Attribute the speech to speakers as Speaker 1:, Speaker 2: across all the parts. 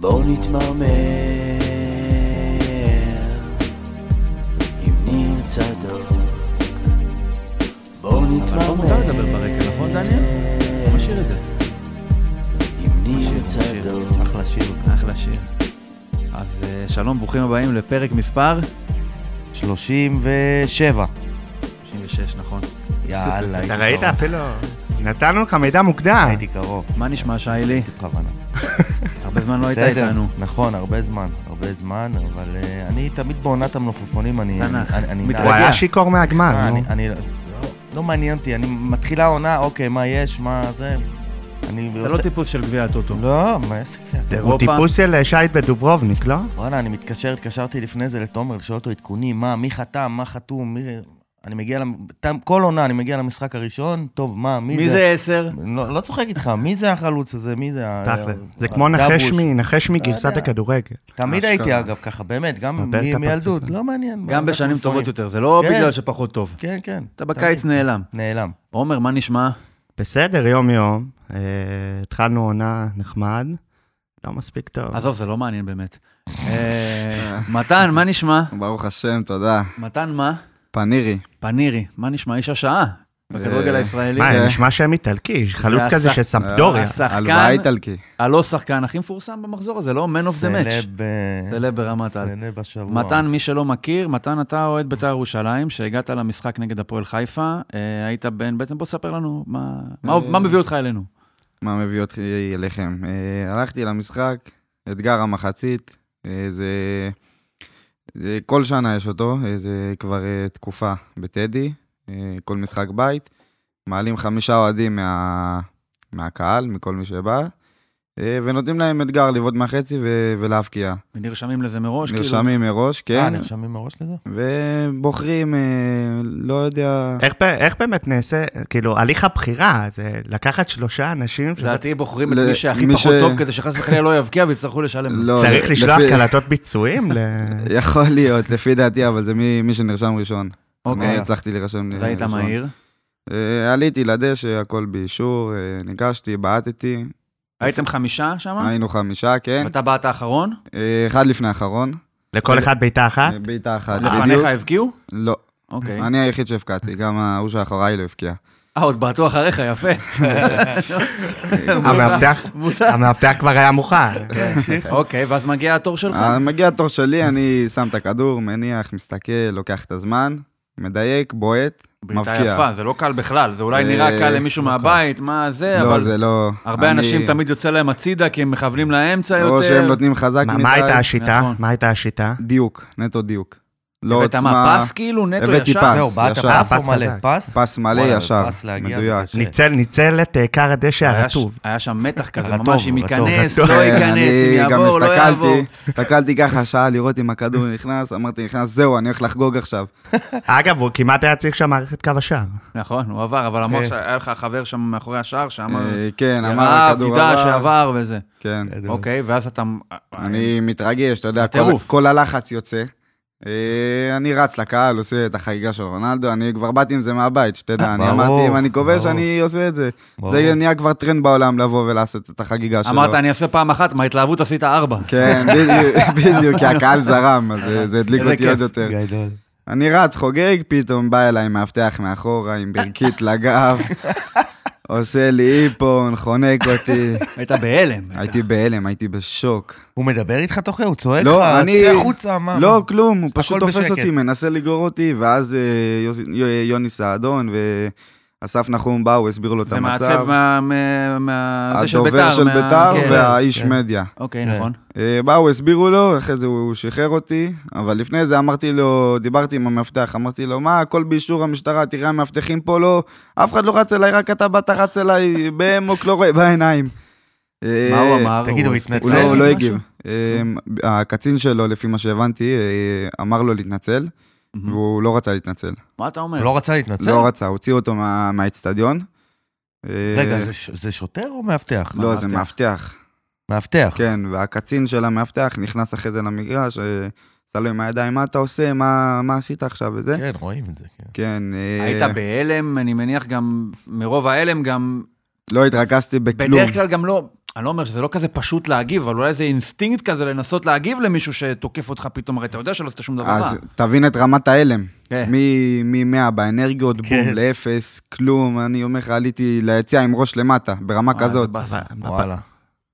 Speaker 1: בואו נתמרמר עם ניר צדוק. בואו
Speaker 2: אבל פה
Speaker 1: נתמרמר
Speaker 2: מותר לדבר ברקע, נכון, דניאל? הוא משאיר את זה.
Speaker 1: עם ניר
Speaker 2: שיר, שיר.
Speaker 1: צדוק.
Speaker 3: אחלה שיר.
Speaker 2: אחלה שיר. אז אה, שלום, ברוכים הבאים לפרק מספר
Speaker 3: 37.
Speaker 2: 96, נכון.
Speaker 3: יאללה, הייתי
Speaker 4: אתה ראית?
Speaker 3: קרוב.
Speaker 4: אפילו... נתנו לך מידע מוקדם.
Speaker 3: הייתי קרוב,
Speaker 2: מה נשמע, שיילי?
Speaker 3: בכוונה.
Speaker 2: הרבה זמן לא היית
Speaker 3: בסדר,
Speaker 2: איתנו.
Speaker 3: נכון, הרבה זמן, הרבה זמן, אבל אה, אני תמיד בעונת המלפפונים, אני...
Speaker 2: תנ"ך.
Speaker 3: אני- אני-
Speaker 2: מתרגש.
Speaker 4: הוא
Speaker 2: תגיע.
Speaker 4: היה שיכור מהגמר,
Speaker 3: אה,
Speaker 4: נו.
Speaker 3: אני- אני... לא- לא מעניין אותי, אני מתחילה עונה, אוקיי, מה יש, מה זה... אני
Speaker 2: אתה לא טיפוס של גביע הטוטו.
Speaker 3: לא, מה איזה כיף.
Speaker 4: הוא
Speaker 2: אירופה.
Speaker 4: טיפוס של אה, שייט בדוברובניק, לא?
Speaker 3: וואלה, אני מתקשר, התקשרתי לפני זה לתומר, לשאול אותו עדכונים, מה, מי חתם, מה חתום, מי... אני מגיע, למ- תם- כל עונה אני מגיע למשחק הראשון, טוב, מה, מי זה?
Speaker 2: מי זה 10?
Speaker 3: לא, לא צוחק איתך, מי זה החלוץ הזה? מי זה? ה-
Speaker 4: תכל'ס. זה
Speaker 3: ה-
Speaker 4: כמו נחש
Speaker 3: דבוש?
Speaker 4: מ- נחש מגרסת
Speaker 3: אה, יודע.
Speaker 4: הכדורגל.
Speaker 3: תמיד
Speaker 2: אשכרה.
Speaker 3: הייתי, אגב, ככה, באמת, גם
Speaker 4: נותן
Speaker 3: מ-
Speaker 4: את הפרצוף.
Speaker 3: מילדות, לא מעניין.
Speaker 2: גם
Speaker 3: מה,
Speaker 2: בשנים
Speaker 3: אנחנו
Speaker 2: טובות
Speaker 3: לפעמים.
Speaker 2: יותר, זה לא
Speaker 3: כן.
Speaker 2: בגלל שפחות טוב.
Speaker 3: כן, כן.
Speaker 2: אתה בקיץ נעלם.
Speaker 3: נעלם.
Speaker 2: עומר, מה נשמע?
Speaker 4: בסדר, יום-יום. אה, התחלנו עונה נחמד. לא מספיק טוב.
Speaker 2: עזוב, זה לא מעניין באמת. אה, מתן, מה נשמע?
Speaker 5: ברוך השם, תודה.
Speaker 2: מתן מה?
Speaker 5: פנירי.
Speaker 2: פנירי, מה נשמע? איש השעה בכדורגל
Speaker 5: אה,
Speaker 2: הישראלי.
Speaker 4: מה,
Speaker 5: זה-
Speaker 4: נשמע שם איטלקי, חלוץ כזה
Speaker 2: השח-
Speaker 4: של
Speaker 3: אה,
Speaker 4: סמפדוריה.
Speaker 2: השחקן-
Speaker 5: אה, הלוואה איטלקי.
Speaker 2: הלא שחקן הכי מפורסם במחזור הזה, לא? Man of the match.
Speaker 3: סלב, אה,
Speaker 2: סלב ברמת על.
Speaker 3: סלב אה, השבוע.
Speaker 2: מתן, מי שלא מכיר, מתן, אתה אוהד בית"ר ירושלים, שהגעת למשחק נגד הפועל חיפה, אה, היית בן, בעצם בוא תספר לנו מה- מה-
Speaker 5: אה,
Speaker 2: מה מביא אותך אלינו.
Speaker 5: מה מביא אותי אליכם? אה, הלכתי למשחק, אתגר המחצית. אה, זה... זה כל שנה יש אותו, אה, זה כבר אה, תקופה בטדי. אה, כל משחק בית. מעלים חמישה אוהדים מה... מהקהל, מכל מי שבא. אה, ונותנים להם אתגר לבעוט מהחצי ו... ולהבקיע.
Speaker 2: נרשמים לזה מראש, כאילו.
Speaker 5: נרשמים מראש,
Speaker 3: אה,
Speaker 5: כן,
Speaker 3: נרשמים מראש לזה?
Speaker 5: ובוחרים, אה, לא יודע...
Speaker 4: איך ב- איך באמת נעשה, כאילו, הליך הבחירה, זה לקחת שלושה אנשים, ש-
Speaker 2: לדעתי בוחרים את
Speaker 5: ל-
Speaker 2: מי שהכי
Speaker 5: מי
Speaker 2: פחות
Speaker 5: ש-
Speaker 2: טוב, כדי שחס וחלילה לא יבקיע ויצטרכו לשלם. לו.
Speaker 5: לא,
Speaker 4: צריך
Speaker 5: לפי-
Speaker 4: לשלוח קלטות ביצועים? ל-
Speaker 5: יכול להיות, לפי דעתי, אבל זה מי, מי שנרשם ראשון. אני
Speaker 2: אוקיי,
Speaker 5: הצלחתי להירשם
Speaker 2: אז היית
Speaker 5: ראשון.
Speaker 2: מהיר.
Speaker 5: אה, עליתי לדשא, הכל באישור, אה, ניגשתי, בעטתי.
Speaker 2: הייתם חמישה שם?
Speaker 5: היינו חמישה, כן.
Speaker 2: אה. ואתה באת האחרון?
Speaker 5: אה, אחד לפני האחרון.
Speaker 4: לכל אחד בעיטה אחת?
Speaker 5: אה, בעיטה אחת,
Speaker 2: לפניך
Speaker 5: בדיוק.
Speaker 2: הבקיעו?
Speaker 5: לא,
Speaker 2: אוקיי.
Speaker 5: אני היחיד שהבקעתי, גם ההוא שאחריי לא הבקיע.
Speaker 2: אה, עוד בעטו אחריך, יפה.
Speaker 4: המאבטח-
Speaker 2: מותר.
Speaker 4: המאבטח כבר היה מוכן. כן.
Speaker 2: אוקיי, ואז מגיע התור שלך.
Speaker 5: אה, מגיע התור שלי, אני שם את הכדור, מניח, מסתכל, לוקח את הזמן, מדייק, בועט,
Speaker 2: בעיטה
Speaker 5: מבקיע.
Speaker 2: יפה, זה לא קל בכלל, זה אולי
Speaker 5: אה,
Speaker 2: נראה קל למישהו
Speaker 5: לא קל.
Speaker 2: מהבית, מה זה,
Speaker 5: לא,
Speaker 2: אבל
Speaker 5: זה לא...
Speaker 2: הרבה
Speaker 5: אני-
Speaker 2: אנשים תמיד יוצא להם הצידה כי הם מכוונים לאמצע יותר.
Speaker 5: או שהם לא נותנים חזק
Speaker 4: מה
Speaker 5: מדי.
Speaker 4: מה הייתה השיטה?
Speaker 2: נכון.
Speaker 4: מה הייתה השיטה?
Speaker 5: דיוק, נטו דיוק. לא
Speaker 2: הבאת מה, פס כאילו, נטו
Speaker 5: הבאתי
Speaker 2: ישר?
Speaker 5: פס.
Speaker 3: זהו, באת
Speaker 5: ישר.
Speaker 3: פס או
Speaker 4: פס
Speaker 3: מלא?
Speaker 4: חזק.
Speaker 3: פס?
Speaker 5: פס מלא
Speaker 3: וואלה,
Speaker 5: ישר,
Speaker 3: פס להגיע זה
Speaker 5: מדויק.
Speaker 3: קשה.
Speaker 4: ניצל ניצל את אה, כר הדשא
Speaker 2: היה ש-
Speaker 4: הרטוב.
Speaker 2: היה שם מתח כזה,
Speaker 3: רטוב,
Speaker 2: ממש אם
Speaker 3: רטוב,
Speaker 2: ייכנס,
Speaker 4: רטוב.
Speaker 2: לא
Speaker 5: כן,
Speaker 2: ייכנס, אם
Speaker 5: אני גם
Speaker 2: יעבור, לא יעבור.
Speaker 5: הסתכלתי, הסתכלתי ככה שעה לראות אם הכדור נכנס, אמרתי נכנס, זהו, אני הולך לחגוג עכשיו.
Speaker 4: אגב, הוא כמעט היה צריך שם מערכת קו השער.
Speaker 2: נכון, הוא עבר, אבל אמר
Speaker 3: אה.
Speaker 2: שהיה לך חבר שם מאחורי השער, שאמר,
Speaker 5: אה, כן, אמר
Speaker 2: ירה
Speaker 5: הכדור
Speaker 2: אבידה
Speaker 5: עבר.
Speaker 2: שעבר וזה.
Speaker 5: כן,
Speaker 2: אוקיי, ואז אתה...
Speaker 5: אני מתרגש, אתה יודע, כל-
Speaker 2: טירוף.
Speaker 5: כל הלחץ יוצא. אה, אני רץ לקהל, עושה את החגיגה של רונלדו, אני כבר באתי עם זה מהבית, שתדע, אני
Speaker 3: ברור,
Speaker 5: אמרתי, אם אני כובש,
Speaker 3: ברור.
Speaker 5: אני עושה את זה.
Speaker 3: ברור.
Speaker 5: זה נהיה כבר טרנד בעולם לבוא ולעשות את החגיגה שלו.
Speaker 2: אמרת, אני אעשה פעם אחת, מההתלהבות עשית ארבע.
Speaker 5: כן, בדיוק, בדיוק, כי הקהל זרם, אז זה- זה הדליק
Speaker 2: איזה
Speaker 5: אותי
Speaker 2: כיף.
Speaker 5: עוד יותר.
Speaker 3: גדול.
Speaker 5: אני רץ, חוגג, פתאום בא אליי מאבטח מאחורה עם ברכית לגב, עושה לי איפון, חונק אותי.
Speaker 2: היית בהלם.
Speaker 5: הייתי בהלם, הייתי בשוק.
Speaker 3: הוא מדבר איתך תוך כדי? הוא צועק לך?
Speaker 5: לא, אני...
Speaker 3: צא החוצה, מה?
Speaker 5: לא, כלום, הוא
Speaker 3: הכל
Speaker 5: פשוט תופס
Speaker 3: בשקט.
Speaker 5: אותי, מנסה לגרור אותי, ואז אה, יוס- יו- יוני סעדון ואסף נחום באו, הסבירו לו את
Speaker 2: זה
Speaker 5: המצב.
Speaker 2: מעצב מה... מה- מה- זה של בית"ר.
Speaker 5: הדובר של
Speaker 2: מה-
Speaker 5: בית"ר
Speaker 2: כן.
Speaker 5: והאיש
Speaker 3: כן.
Speaker 5: מדיה.
Speaker 2: אוקיי,
Speaker 3: כן.
Speaker 2: נכון.
Speaker 5: אה, באו, הסבירו לו, אחרי זה הוא שחרר אותי, אבל לפני זה אמרתי לו, דיברתי עם המאבטח, אמרתי לו, מה, הכל באישור המשטרה, תראה, המאבטחים פה לא, אף אחד לא רץ אליי, רק אתה באת רץ אליי, בהמוק לא רואה בעיניים. אה,
Speaker 2: מה הוא אמר?
Speaker 3: כן.
Speaker 2: כן,
Speaker 3: תגיד, הוא
Speaker 5: הוא
Speaker 3: התנצל?
Speaker 5: לא- הוא לא
Speaker 2: משהו?
Speaker 5: הגיב. אה, הקצין שלו, לפי מה שהבנתי, אה, אמר לו להתנצל,
Speaker 2: מהמם.
Speaker 5: והוא לא רצה להתנצל.
Speaker 2: מה אתה אומר?
Speaker 3: הוא לא רצה להתנצל?
Speaker 5: לא רצה, הוציאו אותו מה- מהאצטדיון. אה,
Speaker 3: רגע, זה ש- זה שוטר או מאבטח?
Speaker 5: לא, זה
Speaker 2: מאבטח.
Speaker 5: מאבטח.
Speaker 3: מאבטח.
Speaker 5: כן, והקצין של המאבטח נכנס אחרי זה למגרש, אה, עשה לו עם הידיים, מה אתה עושה, מה, מה עשית עכשיו וזה?
Speaker 3: כן, רואים את זה, כן.
Speaker 5: כן. אה,
Speaker 2: היית בהלם, אני מניח גם, מרוב ההלם גם
Speaker 5: לא התרכזתי בכלום.
Speaker 2: בדרך כלל גם לא, אני לא אומר שזה לא כזה פשוט להגיב, אבל אולי זה אינסטינקט כזה לנסות להגיב למישהו שתוקף אותך פתאום, הרי אתה יודע שלא עשית שום דבר לא רע.
Speaker 5: אז תבין את רמת ההלם.
Speaker 2: כן.
Speaker 5: מ-100 באנרגיות, בום,
Speaker 3: כן.
Speaker 5: לאפס, כלום. אני אומר לך, עליתי ליציע עם ראש למטה, ברמה
Speaker 2: וואי, אה, זה
Speaker 5: כזאת.
Speaker 2: באסה.
Speaker 3: וואלה.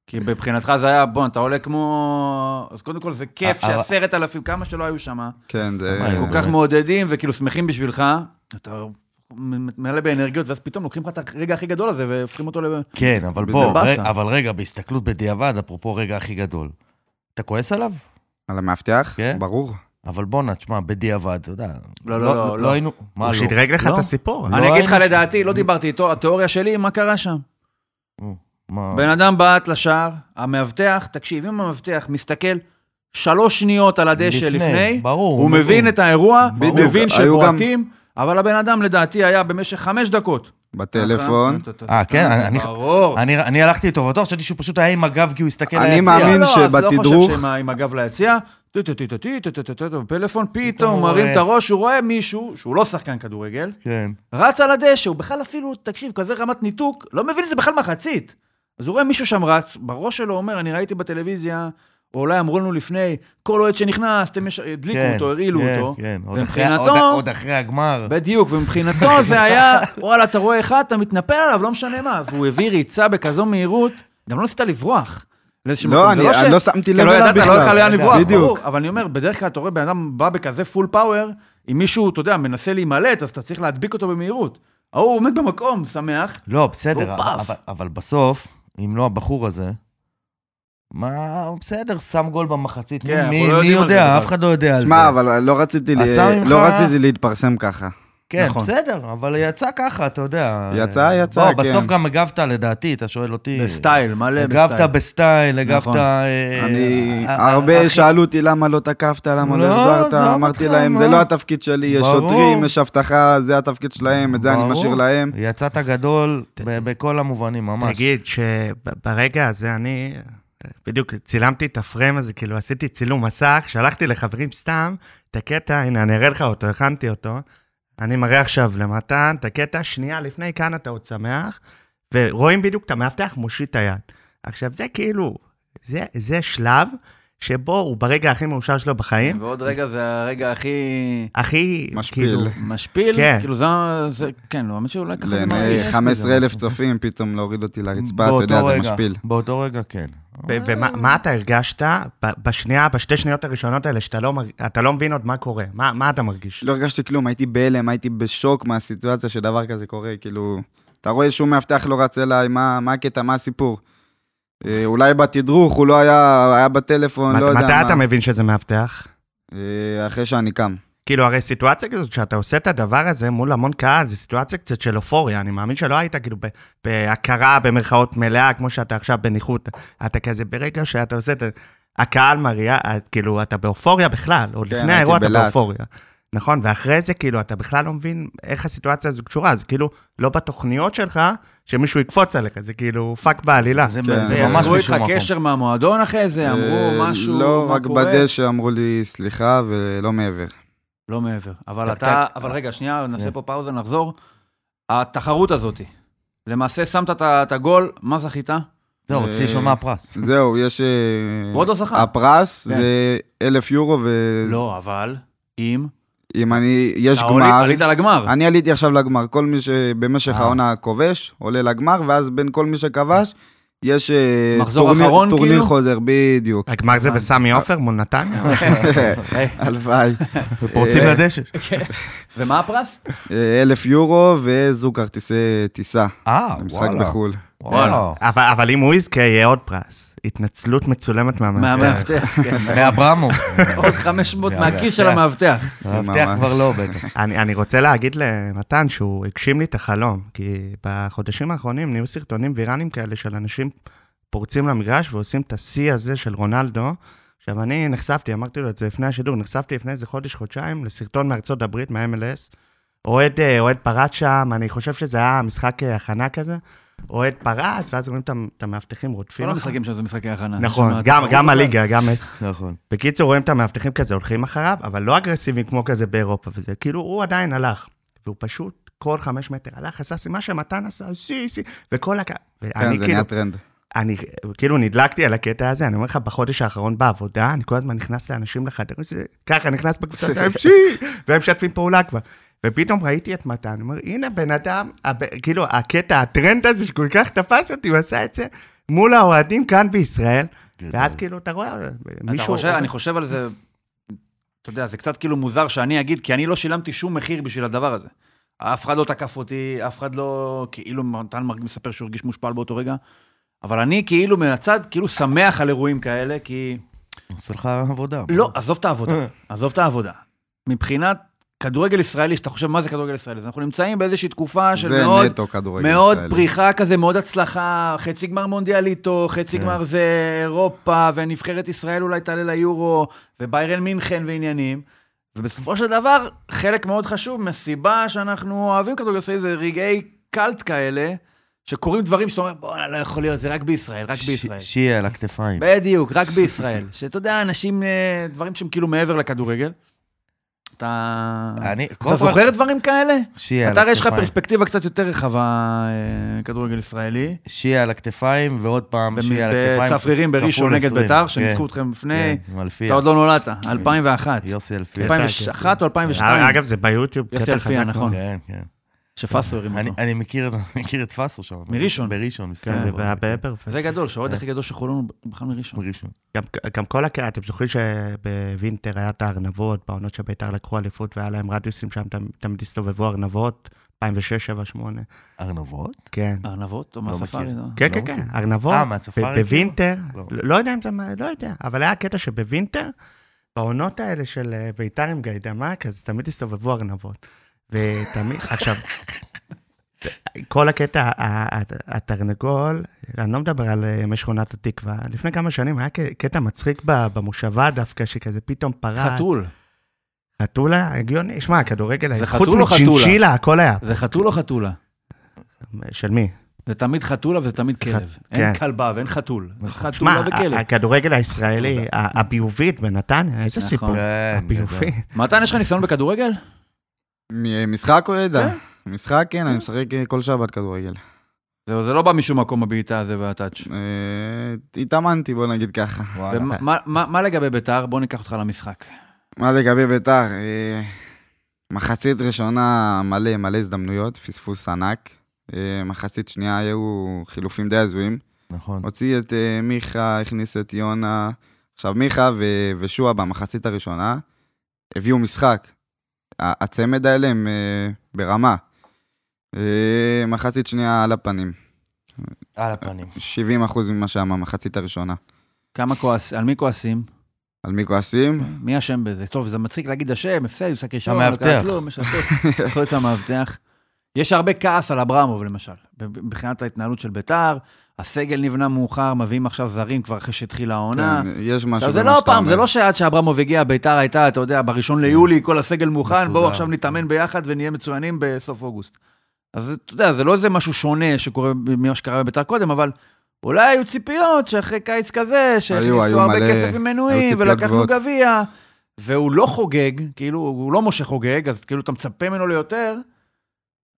Speaker 2: כי מבחינתך זה היה, בוא, אתה עולה כמו... אז קודם כל זה כיף
Speaker 3: אבל-
Speaker 2: שעשרת אלפים, כמה שלא היו שם,
Speaker 5: כן, זה...
Speaker 3: אה,
Speaker 2: כל
Speaker 3: באמת.
Speaker 2: כך מעודדים וכאילו שמחים בשבילך, אתה מ- מלא באנרגיות, ואז פתאום לוקחים לך את הרגע הכי גדול הזה והופכים אותו ל...
Speaker 3: כן, אבל
Speaker 5: זה
Speaker 3: בוא,
Speaker 2: באסה.
Speaker 3: ר- אבל רגע, בהסתכלות בדיעבד, אפרופו רגע הכי גדול. אתה כועס עליו?
Speaker 5: על המאבטח?
Speaker 3: כן.
Speaker 5: ברור.
Speaker 2: אה,
Speaker 3: אבל בואנה, תשמע, בדיעבד, אתה יודע.
Speaker 2: לא, לא, לא, לא.
Speaker 3: היינו... מה
Speaker 4: הוא
Speaker 3: לא?
Speaker 4: שדרג לך
Speaker 2: לא?
Speaker 4: את הסיפור.
Speaker 2: אני אגיד לך,
Speaker 3: היינו-
Speaker 2: לדעתי, לא דיברתי איתו, התיאוריה שלי, מה קרה שם?
Speaker 3: מה?
Speaker 2: בן אדם בעט לשער, המאבטח, תקשיב, אם המאבטח מסתכל שלוש שניות על הדשא לפני,
Speaker 3: ברור. לא
Speaker 2: הוא מבין את האירוע, הוא
Speaker 5: בדיוק.
Speaker 2: מבין
Speaker 5: היו
Speaker 2: שבועטים, אבל הבן אדם לדעתי היה במשך חמש דקות.
Speaker 5: בטלפון.
Speaker 3: אה, כן? אני- אני-
Speaker 2: ברור.
Speaker 3: אני, אני הלכתי איתו בטוח, חשבתי שהוא פשוט היה עם הגב כי הוא הסתכל
Speaker 5: אני
Speaker 3: ליציע.
Speaker 5: מאמין
Speaker 2: לא, לא, אז לא
Speaker 5: שבתדרוך-
Speaker 2: חושב שהם עם הגב ליציע, טו טו טו טו טו טו טו טו טו טו בפלאפון,
Speaker 3: פתאום
Speaker 2: פתאום
Speaker 3: הוא
Speaker 2: הוא מרים
Speaker 3: רואה.
Speaker 2: את הראש, הוא רואה מישהו, שהוא לא שחקן כדורגל,
Speaker 3: כן.
Speaker 2: רץ על הדשא, הוא בכלל אפילו, תקשיב, כזה רמת ניתוק, לא מבין שזה בכלל מחצית. אז הוא רואה מישהו שם רץ, בראש שלו אומר, אני ראיתי בטלוויזיה, או אולי אמרו לנו לפני, כל אוהד שנכנס, אתם יש- הדליקו
Speaker 3: כן,
Speaker 2: אותו, הרעילו
Speaker 3: כן,
Speaker 2: אותו.
Speaker 3: כן, עוד אחרי-
Speaker 2: ומבחינתו-
Speaker 3: עוד- עוד אחרי הגמר.
Speaker 2: בדיוק, ומבחינתו זה היה, וואלה, אתה רואה אחד, אתה מתנפל עליו, לא משנה מה. והוא הביא ריצה בכזו מהירות, גם לא ניסית לברוח. לאיזשהו
Speaker 5: לא,
Speaker 2: מקום. זה
Speaker 5: אני
Speaker 2: ש-
Speaker 5: אני לא שמתי
Speaker 2: כי
Speaker 5: לב
Speaker 2: לא
Speaker 5: אליו
Speaker 2: ידעת, לא
Speaker 5: בכלל.
Speaker 2: היה לך לאן לברוח,
Speaker 5: בדיוק.
Speaker 2: ברור. אבל אני אומר, בדרך כלל אתה רואה בן אדם בא בכזה פול פאוור, אם מישהו, אתה יודע, מנסה להימלט, אז אתה צריך להדביק אותו במהירות. ההוא עומד במקום, שמח.
Speaker 3: לא, בסדר,
Speaker 2: והוא פאף.
Speaker 3: אבל, אבל בסוף, אם לא הבחור הזה, מה, הוא בסדר, שם גול במחצית.
Speaker 2: כן, אנחנו
Speaker 3: מי,
Speaker 2: לא
Speaker 3: מי
Speaker 2: יודעים על זה
Speaker 3: יודע?
Speaker 2: בכלל.
Speaker 3: אף אחד לא יודע על זה.
Speaker 5: שמע, אבל לא רציתי ל-
Speaker 3: עשה ממך-
Speaker 5: לא רציתי להתפרסם ככה.
Speaker 3: כן,
Speaker 2: נכון.
Speaker 3: בסדר, אבל יצא ככה, אתה יודע.
Speaker 5: יצא, יצא,
Speaker 3: בוא,
Speaker 5: כן.
Speaker 3: בסוף גם הגבת, לדעתי, אתה שואל אותי.
Speaker 2: בסטייל, מלא
Speaker 3: אה, הגבת בסטייל, הגבת...
Speaker 2: נכון.
Speaker 3: אה,
Speaker 5: אני,
Speaker 3: אה, אה,
Speaker 5: הרבה
Speaker 3: הכי-
Speaker 5: שאלו אותי למה לא תקפת, למה
Speaker 3: לא,
Speaker 5: לא החזרת,
Speaker 3: עזוב
Speaker 5: אמרתי
Speaker 3: אותך,
Speaker 5: להם,
Speaker 3: מה?"
Speaker 5: זה לא התפקיד שלי, יש
Speaker 3: ברור.
Speaker 5: שוטרים, יש אבטחה, זה התפקיד שלהם, את זה אני
Speaker 3: ברור.
Speaker 5: משאיר להם.
Speaker 3: אה, יצאת גדול ב- בכל המובנים, ממש.
Speaker 4: תגיד שברגע הזה אני, בדיוק צילמתי את הפריים הזה, כאילו עשיתי צילום מסך, שלחתי לחברים סתם את הקטע, הנה אני אראה לך אותו, הכנתי אותו. אני מראה עכשיו למתן את הקטע, שנייה לפני כאן אתה עוד שמח, ורואים בדיוק את המאבטח מושיט את היד. עכשיו זה כאילו, זה, זה שלב שבו הוא ברגע הכי מאושר שלו בחיים,
Speaker 2: ועוד רגע זה הרגע הכי
Speaker 4: הכי,
Speaker 5: משפיל.
Speaker 4: כאילו,
Speaker 2: משפיל.
Speaker 4: כן.
Speaker 2: כאילו, זה... זה- כן, לא, האמת שאולי ככה זה מרגיש.
Speaker 5: ל-15 אה, אלף
Speaker 2: מזה
Speaker 5: צופים, פתאום להוריד אותי לרצפה, אתה
Speaker 3: באותו
Speaker 5: יודע, זה
Speaker 3: רגע,
Speaker 5: משפיל.
Speaker 3: באותו רגע, כן.
Speaker 4: ו- ומה מה אתה הרגשת ב- בשנייה, בשתי שניות הראשונות האלה, שאתה לא, מרג- אתה לא מבין עוד מה קורה? מה, מה אתה מרגיש?
Speaker 5: לא הרגשתי כלום, הייתי בהלם, הייתי בשוק מהסיטואציה שדבר כזה קורה, כאילו... אתה רואה שום מאבטח לא רץ אליי, מה מה הקטע, מה הסיפור? אה, אולי בתדרוך, הוא לא היה, היה בטלפון,
Speaker 4: מת-
Speaker 5: לא יודע מה.
Speaker 4: מתי אתה מבין שזה מאבטח?
Speaker 5: אה, אחרי שאני קם.
Speaker 4: כאילו, הרי סיטואציה כזאת, שאתה עושה את הדבר הזה מול המון קהל, זו סיטואציה קצת של אופוריה, אני מאמין שלא היית כאילו ב- בהכרה, במרכאות מלאה, כמו שאתה עכשיו בניחותא. אתה כזה, ברגע שאתה עושה את זה, הקהל מריע, את- כאילו, אתה באופוריה בכלל, עוד
Speaker 5: כן,
Speaker 4: לפני
Speaker 5: הייתי
Speaker 4: האירוע אתה
Speaker 5: בלהט.
Speaker 4: באופוריה. נכון, ואחרי זה, כאילו, אתה בכלל לא מבין איך הסיטואציה הזו קשורה, זה כאילו לא בתוכניות שלך, שמישהו יקפוץ עליך, זה כאילו פאק בעלילה.
Speaker 3: זה
Speaker 5: כן.
Speaker 3: זה
Speaker 5: זה
Speaker 3: ממש
Speaker 2: יצרו איתך
Speaker 3: בשום מקום.
Speaker 2: קשר מהמועדון אחרי זה, אמרו
Speaker 5: אה,
Speaker 2: משהו,
Speaker 5: לא,
Speaker 2: מה
Speaker 5: רק
Speaker 2: קורה?
Speaker 5: בדשא אמרו לי סליחה ולא מעבר.
Speaker 2: לא מעבר. אבל
Speaker 3: טק,
Speaker 2: אתה,
Speaker 3: טק.
Speaker 2: אבל רגע, שנייה, נעשה
Speaker 3: כן.
Speaker 2: פה פאוזה, נחזור. התחרות הזאת, למעשה שמת את ה- את הגול, מה זכית?
Speaker 3: זהו,
Speaker 5: אה,
Speaker 3: רציתי לשאול מה הפרס.
Speaker 5: זהו, יש... אה,
Speaker 2: הוא עוד לא זכה.
Speaker 5: הפרס
Speaker 2: כן.
Speaker 5: זה אלף יורו,
Speaker 2: לא, אבל אם...
Speaker 5: ואם אני... יש
Speaker 2: אתה עלית-
Speaker 5: גמר.
Speaker 2: עלית לגמר.
Speaker 5: אני עליתי עכשיו לגמר, כל מי שבמשך
Speaker 3: אה.
Speaker 5: העונה כובש, עולה לגמר, ואז בין כל מי שכבש, יש אה,
Speaker 2: מחזור
Speaker 5: טורניר-
Speaker 2: אחרון,
Speaker 5: טורניר
Speaker 2: כאילו?
Speaker 5: חוזר, בדיוק.
Speaker 4: הגמר זה בסמי עופר מול נתניה?
Speaker 2: אה,
Speaker 5: הלוואי.
Speaker 3: פורצים
Speaker 5: אה,
Speaker 3: לדשא.
Speaker 2: ומה הפרס?
Speaker 5: אה, אלף יורו וזוג כרטיסי טיסה,
Speaker 3: אה,
Speaker 5: משחק
Speaker 3: וואלה.
Speaker 5: בחו"ל. אה.
Speaker 3: וואלה.
Speaker 4: אבל, אבל אם הוא יזכה, יהיה עוד פרס. התנצלות מצולמת מהמאמן.
Speaker 2: מהמאבטח, כן.
Speaker 3: מאברמוב.
Speaker 2: עוד 500
Speaker 3: מהמאבטח.
Speaker 2: מהכיס של המאבטח.
Speaker 3: המאבטח
Speaker 5: ממש.
Speaker 3: כבר לא, בטח.
Speaker 4: אני, אני רוצה להגיד למתן שהוא הגשים לי את החלום, כי בחודשים האחרונים נהיו סרטונים ויראנים כאלה של אנשים פורצים למגרש ועושים את השיא הזה של רונלדו. עכשיו, אני נחשפתי, אמרתי לו את זה לפני השידור, נחשפתי לפני איזה חודש-חודשיים לסרטון מארצות הברית, מה-MLS. אוהד, אה, אוהד פרץ שם, אני חושב שזה היה משחק אה, הכנה כזה. אוהד פרץ, ואז רואים את המ- את המאבטחים
Speaker 2: כל
Speaker 4: רודפים. לך.
Speaker 2: המשחקים שם זה משחקי הכנה.
Speaker 4: נכון,
Speaker 2: שם
Speaker 4: גם,
Speaker 2: התחרות
Speaker 4: גם
Speaker 2: בכלל.
Speaker 4: הליגה, גם
Speaker 3: נכון.
Speaker 4: בקיצור, רואים את המאבטחים כזה, הולכים אחריו, אבל לא אגרסיביים כמו כזה באירופה וזה. כאילו, הוא עדיין הלך, והוא פשוט כל חמש מטר הלך, עשה סי, מה שמתן עשה, סי, סי, וכל הקהל.
Speaker 5: כן,
Speaker 4: ואני
Speaker 5: זה
Speaker 4: כאילו,
Speaker 5: נהיה טרנד.
Speaker 4: אני כאילו נדלקתי על הקטע הזה, אני אומר לך, בחודש האחרון בעבודה, אני כל הזמן נכנס לאנשים לחדרים, זה- ככה נכנס בקבוצה של MC, והם משתפים פעולה כבר. ופתאום ראיתי את מתן, אני אומר, הנה בן אדם, הב- כאילו, הקטע, הטרנד הזה שכל כך תפס אותי, הוא עשה את זה מול האוהדים כאן בישראל, ואז כאילו, אתה רואה,
Speaker 2: אתה
Speaker 4: מישהו...
Speaker 2: חושב, אני חושב על זה, אתה יודע, זה קצת כאילו מוזר שאני אגיד, כי אני לא שילמתי שום מחיר בשביל הדבר הזה. אף אחד לא תקף אותי, אף אחד לא, כאילו, מתן מרג- מספר שהוא הרגיש מושפל באותו רגע. אבל אני כאילו מהצד, כאילו שמח על אירועים כאלה, כי...
Speaker 3: עושה לך עבודה.
Speaker 2: לא, עזוב את
Speaker 5: אה.
Speaker 2: העבודה, עזוב את העבודה. מבחינת כדורגל ישראלי, שאתה חושב, מה זה כדורגל ישראלי? אז אנחנו נמצאים באיזושהי תקופה של
Speaker 5: זה
Speaker 2: מאוד...
Speaker 5: נטו כדורגל
Speaker 2: מאוד
Speaker 5: ישראלי.
Speaker 2: פריחה כזה, מאוד הצלחה, חצי גמר מונדיאליטו,
Speaker 5: אה.
Speaker 2: חצי גמר זה אירופה, ונבחרת ישראל אולי תעלה ליורו, וביירן מינכן ועניינים. ובסופו של דבר, חלק מאוד חשוב מהסיבה שאנחנו אוהבים כדורגל ישראלי זה רגעי קלט כאלה, שקורים דברים שאתה אומר, בואנה, לא יכול להיות, זה רק בישראל, רק
Speaker 3: ש-
Speaker 2: בישראל.
Speaker 3: שיהיה על הכתפיים.
Speaker 2: בדיוק, רק בישראל. שאתה יודע, אנשים, אה, דברים שהם כאילו מעבר לכדורגל. אתה...
Speaker 3: אני- כל כן,
Speaker 2: אתה
Speaker 3: פעם-
Speaker 2: זוכר דברים כאלה?
Speaker 3: שיהיה על
Speaker 2: אתה, הרי יש לך
Speaker 3: הכתפיים.
Speaker 2: פרספקטיבה קצת יותר רחבה, אה, כדורגל ישראלי.
Speaker 3: שיהיה על הכתפיים, ועוד פעם שיהיה על הכתפיים.
Speaker 2: בצפרירים בראשון
Speaker 3: כפול
Speaker 2: נגד
Speaker 3: 20.
Speaker 2: ביתר,
Speaker 3: כן,
Speaker 2: שניצחו אתכם לפני,
Speaker 3: כן, עם אלפיה.
Speaker 2: אתה עוד לא כן, נולדת, 2001.
Speaker 3: יוסי אלפיה.
Speaker 2: 2001 או
Speaker 3: אה,
Speaker 2: 2002,
Speaker 4: אגב, זה ביוטיוב,
Speaker 2: יוסי
Speaker 4: קטע חזק
Speaker 2: אלפיה,
Speaker 4: מאוד.
Speaker 2: נכון.
Speaker 3: כן, כן.
Speaker 2: שפאסו הרים
Speaker 3: אני-
Speaker 2: אותו.
Speaker 3: אני מכיר את- מכיר את פאסו שם.
Speaker 2: מראשון.
Speaker 3: בראשון,
Speaker 4: כן, זה
Speaker 3: מסתבר.
Speaker 4: היה בהפרפס.
Speaker 2: זה גדול, שהאוהד
Speaker 3: אה.
Speaker 2: הכי גדול של חולון הוא בכלל מראשון.
Speaker 3: בראשון.
Speaker 4: גם, גם כל הקהל, אתם זוכרים שבווינטר היה את הארנבות, בעונות שביתר לקחו אליפות והיה להם רדיוסים שם, תמ- תמיד הסתובבו ארנבות, 2006, 2007, 2008.
Speaker 3: ארנבות?
Speaker 4: כן.
Speaker 2: ארנבות או
Speaker 3: לא
Speaker 2: מהספארי?
Speaker 3: מכיר.
Speaker 2: לא. כאילו?
Speaker 4: כן,
Speaker 3: לא
Speaker 4: כן, כן,
Speaker 3: מכיר.
Speaker 4: ארנבות.
Speaker 3: אה, מהספארי?
Speaker 4: ב- בווינטר,
Speaker 3: לא.
Speaker 4: לא. לא יודע אם זה, מה- לא יודע, אבל היה קטע שבווינטר, בעונות האלה של אה, ביתר עם גיידמק, אז תמיד הסתובבו ארנבות. ותמיד, עכשיו, כל הקטע, ה- ה- התרנגול, אני לא מדבר על אה, ימי שכונת התקווה, לפני כמה שנים היה ק- קטע מצחיק ב- במושבה דווקא, שכזה פתאום פרץ.
Speaker 2: חתול.
Speaker 4: חתולה, הגיוני, שמע, הכדורגל,
Speaker 2: זה
Speaker 4: חוץ
Speaker 2: חתול או חתולה?
Speaker 4: מצ'ינצ'ילה, הכל היה.
Speaker 2: זה חתול או חתולה?
Speaker 4: של מי?
Speaker 2: זה תמיד חתולה וזה תמיד כלב. אין
Speaker 4: כן.
Speaker 2: כלבה ואין חתול. חתולה
Speaker 4: שמע, אה,
Speaker 2: וכלב.
Speaker 4: ה- הכדורגל הישראלי, ה- הביובית בנתניה, איזה
Speaker 2: נכון.
Speaker 4: סיפור.
Speaker 3: כן,
Speaker 4: הביובי.
Speaker 2: מתן, יש לך ניסיון בכדורגל?
Speaker 5: מ- משחק או ידע? משחק, כן, אני משחק אה, כל שבת כדורגל.
Speaker 2: זהו, זה לא בא משום מקום הבעיטה הזה והטאץ'.
Speaker 5: אה, התאמנתי, בוא נגיד ככה.
Speaker 3: וואלה.
Speaker 4: אה,
Speaker 2: ומה- מה- מה מה לגבי ביתר? בוא ניקח אותך למשחק.
Speaker 5: מה לגבי ביתר? אה, מחצית ראשונה מלא מלא הזדמנויות, פספוס ענק. אה, מחצית שנייה היו חילופים די הזויים.
Speaker 3: נכון.
Speaker 5: הוציא את אה, מיכה, הכניס את יונה. עכשיו מיכה ו- ושועה במחצית הראשונה הביאו משחק. ה- הצמד האלה הם אה, ברמה. אה, מחצית שנייה על הפנים.
Speaker 3: על הפנים.
Speaker 5: 70% ממה שהיה מהמחצית הראשונה.
Speaker 2: כמה כועס, על מי כועסים?
Speaker 5: על מי כועסים?
Speaker 2: מי אשם בזה? טוב, זה מצחיק להגיד השם, הפסד, משחק ישר.
Speaker 3: המאבטח.
Speaker 2: לא קרה כלום, יש הכל. חוץ מהמאבטח. יש הרבה כעס על אברמוב, למשל, מבחינת ההתנהלות של ביתר. הסגל נבנה מאוחר, מביאים עכשיו זרים כבר אחרי שהתחילה העונה.
Speaker 5: כן, יש משהו
Speaker 2: עכשיו, זה
Speaker 5: במה
Speaker 2: לא
Speaker 5: שאתה
Speaker 2: פעם, זה
Speaker 5: אומר.
Speaker 2: לא שעד שאברמוב הגיע, ביתר הייתה, אתה יודע,
Speaker 5: כן.
Speaker 2: בראשון ליולי, כל הסגל מוכן, בואו
Speaker 3: מסודר.
Speaker 2: עכשיו נתאמן ביחד ונהיה מצוינים בסוף אוגוסט. אז אתה יודע, זה לא איזה משהו שונה שקורה ממה שקרה בביתר קודם, אבל אולי היו ציפיות שאחרי קיץ כזה,
Speaker 5: היו
Speaker 2: שהכניסו הרבה
Speaker 5: מלא-
Speaker 2: כסף
Speaker 5: היו
Speaker 2: ממנויים,
Speaker 5: ציפיות
Speaker 2: ולקחנו
Speaker 5: גבוהות.
Speaker 2: גביע, והוא לא חוגג, כאילו, הוא לא משה חוגג, אז כאילו אתה מצפה ממנו ליותר.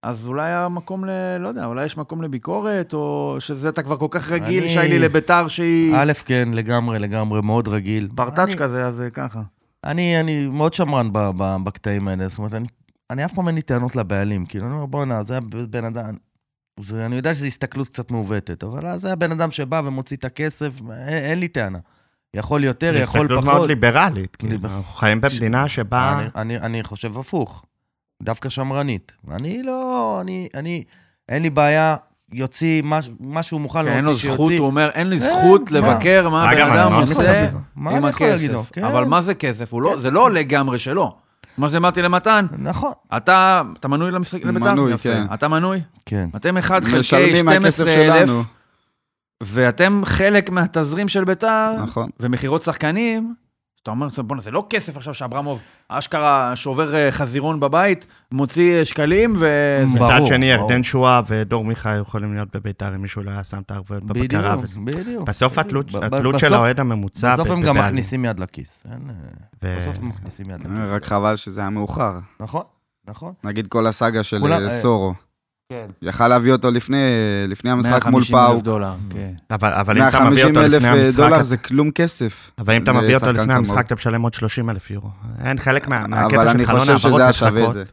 Speaker 2: אז אולי המקום ל... לא יודע, אולי יש מקום לביקורת, או שזה אתה כבר כל כך רגיל,
Speaker 3: אני-
Speaker 2: שיילי, לביתר שהיא
Speaker 3: א', כן, לגמרי, לגמרי, מאוד רגיל.
Speaker 2: ברטאץ'
Speaker 3: אני-
Speaker 2: כזה, אז אה, ככה.
Speaker 3: אני, אני מאוד שמרן ב, ב, בקטעים האלה, זאת אומרת, אני, אני אף פעם אין לי טענות לבעלים, כאילו, אני אומר, בואנה, זה הבן אדם, זה, אני יודע שזו הסתכלות קצת מעוותת, אבל אז זה הבן אדם שבא ומוציא את הכסף, אין, אין לי טענה. יכול יותר,
Speaker 4: זה
Speaker 3: יכול
Speaker 4: הסתכלות
Speaker 3: פחות.
Speaker 4: מאוד ליברלית, כאילו,
Speaker 3: ליבר-
Speaker 4: אנחנו חיים במדינה שבה...
Speaker 3: אני, אני, אני חושב הפוך, דווקא שמרנית. אני לא, אני, אני, אין לי בעיה, יוציא מה, ש- מה שהוא מוכן
Speaker 2: כן, אין לו
Speaker 3: להוציא,
Speaker 2: זכות,
Speaker 3: לא שיוציא.
Speaker 2: הוא אומר, אין לי
Speaker 3: אין,
Speaker 2: זכות
Speaker 3: מה?
Speaker 2: לבקר מה
Speaker 4: אגב,
Speaker 2: הבן
Speaker 4: אני
Speaker 2: אדם
Speaker 5: לא
Speaker 4: מאוד
Speaker 2: עושה
Speaker 3: מכבד אותו. מה
Speaker 2: עם
Speaker 3: אני יכול להגיד לו?
Speaker 2: הכסף.
Speaker 3: כן.
Speaker 2: אבל מה זה כסף? הוא לא-
Speaker 3: כסף.
Speaker 2: זה לא לגמרי שלו. מה שאמרתי למתן,
Speaker 3: נכון.
Speaker 2: אתה אתה מנוי למשחק לביתר?
Speaker 5: מנוי,
Speaker 2: יפה.
Speaker 5: כן.
Speaker 2: אתה מנוי?
Speaker 3: כן.
Speaker 2: אתם אחד חלקי
Speaker 5: משלמים מהכסף
Speaker 2: 12 אלף,
Speaker 5: שלנו.
Speaker 2: ואתם חלק מהתזרים של ביתר,
Speaker 5: נכון.
Speaker 2: ומכירות שחקנים. אתה אומר, בואנה, זה לא כסף עכשיו שאברמוב אשכרה שובר אה, חזירון בבית, מוציא אה, שקלים וזה.
Speaker 4: מצד
Speaker 3: ברור,
Speaker 4: שני,
Speaker 3: ברור.
Speaker 4: ירדן שואה ודור מיכה יכולים להיות בביתר אם מישהו לא היה שם את הערבויות בבקרה.
Speaker 3: בדיוק,
Speaker 4: וזה.
Speaker 3: בדיוק.
Speaker 4: בסוף
Speaker 3: בדיוק.
Speaker 4: התלות
Speaker 3: ב- ב-
Speaker 4: התלות של
Speaker 3: בסוף-
Speaker 4: האוהד הממוצע...
Speaker 3: בסוף
Speaker 4: ב-
Speaker 3: הם גם
Speaker 4: בבעלים. אה,
Speaker 3: מכניסים יד לכיס. אין,
Speaker 4: ו-
Speaker 3: בסוף הם מכניסים יד לכיס.
Speaker 5: רק חבל שזה היה מאוחר.
Speaker 3: נכון. נכון?
Speaker 5: נגיד כל הסאגה של
Speaker 3: כולם-
Speaker 5: אה,
Speaker 3: אה,
Speaker 5: סורו.
Speaker 3: כן.
Speaker 5: יכל להביא אותו לפני לפני המשחק מול
Speaker 2: 150 אלף
Speaker 5: פאו.
Speaker 2: דולר, כן.
Speaker 4: אבל אבל אם אתה מביא
Speaker 5: 150
Speaker 4: אותו
Speaker 5: אלף אה,
Speaker 4: לפני המשחק,
Speaker 5: דולר זה כלום כסף.
Speaker 4: אבל אם אתה מביא אותו
Speaker 5: לשחקן
Speaker 4: לפני
Speaker 5: כמוהו.
Speaker 4: המשחק, אתה משלם עוד 30 אלף יורו. אין חלק אה, מה-
Speaker 5: אבל
Speaker 4: מהקטע
Speaker 5: אני
Speaker 4: של חלון
Speaker 5: חושב שזה
Speaker 4: העברות
Speaker 5: היה
Speaker 4: זה
Speaker 5: שווה את
Speaker 4: שחקות.
Speaker 5: זה.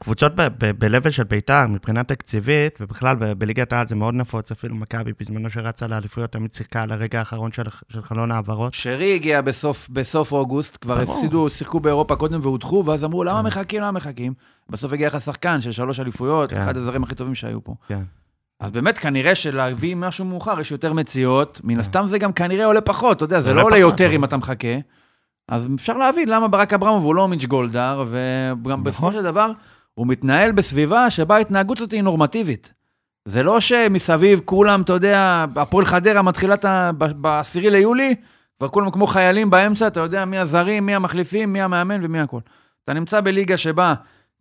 Speaker 4: קבוצות ב- ב- ב-level של בית"ר, מבחינה תקציבית, ובכלל ב- בליגת העל זה מאוד נפוץ, אפילו מכבי בזמנו שרצה לאליפויות, תמיד שיחקה על הרגע האחרון של של חלון העברות.
Speaker 2: שרי הגיע בסוף, בסוף אוגוסט, כבר
Speaker 4: נכון. ברור. כן.
Speaker 2: הפסידו, שיחקו באירופה קודם והודחו, ואז אמרו, למה מחכים, למה מחכים? בסוף הגיע לך שחקן של שלוש אליפויות,
Speaker 4: כן.
Speaker 2: אחד הזרים הכי טובים שהיו פה.
Speaker 4: כן.
Speaker 2: אז באמת, כנראה שלהביא משהו מאוחר, יש יותר מציאות, מן הסתם זה גם כנראה עולה פחות, אתה יודע, זה
Speaker 4: כן. עולה
Speaker 2: לא עולה
Speaker 4: פחות, כן.
Speaker 2: יותר
Speaker 4: אבל-
Speaker 2: אם אתה מחכה. אז אפשר להבין למה ברק אברמוב הוא לא מיץ' גולדהר,
Speaker 4: נכון.
Speaker 2: וגם בסופו של דבר, הוא מתנהל בסביבה שבה ההתנהגות הזאת היא נורמטיבית. זה לא שמסביב כולם, אתה יודע, הפועל חדרה מתחילה את ה- ב- בעשירי ליולי, כבר כולם כמו חיילים באמצע, אתה יודע מי הזרים, מי המחליפים, מי המאמן ומי הכל. אתה נמצא בליגה שבה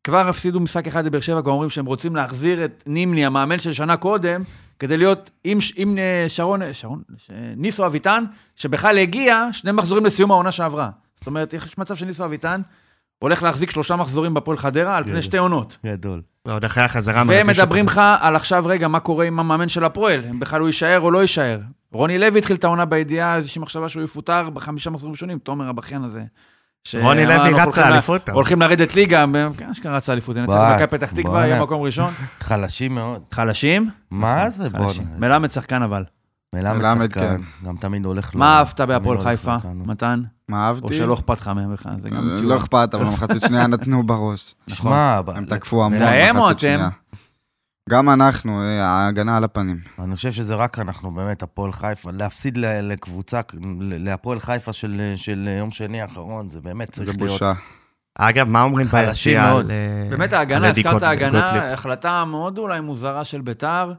Speaker 2: כבר הפסידו משחק אחד לבאר שבע, כבר אומרים שהם רוצים להחזיר את נימני, המאמן של שנה קודם, כדי להיות עם, ש- עם אה, שרון, שרון, ש- ניסו אביטן, שבכלל הגיע שני מחזורים לסיום העונה שעברה. זאת אומרת, יש מצב שניסו אביטן הולך להחזיק שלושה מחזורים בפועל חדרה על פני
Speaker 3: גדול.
Speaker 2: שתי עונות.
Speaker 3: גדול.
Speaker 4: ועוד אחרי החזרה...
Speaker 2: והם
Speaker 4: מרגשת.
Speaker 2: מדברים לך על עכשיו, רגע, מה קורה עם המאמן של הפועל? אם בכלל הוא יישאר או לא יישאר. רוני לוי התחיל את העונה בידיעה, איזושהי מחשבה שהוא יפוטר בחמישה מחזורים ראשונים, תומר הבכיין הזה. שאמר,
Speaker 4: רוני
Speaker 2: אנחנו
Speaker 4: לוי רץ
Speaker 2: אה, הולכים לה-
Speaker 4: לאליפות. אבל.
Speaker 2: הולכים לרדת ליגה, כן, אשכרה רץ אליפות, נצח
Speaker 3: וואי,
Speaker 2: במכבי פתח תקווה,
Speaker 3: בואנה.
Speaker 2: יהיה מקום ראשון.
Speaker 3: חלשים מאוד.
Speaker 2: חלשים?
Speaker 3: מה זה,
Speaker 2: חלשים.
Speaker 3: בואנה? איזה-
Speaker 2: מלמד שחקן אבל.
Speaker 3: מלמד
Speaker 5: מלמד, כן.
Speaker 3: שחקן, גם תמיד הולך לו.
Speaker 2: מה אהבת בהפועל
Speaker 3: תמיד הולך
Speaker 2: חיפה,
Speaker 3: אותנו.
Speaker 2: מתן?
Speaker 5: מה אהבתי?
Speaker 2: או שלא אכפת לך מהם בכלל, זה גם
Speaker 5: לא
Speaker 2: תשובה.
Speaker 5: אכפת, אבל מחצית שנייה נתנו בראש.
Speaker 3: שמע, ב-
Speaker 5: הם תקפו המון
Speaker 2: זה הם או
Speaker 5: מחצית
Speaker 2: אתם?
Speaker 5: שנייה. גם אנחנו, אה, ההגנה על הפנים.
Speaker 3: אני חושב שזה רק אנחנו, באמת, הפועל חיפה. להפסיד ל- לקבוצה, ל- להפועל חיפה של של יום שני האחרון, זה באמת
Speaker 5: זה
Speaker 3: צריך להיות...
Speaker 5: בושה.
Speaker 4: אגב, מה אומרים
Speaker 3: חלשים
Speaker 4: ביציאה
Speaker 3: מאוד.
Speaker 4: על, אה,
Speaker 2: באמת
Speaker 4: על
Speaker 2: ההגנה,
Speaker 4: אדיקות
Speaker 2: הזכרת
Speaker 4: גוטליב?
Speaker 2: ההגנה, החלטה מאוד אולי מוזרה של ביתר,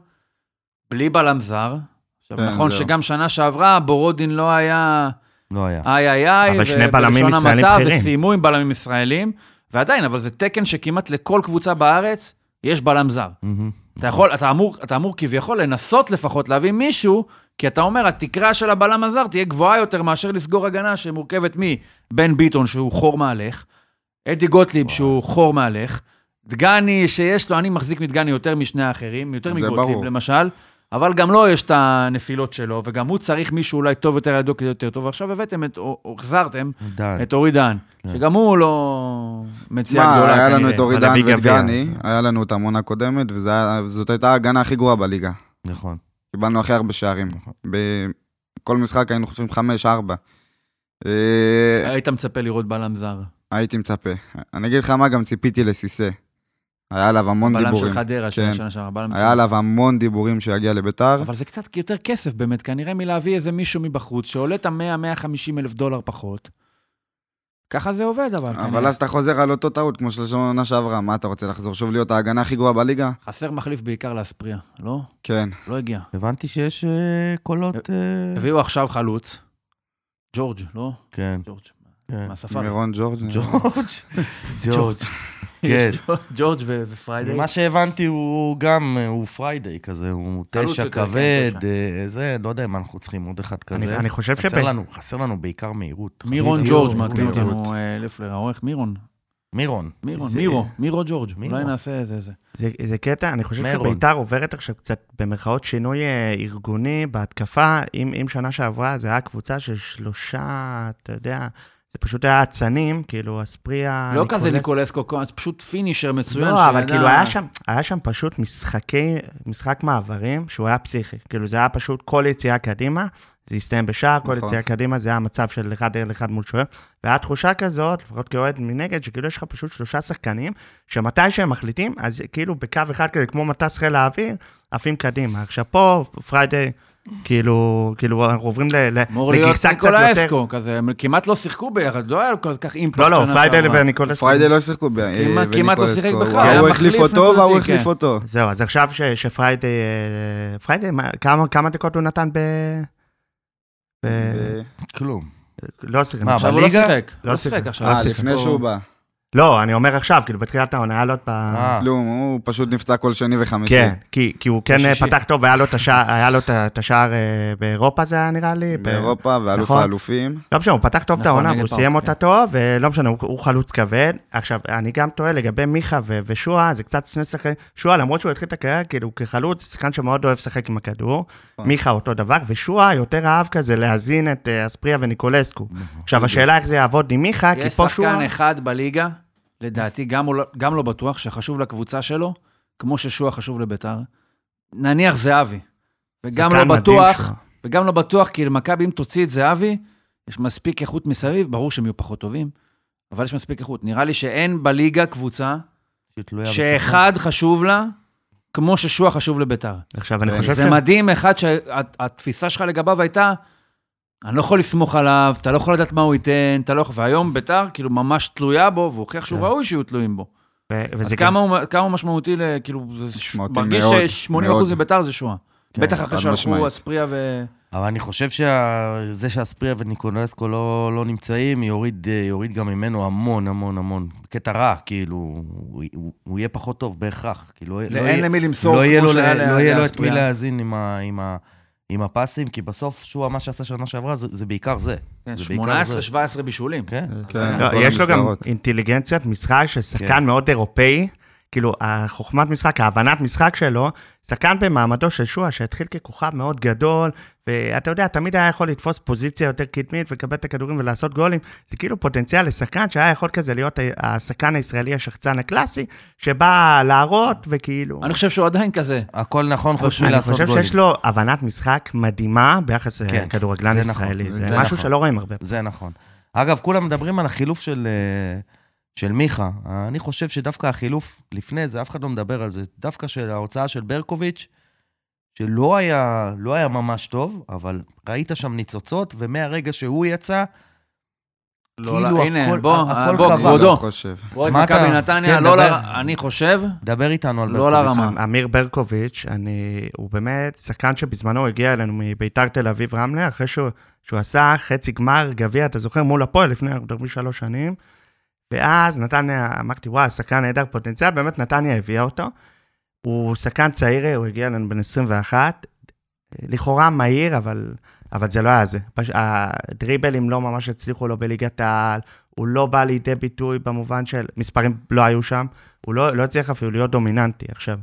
Speaker 2: בלי בלם זר. עכשיו,
Speaker 5: כן,
Speaker 2: נכון
Speaker 5: זהו.
Speaker 2: שגם שנה שעברה בורודין לא היה
Speaker 3: לא היה.
Speaker 2: איי איי איי,
Speaker 4: אבל שני בלמים
Speaker 2: ובלשון
Speaker 4: ישראלים
Speaker 2: המעטה,
Speaker 4: בכירים.
Speaker 2: וסיימו עם בלמים ישראלים, ועדיין, אבל זה תקן שכמעט לכל קבוצה בארץ יש בלם זר.
Speaker 3: מהמם.
Speaker 2: אתה יכול, אתה אמור, אתה אמור כביכול לנסות לפחות להביא מישהו, כי אתה אומר, התקרה של הבלם הזר תהיה גבוהה יותר מאשר לסגור הגנה שמורכבת מבן ביטון, שהוא חור מהלך, אדי גוטליב, שהוא חור מהלך, דגני, שיש לו, אני מחזיק מדגני יותר משני האחרים, יותר
Speaker 5: זה
Speaker 2: מגוטליב
Speaker 5: ברור.
Speaker 2: למשל, אבל גם לו יש את הנפילות שלו, וגם הוא צריך מישהו אולי טוב יותר על ידו כדי להיות יותר טוב, ועכשיו הבאתם את, או או החזרתם
Speaker 3: די.
Speaker 2: את אורי דהן,
Speaker 3: כן.
Speaker 2: שגם הוא לא מציע גדולה
Speaker 5: מה,
Speaker 2: כנראה.
Speaker 5: היה לנו את אורי
Speaker 4: אבל
Speaker 5: דן
Speaker 4: להביא גביע.
Speaker 5: ודגני, היה לנו את המונה הקודמת, וזאת הייתה ההגנה הכי גרועה בליגה.
Speaker 3: נכון.
Speaker 5: קיבלנו הכי הרבה שערים. בכל משחק היינו חושבים 5-4. אה,
Speaker 2: היית מצפה לראות בלם זר.
Speaker 5: הייתי מצפה. אני אגיד לך מה, גם ציפיתי לסיסה. היה עליו המון
Speaker 2: בלם של
Speaker 5: דיבורים.
Speaker 2: חדרה, של
Speaker 5: כן.
Speaker 2: השנה שעברה, בלם
Speaker 5: היה
Speaker 2: מצוין.
Speaker 5: עליו המון דיבורים שיגיע לביתר.
Speaker 2: אבל זה קצת יותר כסף באמת, כנראה מלהביא איזה מישהו מבחוץ, שעולה את ה-100-150 אלף דולר פחות. ככה זה עובד, אבל
Speaker 5: אבל
Speaker 2: כנראה.
Speaker 5: אז אתה חוזר על אותו טעות, כמו של שנה שעברה. מה אתה רוצה, לחזור שוב להיות ההגנה הכי גרועה בליגה?
Speaker 2: חסר מחליף בעיקר לאספריה, לא?
Speaker 5: כן.
Speaker 2: לא הגיע.
Speaker 3: הבנתי שיש אה, קולות... אה,
Speaker 2: הביאו עכשיו חלוץ, ג'ורג', לא?
Speaker 3: כן,
Speaker 2: ג'ורג',
Speaker 3: כן.
Speaker 2: מהספארי.
Speaker 5: מירון ג'ורג'.
Speaker 3: ג'ורג', ג'ורג'. כן.
Speaker 2: יש לו ג'ורג' ו- ופריידי.
Speaker 3: ממה שהבנתי הוא גם, אה, הוא פריידיי כזה, הוא
Speaker 2: חלוץ
Speaker 3: תשע
Speaker 2: יותר, כן,
Speaker 3: כבד,
Speaker 2: תשע.
Speaker 3: אה, זה, לא יודע אם אנחנו צריכים עוד אחד
Speaker 4: אני-
Speaker 3: כזה.
Speaker 4: אני חושב שב...
Speaker 3: חסר לנו, חסר לנו בעיקר מהירות.
Speaker 2: מירון
Speaker 3: חסר-
Speaker 2: ג'ורג'
Speaker 3: מירון,
Speaker 2: מעדכן
Speaker 3: מירון.
Speaker 2: אותנו אה, לפלר, העורך מירון.
Speaker 3: מירון.
Speaker 2: מירון,
Speaker 4: זה-
Speaker 2: מירו, מירו ג'ורג'.
Speaker 3: מירו.
Speaker 2: אולי נעשה איזה... איזה.
Speaker 4: זה, זה קטע, אני חושב
Speaker 3: מירון.
Speaker 4: שביתר עוברת עכשיו קצת במרכאות שינוי אה, ארגוני בהתקפה. אם, אם שנה שעברה זה היה קבוצה של שלושה, אתה יודע, זה פשוט היה אצנים, כאילו אספריה...
Speaker 2: לא כזה
Speaker 4: ניקולס-
Speaker 2: ניקולסקו, פשוט פינישר מצוין.
Speaker 4: לא, אבל
Speaker 2: שידע-
Speaker 4: כאילו היה שם, היה שם פשוט משחקי, משחק מעברים שהוא היה פסיכי. כאילו זה היה פשוט כל יציאה קדימה, זה הסתיים בשער, כל
Speaker 5: נכון.
Speaker 4: יציאה קדימה זה היה מצב של אחד אל אחד מול שוער. והיה תחושה כזאת, לפחות כאוהד מנגד, שכאילו יש לך פשוט שלושה שחקנים, שמתי שהם מחליטים, אז כאילו בקו אחד כזה, כמו מטס חיל האוויר, עפים קדימה. עכשיו פה, פריידי, כאילו, כאילו אנחנו עוברים ל- ל-
Speaker 2: אמור להיות
Speaker 4: לגרסה קצת יותר...
Speaker 2: ניקולאסקו כזה, הם כמעט לא שיחקו ביחד, לא היה לו כל כך אימפקט
Speaker 4: לא, לא,
Speaker 2: שנה
Speaker 4: פריידי
Speaker 2: שעברה.
Speaker 4: וניקולסקו.
Speaker 5: פריידי לא שיחקו ב...
Speaker 2: כמעט- כמעט לא שיחק בכלל, היה
Speaker 5: הוא
Speaker 2: מחליף
Speaker 5: החליף אותו והוא
Speaker 2: נקודתי,
Speaker 5: החליף
Speaker 2: כן.
Speaker 5: אותו.
Speaker 4: זהו, אז עכשיו ש, שפריידי, אה, פריידי, מה, כמה, כמה דקות הוא נתן ב... ב...
Speaker 5: ו-
Speaker 3: כלום.
Speaker 4: לא עשירים.
Speaker 3: מה,
Speaker 4: עכשיו,
Speaker 2: עכשיו הוא לא
Speaker 3: בליגה?
Speaker 2: שיחק,
Speaker 4: לא
Speaker 2: לא שיחק
Speaker 4: שיחק.
Speaker 2: עכשיו.
Speaker 4: אה,
Speaker 5: אה,
Speaker 4: שיחק.
Speaker 5: לפני שהוא בא.
Speaker 4: לא, אני אומר עכשיו, כאילו, בתחילת העונה היה לו את ה...
Speaker 3: אה,
Speaker 5: כלום, הוא פשוט נפצע כל שני וחמישי.
Speaker 4: כן, כי, כי הוא כן
Speaker 3: בשישי.
Speaker 4: פתח טוב, והיה לו את השער, היה לו את ה- את השער אה, באירופה זה היה נראה לי. ב-
Speaker 5: באירופה,
Speaker 2: אה,
Speaker 5: ואלוף
Speaker 4: נכון.
Speaker 5: האלופים.
Speaker 4: לא משנה, הוא פתח טוב את
Speaker 2: נכון,
Speaker 4: העונה,
Speaker 2: נגד
Speaker 4: והוא
Speaker 2: פאוק,
Speaker 4: סיים
Speaker 2: כן.
Speaker 4: אותה טוב, ולא משנה, הוא- הוא חלוץ כבד. עכשיו, אני גם תוהה לגבי מיכה ו- ושועה, זה קצת שני שחקנים. שועה, למרות שהוא התחיל את הקריירה, כאילו, כחלוץ, זה שחקן שמאוד אוהב לשחק עם הכדור.
Speaker 2: נכון.
Speaker 4: מיכה אותו דבר, ושועה יותר אהב כזה להזין את אה, אספריה וניקולסקו. עכשיו, השאלה איך זה יעבוד עם מיכה, כי
Speaker 2: נכון. יש
Speaker 4: פה שועה...
Speaker 2: שחקן אחד בליגה, לדעתי, גם הוא לא- גם לא בטוח, שחשוב לקבוצה שלו, כמו ששועה חשוב לביתר. נניח זהבי. וגם
Speaker 4: שחקן
Speaker 2: לא
Speaker 4: מדהים,
Speaker 2: בטוח,
Speaker 4: שועה.
Speaker 2: וגם לא בטוח, כי למכבי, אם תוציא את זהבי, יש מספיק איכות מסביב, ברור שהם יהיו פחות טובים, אבל יש מספיק איכות. נראה לי שאין בליגה קבוצה
Speaker 3: שתלויה בשחקן.
Speaker 2: שאחד חשוב לה, כמו ששועה חשוב לביתר.
Speaker 4: עכשיו, אני
Speaker 3: כן,
Speaker 4: חושב ש...
Speaker 2: זה מדהים, אחד שהתפיסה שלך לגביו הייתה, אני לא יכול לסמוך עליו, אתה לא יכול לדעת מה הוא ייתן, אתה לא יכול... והיום ביתר כאילו ממש תלויה בו, והוא הוכיח שהוא
Speaker 4: כן.
Speaker 2: ראוי שיהיו תלויים בו.
Speaker 4: ו-
Speaker 2: אז
Speaker 4: וזה גם...
Speaker 2: כמה הוא- כמה הוא משמעותי, ל- כאילו, זה ש-
Speaker 5: משמעותי
Speaker 2: מרגיש
Speaker 5: מאוד, מאוד.
Speaker 2: ש-80% מביתר זה שואה.
Speaker 3: כן,
Speaker 2: בטח אחרי
Speaker 5: חד
Speaker 2: שהלכו
Speaker 5: משמעית.
Speaker 2: אספריה ו...
Speaker 3: אבל אני חושב שזה שאספריה וניקולסקו לא, לא נמצאים, יוריד, אה, יוריד גם ממנו המון, המון, המון. קטע רע, כאילו, הוא, הוא, הוא יהיה פחות טוב בהכרח. כי לא, לא
Speaker 2: אין
Speaker 3: יהיה,
Speaker 2: למי למסור,
Speaker 3: לא יהיה
Speaker 2: כמו
Speaker 3: לו,
Speaker 2: שהיה
Speaker 3: לא יהיה לו את מי
Speaker 2: לאספריה.
Speaker 3: להאזין עם, ה, עם, ה, עם הפסים, כי בסוף, שהוא, מה שעשה שנה שעברה, זה, זה בעיקר זה.
Speaker 2: כן,
Speaker 3: זה בעיקר זה.
Speaker 2: 18-17 בישולים.
Speaker 3: כן.
Speaker 5: כן,
Speaker 2: אה,
Speaker 4: לא,
Speaker 5: כל
Speaker 4: יש לו גם
Speaker 5: המסגרות.
Speaker 4: אינטליגנציית משחק של שחקן
Speaker 3: כן.
Speaker 4: מאוד אירופאי. כאילו, החוכמת משחק, ההבנת משחק שלו, שחקן במעמדו של שועה, שהתחיל ככוכב מאוד גדול, ואתה יודע, תמיד היה יכול לתפוס פוזיציה יותר קדמית ולקבל את הכדורים ולעשות גולים. זה כאילו פוטנציאל לשחקן שהיה יכול כזה להיות ה- השחקן הישראלי השחצן הקלאסי, שבא להראות וכאילו...
Speaker 2: אני חושב שהוא עדיין כזה.
Speaker 3: הכל נכון חוץ
Speaker 4: אני
Speaker 3: מלעשות
Speaker 4: חושב
Speaker 3: גולים.
Speaker 4: שיש לו הבנת משחק מדהימה ביחס
Speaker 3: כן,
Speaker 4: לכדורגלן
Speaker 3: זה נכון,
Speaker 4: ישראלי.
Speaker 3: זה
Speaker 4: זה משהו
Speaker 3: נכון.
Speaker 4: שלא רואים הרבה.
Speaker 3: זה נכון. אגב, כולם מדברים על החילוף של, אה, של מיכה. אני חושב שדווקא החילוף לפני זה, אף אחד לא מדבר על זה, דווקא של ההוצאה של ברקוביץ', שלא היה, לא היה ממש טוב, אבל ראית שם ניצוצות, ומהרגע שהוא יצא,
Speaker 2: לא,
Speaker 3: כאילו
Speaker 2: לא, הנה,
Speaker 3: הכל-
Speaker 2: בוא,
Speaker 3: הכל
Speaker 2: בוא,
Speaker 3: קבע.
Speaker 5: לא
Speaker 2: כבודו.
Speaker 5: חושב.
Speaker 2: רואה את
Speaker 3: מה אתה-
Speaker 2: מכבי
Speaker 3: כן,
Speaker 2: נתניה, לא
Speaker 3: דבר.
Speaker 2: ל- אני חושב,
Speaker 3: דבר איתנו על
Speaker 2: לא
Speaker 3: ברקוביץ'.
Speaker 2: לרמה. מה?
Speaker 4: אמיר ברקוביץ', אני, הוא באמת שחקן שבזמנו הגיע אלינו מביתר תל אביב רמלה, אחרי שהוא, שהוא עשה חצי גמר גביע, אתה זוכר, מול הפועל לפני הרבה שלוש שנים. ואז נתניה, אמרתי, וואי, שחקן נהדר פוטנציאל, באמת נתניה הביאה אותו. הוא שחקן צעיר, הוא הגיע אלינו בן 21, לכאורה מהיר, אבל, אבל זה לא היה זה. פש... הדריבלים לא ממש הצליחו לו בליגת העל, הוא לא בא לידי ביטוי במובן של מספרים לא היו שם, הוא לא, לא הצליח אפילו להיות דומיננטי עכשיו.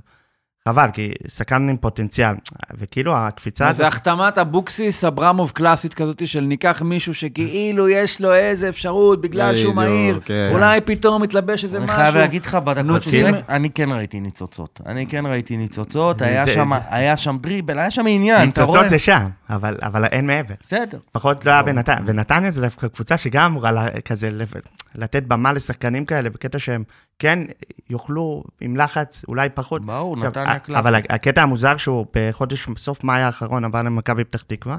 Speaker 4: חבל, כי שחקן עם פוטנציאל, וכאילו הקפיצה
Speaker 2: זה
Speaker 4: הזאת...
Speaker 2: החתמת אבוקסיס אברמוב קלאסית כזאת של ניקח מישהו שכאילו יש לו איזה אפשרות בגלל שהוא
Speaker 5: בדיוק,
Speaker 2: מהיר,
Speaker 5: כן.
Speaker 2: אולי פתאום מתלבש איזה
Speaker 3: אני
Speaker 2: משהו.
Speaker 3: חייב להגיד לך, בדקות שהוא
Speaker 2: נוציא-
Speaker 3: שיחק, אני כן ראיתי ניצוצות. אני כן ראיתי ניצוצות, היה
Speaker 4: זה-
Speaker 3: שם-
Speaker 4: זה-
Speaker 3: היה שם דריבל, היה שם עניין, אתה רואה?
Speaker 4: ניצוצות זה שם, אבל, אבל אין מעבר.
Speaker 3: בסדר.
Speaker 4: לפחות לא היה בנתניה, ונתניה זה דווקא קבוצה שגם אמורה לה- כזה לב- לתת במה לשחקנים כאלה, בקטע שהם כן יאכלו עם לחץ, אולי פחות.
Speaker 3: ברור,
Speaker 4: עכשיו,
Speaker 3: נתניה
Speaker 4: ה-
Speaker 3: קלאסי.
Speaker 4: אבל הקטע המוזר שהוא בחודש, סוף מאי האחרון עבר למכבי פתח תקווה,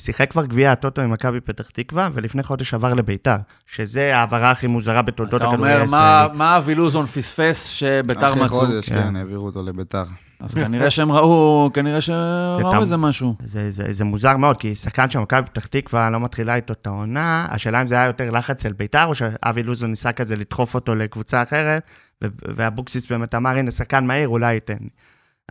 Speaker 4: שיחק כבר גביע הטוטו עם מכבי פתח תקווה, ולפני חודש עבר לביתר, שזה ההעברה הכי מוזרה בתולדות
Speaker 5: לא
Speaker 2: אתה
Speaker 4: הכדורגל
Speaker 2: אומר,
Speaker 4: הישראלי.
Speaker 2: מה- מה אבי לוזון פספס שביתר
Speaker 5: אחרי
Speaker 2: מצאו? אה,
Speaker 5: חודש,
Speaker 4: כן.
Speaker 5: כן, העבירו אותו לביתר.
Speaker 2: אז כנראה שהם ראו, כנראה
Speaker 4: זה תם.
Speaker 2: שראו איזה משהו.
Speaker 4: זה, זה, זה מוזר מאוד, כי שחקן של מכבי פתח תקווה לא מתחילה איתו את העונה, השאלה אם זה היה יותר לחץ אל ביתר, או שאבי לוזון ניסה כזה לדחוף אותו לקבוצה אחרת, ו- ואבוקסיס באמת אמר, הנה, שחקן מהיר, אולי ייתן.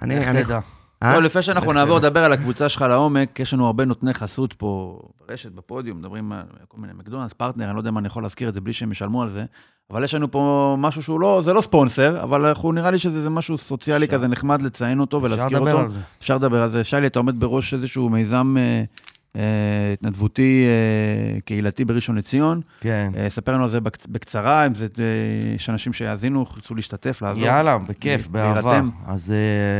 Speaker 4: אני,
Speaker 3: איך
Speaker 4: אני-
Speaker 3: תדע?
Speaker 4: אה?
Speaker 2: לא, לפני שאנחנו
Speaker 4: לך
Speaker 2: נעבור
Speaker 4: תדע.
Speaker 2: לדבר על הקבוצה שלך לעומק, יש לנו הרבה נותני חסות פה ברשת, בפודיום, מדברים על כל מיני מקדונלדס, פרטנר, אני לא יודע אם אני יכול להזכיר את זה בלי שהם ישלמו על זה, אבל יש לנו פה משהו שהוא לא, זה לא ספונסר, אבל אנחנו, נראה לי שזה זה משהו סוציאלי
Speaker 3: אפשר-
Speaker 2: כזה נחמד לציין אותו
Speaker 3: אפשר
Speaker 2: ולהזכיר
Speaker 3: לדבר
Speaker 2: אותו.
Speaker 3: על זה.
Speaker 2: אפשר לדבר על זה. שלי, אתה עומד בראש איזשהו מיזם אה, אה, התנדבותי אה, קהילתי בראשון לציון.
Speaker 3: כן.
Speaker 2: אה, ספר לנו על זה בק- בקצרה, אם זה, אה, יש אנשים שיאזינו, ירצו להשתתף, לעזור.
Speaker 3: יאללה, בכיף,
Speaker 2: ל-
Speaker 3: באהבה.
Speaker 2: להירתם.
Speaker 3: אז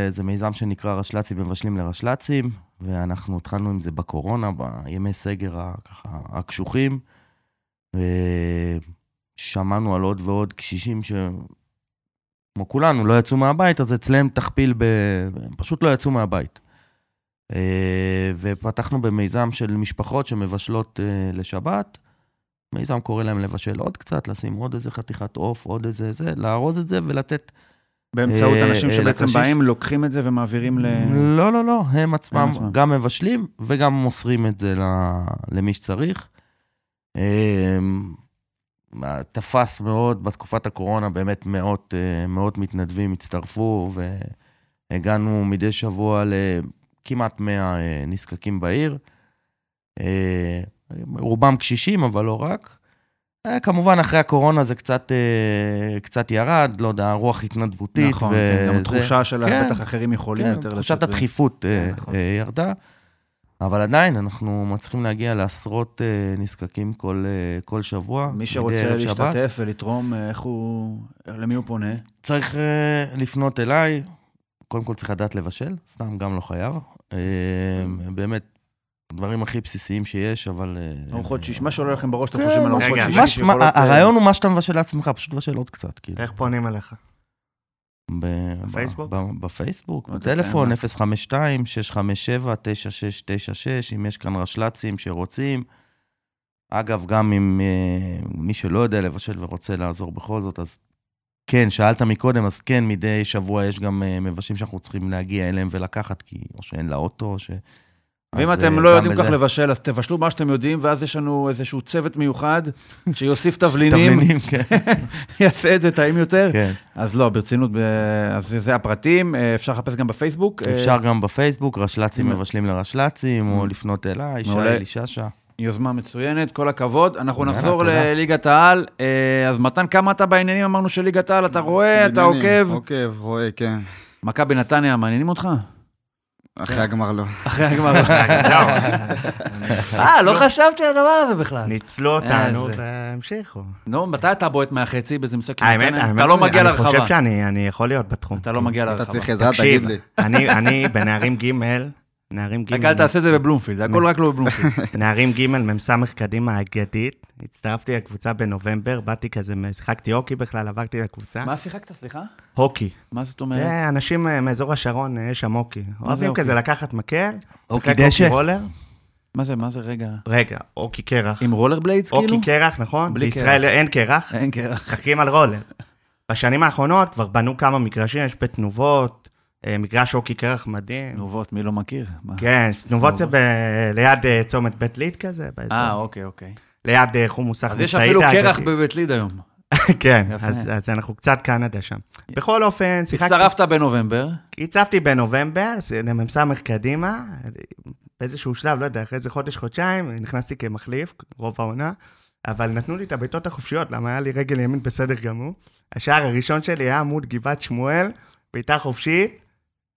Speaker 3: אה, זה מיזם שנקרא רשל"צים מבשלים לרשל"צים, ואנחנו התחלנו עם זה בקורונה, בימי סגר ה- ככה הקשוחים, ושמענו על עוד ועוד קשישים ש... כמו כולנו, לא יצאו מהבית, אז אצלם תכפיל ב... הם פשוט לא יצאו מהבית. אה, ופתחנו במיזם של משפחות שמבשלות אה, לשבת. מיזם קורא להם לבשל עוד קצת, לשים עוד איזה חתיכת עוף, עוד איזה זה, לארוז את זה ולתת
Speaker 2: באמצעות
Speaker 3: אה,
Speaker 2: אנשים
Speaker 3: אה,
Speaker 2: שבעצם
Speaker 3: לקשיש.
Speaker 2: באים, לוקחים את זה ומעבירים ל...
Speaker 3: לא, לא, לא, הם עצמם
Speaker 2: עצמם.
Speaker 3: גם מבשלים וגם מוסרים את זה ל- למי שצריך. אמ, מה, תפס מאוד בתקופת הקורונה, באמת מאות, אה, מאות מתנדבים הצטרפו, והגענו מדי שבוע לכמעט 100 אה, נזקקים בעיר. אה, רובם קשישים, אבל לא רק. אה, כמובן, אחרי הקורונה זה קצת, אה, קצת ירד, לא יודע, רוח התנדבותית.
Speaker 2: נכון, כן, גם
Speaker 3: וזה.
Speaker 2: התחושה של
Speaker 3: כן.
Speaker 2: בטח אחרים יכולים
Speaker 3: כן,
Speaker 2: יותר.
Speaker 3: תחושת
Speaker 2: לצאת ו-
Speaker 3: הדחיפות אה,
Speaker 2: נכון.
Speaker 3: אה, ירדה, אבל עדיין אנחנו מצליחים להגיע לעשרות אה, נזקקים כל, אה, כל שבוע.
Speaker 2: מי
Speaker 3: מדי
Speaker 2: שרוצה
Speaker 3: ערב שבת.
Speaker 2: להשתתף ולתרום, אה, איך הוא... למי הוא פונה?
Speaker 3: צריך אה, לפנות אליי, קודם כל צריך לדעת לבשל, סתם, גם לא חייב. אה, באמת, הדברים הכי בסיסיים שיש, אבל... אה,
Speaker 2: ארוחות שיש, מה שעולה לכם בראש, אתם
Speaker 3: כן,
Speaker 2: חושבים על
Speaker 3: מה-
Speaker 2: ארוחות
Speaker 4: רגע,
Speaker 2: שיש.
Speaker 3: מה- מה-
Speaker 2: שיכולות, אה,
Speaker 3: הרעיון הוא מה שאתה מבשל לעצמך, פשוט לבשל עוד קצת, כאילו.
Speaker 4: איך פונים אליך?
Speaker 3: ב- ב-
Speaker 4: בפייסבוק?
Speaker 3: ב- בפייסבוק,
Speaker 2: לא
Speaker 3: בטלפון,
Speaker 2: תתאם.
Speaker 3: 052-657-9696, אם יש כאן רשל"צים שרוצים. אגב, גם אם אה, מי שלא יודע לבשל ורוצה לעזור בכל זאת, אז כן, שאלת מקודם, אז כן, מדי שבוע יש גם אה, מבשים שאנחנו צריכים להגיע אליהם ולקחת, כי או שאין לה אוטו, או ש...
Speaker 2: ואם
Speaker 3: אז,
Speaker 2: אתם
Speaker 3: אה,
Speaker 2: לא
Speaker 3: גם
Speaker 2: יודעים
Speaker 3: בזה-
Speaker 2: כך לבשל, אז תבשלו מה שאתם יודעים, ואז יש לנו איזשהו צוות מיוחד שיוסיף תבלינים,
Speaker 3: תבלינים, כן,
Speaker 2: יעשה את זה טעים יותר.
Speaker 3: כן.
Speaker 2: אז לא, ברצינות, ב- אז זה הפרטים, אה, אפשר לחפש גם בפייסבוק. אה,
Speaker 3: אפשר גם בפייסבוק, רשל"צים
Speaker 2: אה.
Speaker 3: מבשלים לרשל"צים, או לפנות אליי, שי
Speaker 2: מעולה.
Speaker 3: אליששע.
Speaker 2: יוזמה מצוינת, כל הכבוד. אנחנו
Speaker 3: יאללה,
Speaker 2: נחזור
Speaker 3: תודה.
Speaker 2: לליגת העל. אה, אז מתן, כמה אתה בעניינים אמרנו של ליגת העל? אתה רואה, אתה
Speaker 5: עניינים,
Speaker 2: עוקב.
Speaker 5: עוקב, רואה, כן.
Speaker 2: מכבי נתניה, מעניינים אותך? כן.
Speaker 5: אחרי הגמר לא.
Speaker 2: אחרי הגמר. אה, לא חשבתי על הדבר הזה בכלל.
Speaker 4: ניצלו אותנו
Speaker 2: איזה.
Speaker 4: והמשיכו.
Speaker 2: נו, מתי אתה בועט מהחצי בזמסה?
Speaker 4: האמת, האמת,
Speaker 2: אתה לא מגיע
Speaker 4: אני חושב
Speaker 2: לרחבה.
Speaker 4: שאני אני יכול להיות בתחום.
Speaker 2: אתה לא מגיע
Speaker 5: אתה
Speaker 2: לרחבה.
Speaker 5: צריך עזרה,
Speaker 4: תקשיב,
Speaker 5: תגיד לי.
Speaker 4: אני- אני בנערים ג', נערים ג',
Speaker 2: רק אל תעשה את זה בבלומפילד, הכל רק לא בבלומפילד.
Speaker 4: נערים ג', מ"ס קדימה אגדית, הצטרפתי לקבוצה בנובמבר, באתי כזה, שיחקתי הוקי בכלל, עברתי לקבוצה.
Speaker 2: מה שיחקת, סליחה?
Speaker 4: הוקי.
Speaker 2: מה זאת אומרת?
Speaker 4: זה אנשים אה, מאזור השרון, אה, יש שם הוקי. אוהבים
Speaker 2: הוקי?
Speaker 4: כזה לקחת מקל,
Speaker 3: אוקי
Speaker 4: לשחק
Speaker 3: דשא?
Speaker 4: רולר.
Speaker 2: מה זה, מה זה רגע?
Speaker 4: רגע, הוקי קרח.
Speaker 2: עם רולר בליידס כאילו?
Speaker 4: הוקי קרח, נכון?
Speaker 2: בלי
Speaker 4: בישראל אין קרח.
Speaker 2: אין קרח.
Speaker 4: משחקים על רולר. בשנים האחרונות כבר בנו כמה מגרשים, יש בתנובות, אה, מגרש הוקי קרח מדהים.
Speaker 2: תנובות, מי לא מכיר? מה?
Speaker 4: כן, תנובות זה ב- ליד אה, צומת בית ליד כזה, באזור.
Speaker 2: אה, אוקיי, אוקיי.
Speaker 4: ליד אה, חומוס
Speaker 2: אז יש אפילו
Speaker 4: החומצאית
Speaker 2: קרח
Speaker 4: האגדי.
Speaker 2: בבית ליד היום.
Speaker 4: כן,
Speaker 2: יפה.
Speaker 4: אז אז אנחנו קצת קנדה שם. בכל אופן, שיחקתי,
Speaker 2: הצטרפת בנובמבר,
Speaker 4: הצפתי בנובמבר, למ"ס קדימה, באיזשהו שלב, לא יודע, אחרי איזה חודש, חודשיים, נכנסתי כמחליף, רוב העונה, אבל נתנו לי את הבעיטות החופשיות, למה היה לי רגל ימין בסדר גמור. השער הראשון שלי היה מול גבעת שמואל, בעיטה חופשית,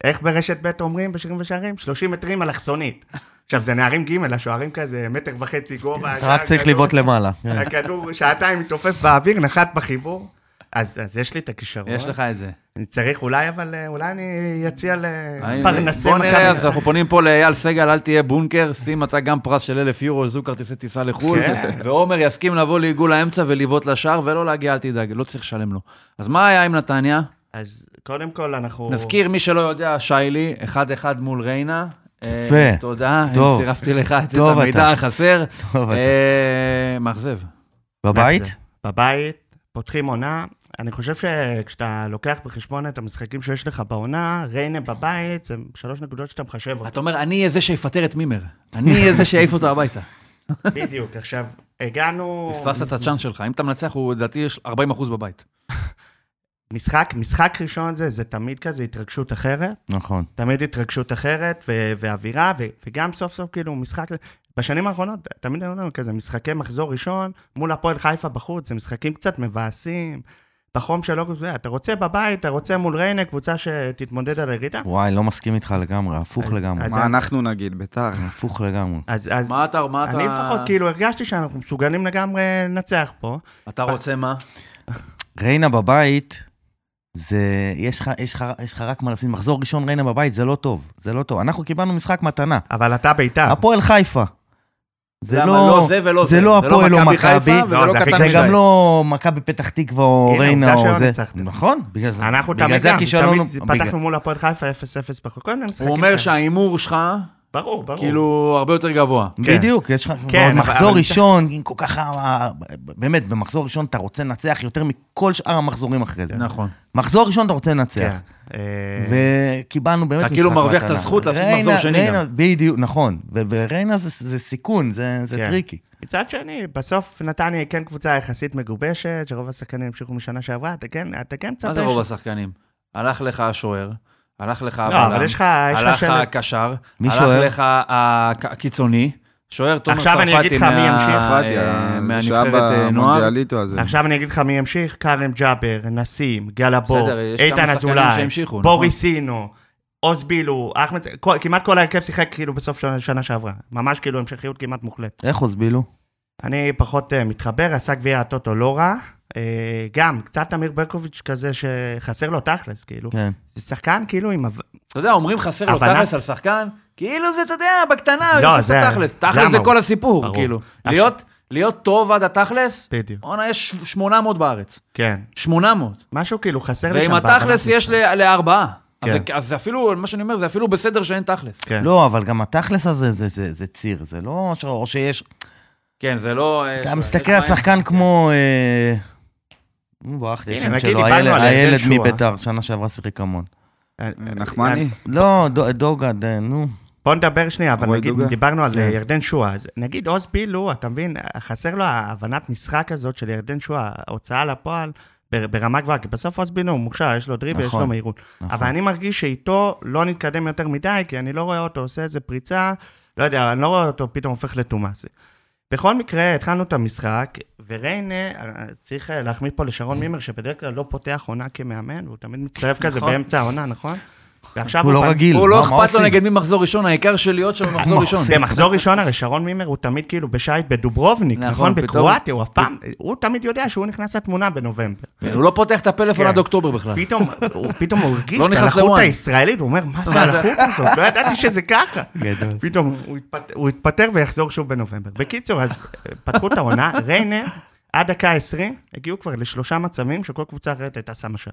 Speaker 4: איך ברשת ב' אומרים בשירים ושערים? 30 מטרים אלכסונית. עכשיו, זה נערים ג', השוערים כזה, מטר וחצי גובה.
Speaker 3: רק צריך
Speaker 4: הכדור-
Speaker 3: לבעוט למעלה. כן.
Speaker 4: הכדור שעתיים מתעופף באוויר, נחת בחיבור. אז, אז יש לי את הכישרון.
Speaker 2: יש לך את זה.
Speaker 4: אני צריך אולי, אבל אה, אולי אני אציע
Speaker 2: הנה,
Speaker 4: לפרנסי
Speaker 2: בוא נראה, אז
Speaker 4: מכבי.
Speaker 2: אנחנו פונים פה לאייל סגל, אל תהיה בונקר, שים אתה גם פרס של אלף יורו, זוג כרטיסי טיסה לחו"ל,
Speaker 4: כן.
Speaker 2: ועומר יסכים לבוא לעיגול האמצע ולבעוט לשער, ולא להגיע, אל תדאג, לא צריך לשלם לו. אז מה היה עם נתניה?
Speaker 4: אז קודם כל אנחנו...
Speaker 2: נזכיר, מי שלא יודע, שיילי, 1-1 מול ריינה.
Speaker 3: יפה.
Speaker 2: אה, תודה,
Speaker 3: טוב.
Speaker 2: צירפתי לך את את
Speaker 3: טוב
Speaker 2: המידע
Speaker 3: אתה.
Speaker 2: החסר.
Speaker 3: טוב, אתה.
Speaker 2: אה, מאכזב.
Speaker 3: בבית?
Speaker 4: מה זה? בבית, פותחים עונה. אני חושב שכשאתה לוקח בחשבון את המשחקים שיש לך בעונה, ריינה בבית, זה שלוש נקודות שאתה מחשב אותן.
Speaker 2: אתה אומר, אני אהיה זה שיפטר את מימר. אני אהיה זה שיעיף אותו הביתה.
Speaker 4: בדיוק. עכשיו, הגענו...
Speaker 2: פספסת את הצ'אנס שלך. אם אתה מנצח, הוא לדעתי יש 40% בבית.
Speaker 4: משחק, משחק ראשון זה, זה תמיד כזה התרגשות אחרת.
Speaker 3: נכון.
Speaker 4: תמיד התרגשות אחרת ו- ואווירה, ו- וגם סוף סוף כאילו משחק... בשנים האחרונות תמיד היו לנו כזה משחקי מחזור ראשון מול הפועל חיפה בחוץ, זה משחקים קצת מבאסים, בחום של אוגוסט, אתה רוצה בבית, אתה רוצה מול ריינה, קבוצה שתתמודד על הירידה.
Speaker 3: וואי, לא מסכים איתך לגמרי, הפוך
Speaker 4: אז-
Speaker 3: לגמרי.
Speaker 4: אז- אה.
Speaker 5: מה אנחנו נגיד, ביתר?
Speaker 2: אה,
Speaker 3: הפוך לגמרי.
Speaker 4: אז, אז
Speaker 2: מה אתה, מה אתה...
Speaker 4: אני לפחות כאילו הרגשתי שאנחנו מסוגלים לגמרי לנצח פה.
Speaker 2: אתה רוצה מה?
Speaker 3: ריינה בבית, זה... יש לך- יש לך יש לך רק מה להפסיד. מחזור ראשון ריינה בבית, זה לא טוב. זה לא טוב. אנחנו קיבלנו משחק מתנה.
Speaker 4: אבל אתה בית"ר.
Speaker 3: הפועל חיפה. זה
Speaker 2: למה?
Speaker 3: לא...
Speaker 2: זה ולא
Speaker 3: זה לא הפועל או מכבי,
Speaker 2: חיפה, וזה
Speaker 4: לא,
Speaker 2: לא
Speaker 4: זה
Speaker 2: קטן
Speaker 4: הכי-
Speaker 3: זה
Speaker 2: מדי.
Speaker 3: גם לא מכבי פתח תקווה או
Speaker 4: הנה,
Speaker 3: ריינה
Speaker 4: עובדה
Speaker 3: או
Speaker 4: שלא
Speaker 3: זה.
Speaker 4: ניצחתם.
Speaker 3: נכון, בגלל זה.
Speaker 4: אנחנו
Speaker 3: בגלל
Speaker 4: תמיד
Speaker 3: זה
Speaker 4: גם,
Speaker 3: הכישלון
Speaker 4: תמיד
Speaker 3: הוא- בגלל-
Speaker 4: פתחנו מול הפועל חיפה 0-0 בכל מיני משחקים.
Speaker 2: הוא אומר
Speaker 4: כאלה.
Speaker 2: שההימור שלך
Speaker 4: ברור, ברור.
Speaker 2: כאילו, הרבה יותר גבוה.
Speaker 4: כן.
Speaker 3: בדיוק, יש לך
Speaker 4: כן,
Speaker 3: ועוד
Speaker 4: אבל-
Speaker 3: מחזור
Speaker 4: אבל-
Speaker 3: ראשון, עם כל כך... ה- באמת, במחזור ראשון אתה רוצה לנצח יותר מכל שאר המחזורים אחרי זה.
Speaker 2: נכון.
Speaker 3: מחזור ראשון אתה רוצה לנצח.
Speaker 4: כן. אה,
Speaker 3: וקיבלנו באמת
Speaker 2: אתה
Speaker 3: משחק
Speaker 2: כאילו מרוויח את
Speaker 3: מתנה.
Speaker 2: הזכות לעשות
Speaker 3: ריינה-
Speaker 2: מחזור שני
Speaker 3: ריינה- בדיוק, נכון. ו- וריינה זה- זה סיכון, זה זה
Speaker 4: כן.
Speaker 3: טריקי.
Speaker 4: מצד שני, בסוף נתניה היא כן קבוצה יחסית מגובשת, שרוב השחקנים המשיכו משנה שעברה, אתה כן, אתה כן מצפה...
Speaker 2: מה זה רוב
Speaker 4: ש-
Speaker 2: השחקנים? הלך לך השוער, הלך לך
Speaker 4: לא,
Speaker 2: הבלם,
Speaker 4: אבל יש לך... יש לך
Speaker 2: הלך לך
Speaker 4: שם-
Speaker 2: הקשר,
Speaker 3: מי
Speaker 2: הלך
Speaker 3: שוער?
Speaker 2: לך הק- הקיצוני, שוער תומר
Speaker 4: עכשיו אני
Speaker 2: צרפתי
Speaker 4: אגיד לך מי
Speaker 2: מה-
Speaker 4: ימשיך.
Speaker 5: צרפתי,
Speaker 2: אה,
Speaker 5: שהיה
Speaker 2: מהנבחרת אה, נוער.
Speaker 5: במונדיאליטו הזה.
Speaker 4: עכשיו אני אגיד לך מי ימשיך, כרם ג'אבר, נסים, גלבור,
Speaker 2: בסדר, יש
Speaker 4: איתן
Speaker 2: כמה שחקנים
Speaker 4: אזולאי,
Speaker 2: שהמשיכו, נכון?
Speaker 4: בוריסינו, עוז בילו, אחמד, כל- כמעט כל ההרכב שיחק כאילו בסוף שנה- שנה שעברה. ממש כאילו המשכיות כמעט מוחלטת.
Speaker 3: איך הוסבילו?
Speaker 4: אני פחות אה, מתחבר, עשה גביע הטוטו לא רע. אה, גם, קצת אמיר ברקוביץ' כזה שחסר לו תכלס, כאילו.
Speaker 3: כן.
Speaker 4: זה שחקן כאילו עם... אב-
Speaker 2: אתה יודע, אומרים חסר לו
Speaker 4: הבנה.
Speaker 2: תכלס על שחקן, כאילו זה, אתה יודע, בקטנה,
Speaker 4: לא,
Speaker 2: הוא יעשה
Speaker 4: זה-
Speaker 2: את התכלס.
Speaker 4: זה
Speaker 2: תכלס זה
Speaker 4: המהות.
Speaker 2: כל הסיפור,
Speaker 4: ברור.
Speaker 2: כאילו.
Speaker 4: עכשיו-
Speaker 2: להיות- להיות טוב עד התכלס,
Speaker 4: בדיוק.
Speaker 2: בואנה, יש 800 בארץ.
Speaker 4: כן.
Speaker 2: 800.
Speaker 4: משהו כאילו חסר לי שם.
Speaker 2: ועם
Speaker 4: בהכנת
Speaker 2: התכלס
Speaker 4: משחק.
Speaker 2: יש ל- לארבעה. אז
Speaker 4: כן.
Speaker 2: זה- אז זה אפילו, מה שאני אומר, זה אפילו בסדר שאין תכלס.
Speaker 4: כן.
Speaker 3: לא, אבל גם התכלס הזה זה- זה זה ציר, זה לא... ש- או שיש...
Speaker 2: כן, זה לא...
Speaker 4: אה,
Speaker 3: אתה מסתכל על שחקן כמו... אה, נו, ברח לי
Speaker 4: הנה,
Speaker 3: השם
Speaker 4: נגיד
Speaker 3: שלו,
Speaker 4: דיברנו
Speaker 3: הילד-
Speaker 4: על ירדן
Speaker 3: הילד
Speaker 2: אה.
Speaker 4: שועה.
Speaker 3: מביתר, שנה שעברה שיחק המון.
Speaker 4: אה,
Speaker 5: אה, נחמני?
Speaker 3: לא, דו- דוגה, ד- נו.
Speaker 4: בוא נדבר שנייה, אבל
Speaker 5: רועי
Speaker 4: נגיד,
Speaker 5: דוגה.
Speaker 4: דיברנו על אה,
Speaker 3: כן.
Speaker 4: ירדן שואה, אז נגיד עוז בילו, אתה מבין, חסר לו ההבנת משחק הזאת של ירדן שואה, ההוצאה לפועל, בר- ברמה גבוהה, כי בסוף עוז בילו הוא מוכשר, יש לו דריבל, יש
Speaker 3: נכון,
Speaker 4: לו מהירות. אבל אני מרגיש שאיתו לא נתקדם יותר מדי, כי אני לא רואה אותו עושה איזה פריצה, לא יודע, אני לא רואה אותו פתאום הופך לתומאסי. בכל מקרה, התחלנו את המשחק, וריינה, אה, צריך אה, להחמיא פה לשרון מימר, שבדרך כלל לא פותח עונה כמאמן, והוא תמיד מצטרף כזה
Speaker 2: נכון.
Speaker 4: באמצע העונה, נכון? ועכשיו
Speaker 3: הוא לא
Speaker 4: פתח-
Speaker 3: רגיל.
Speaker 2: הוא
Speaker 3: מה-
Speaker 2: לא
Speaker 3: מה
Speaker 2: אכפת לו
Speaker 3: עושים?
Speaker 2: נגד מי מחזור ראשון, העיקר שלהיות שם במחזור
Speaker 3: מה
Speaker 2: ראשון.
Speaker 3: עושים?
Speaker 4: במחזור ראשון הרי שרון מימר הוא תמיד כאילו בשייט בדוברובניק,
Speaker 2: נכון,
Speaker 4: נכון?
Speaker 2: פתאום-
Speaker 4: בקרואטיה, הוא אף פעם, הוא תמיד יודע שהוא נכנס לתמונה בנובמבר.
Speaker 2: הוא לא פותח את הפלאפון
Speaker 4: כן.
Speaker 2: עד אוקטובר בכלל.
Speaker 4: פתאום הוא פתאום הוא הרגיש
Speaker 2: לא
Speaker 4: את
Speaker 2: נכנס
Speaker 4: הלחות
Speaker 2: לוואן.
Speaker 4: הישראלית, הוא אומר, מה זה הלחות הזאת? לא ידעתי שזה ככה. פתאום הוא התפט- הוא יתפטר ויחזור שוב בנובמבר. בקיצור, אז אה, פתחו את העונה, ריינה, עד דקה 20, הגיעו כבר לשלושה מצבים שכל קבוצה אחרת הייתה שמה שער.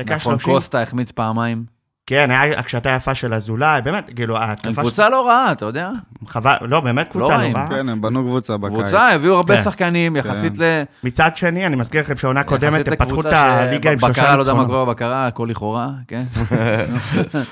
Speaker 4: דקה
Speaker 2: נכון,
Speaker 4: 30,
Speaker 2: קוסטה החמיץ פעמיים.
Speaker 4: כן, היה הקשתה יפה של אזולאי, באמת, כאילו,
Speaker 2: הם
Speaker 4: ההתקפה
Speaker 2: קבוצה לא רעה, אתה יודע.
Speaker 4: חבל, לא, באמת קבוצה
Speaker 2: רעים,
Speaker 4: נוראה.
Speaker 5: כן, הם בנו קבוצה בקיץ.
Speaker 2: אה. קבוצה, הביאו הרבה
Speaker 4: כן.
Speaker 2: שחקנים, יחסית ל...
Speaker 4: מצד שני, אני מזכיר לכם שעונה קודמת,
Speaker 2: יחסית
Speaker 4: הם פתחו את
Speaker 2: לקבוצה
Speaker 4: הליגה עם
Speaker 2: שבבקרה,
Speaker 4: שלושה
Speaker 2: לא יודע מה
Speaker 4: ניצחונות.
Speaker 2: קורה בבקרה, הכל לכאורה, כן?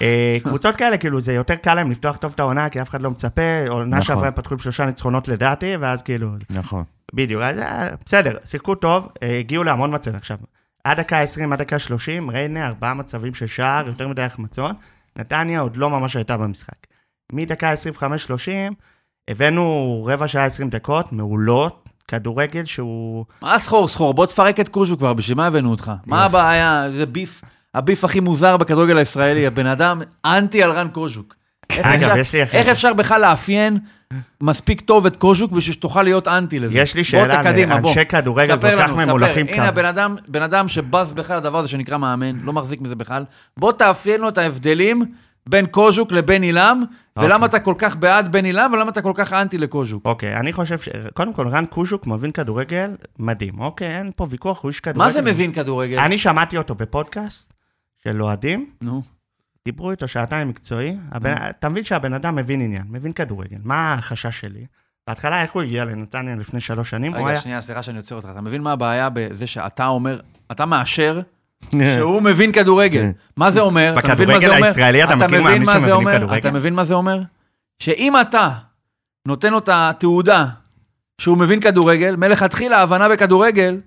Speaker 4: אה, קבוצות כאלה, כאילו, זה יותר קל להם לפתוח טוב את העונה, כי אף אחד לא מצפה, עונה
Speaker 3: נכון.
Speaker 4: שעברה הם פתחו עם שלושה ניצחונות לדעתי, ואז כאילו,
Speaker 3: נכון.
Speaker 4: בדיוק, אז אה, בסדר, שיחקו טוב, אה, הגיעו להמון מצבים עכשיו. עד דקה 20, עד דקה 30, ריינה, ארבעה מצבים של שער, יותר מדי החמצון, נתניה עוד לא ממש הייתה במשחק. מדקה 25-30, הבאנו רבע שעה 20 דקות, מעולות, כדורגל שהוא...
Speaker 2: מה סחור סחור? בוא תפרק את קוז'ו כבר, בשביל מה הבאנו אותך? מה הבעיה? זה ביף, הביף הכי מוזר בכדורגל הישראלי, הבן אדם אנטי על רן קוז'וק. איך
Speaker 4: אגב,
Speaker 2: אפשר-
Speaker 4: יש לי אחרי
Speaker 2: איך
Speaker 4: זה.
Speaker 2: אפשר בכלל לאפיין מספיק טוב את קוז'וק בשביל שתוכל להיות אנטי לזה?
Speaker 4: יש לי
Speaker 2: בוא,
Speaker 4: שאלה
Speaker 2: אתה קדימה, בוא.
Speaker 4: לאנשי כדורגל
Speaker 2: ספר
Speaker 4: כל כך
Speaker 2: לנו, ספר.
Speaker 4: ממולחים
Speaker 2: הנה,
Speaker 4: כמה.
Speaker 2: הבן אדם, בן אדם שבז בכלל לדבר הזה שנקרא מאמן, לא מחזיק מזה בכלל. בוא תאפיין לו את ההבדלים בין קוז'וק לבין עילם, ולמה
Speaker 4: אוקיי.
Speaker 2: אתה כל כך בעד בן עילם, ולמה אתה כל כך אנטי לקוז'וק.
Speaker 4: אוקיי, אני חושב ש... קודם כל, רן קוז'וק מבין כדורגל מדהים, אוקיי? אין פה ויכוח, הוא איש כדורגל.
Speaker 2: מה זה מבין כדורגל?
Speaker 4: אני שמעתי אותו בפודקאסט של אוהדים,
Speaker 2: נו.
Speaker 4: דיברו איתו שעתיים מקצועי. הבן...
Speaker 2: Mm.
Speaker 4: אתה מבין שהבן אדם מבין עניין, מבין כדורגל. מה החשש שלי? בהתחלה, איך הוא הגיע לנתניה לפני שלוש שנים? הוא
Speaker 2: רגע,
Speaker 4: היה...
Speaker 2: שנייה, סליחה שאני עוצר אותך. אתה מבין מה הבעיה בזה שאתה אומר, אתה מאשר שהוא מבין כדורגל.
Speaker 3: כן.
Speaker 2: מה זה אומר? אתה מבין מה זה
Speaker 4: בכדורגל
Speaker 2: אומר?
Speaker 4: הישראלי, אתה מכיר
Speaker 2: מבין
Speaker 4: מאמין
Speaker 2: מה זה
Speaker 4: שמבינים
Speaker 2: אומר?
Speaker 4: כדורגל?
Speaker 2: אתה מבין מה זה אומר? שאם אתה נותן לו את התעודה שהוא מבין כדורגל, מלכתחילה ההבנה בכדורגל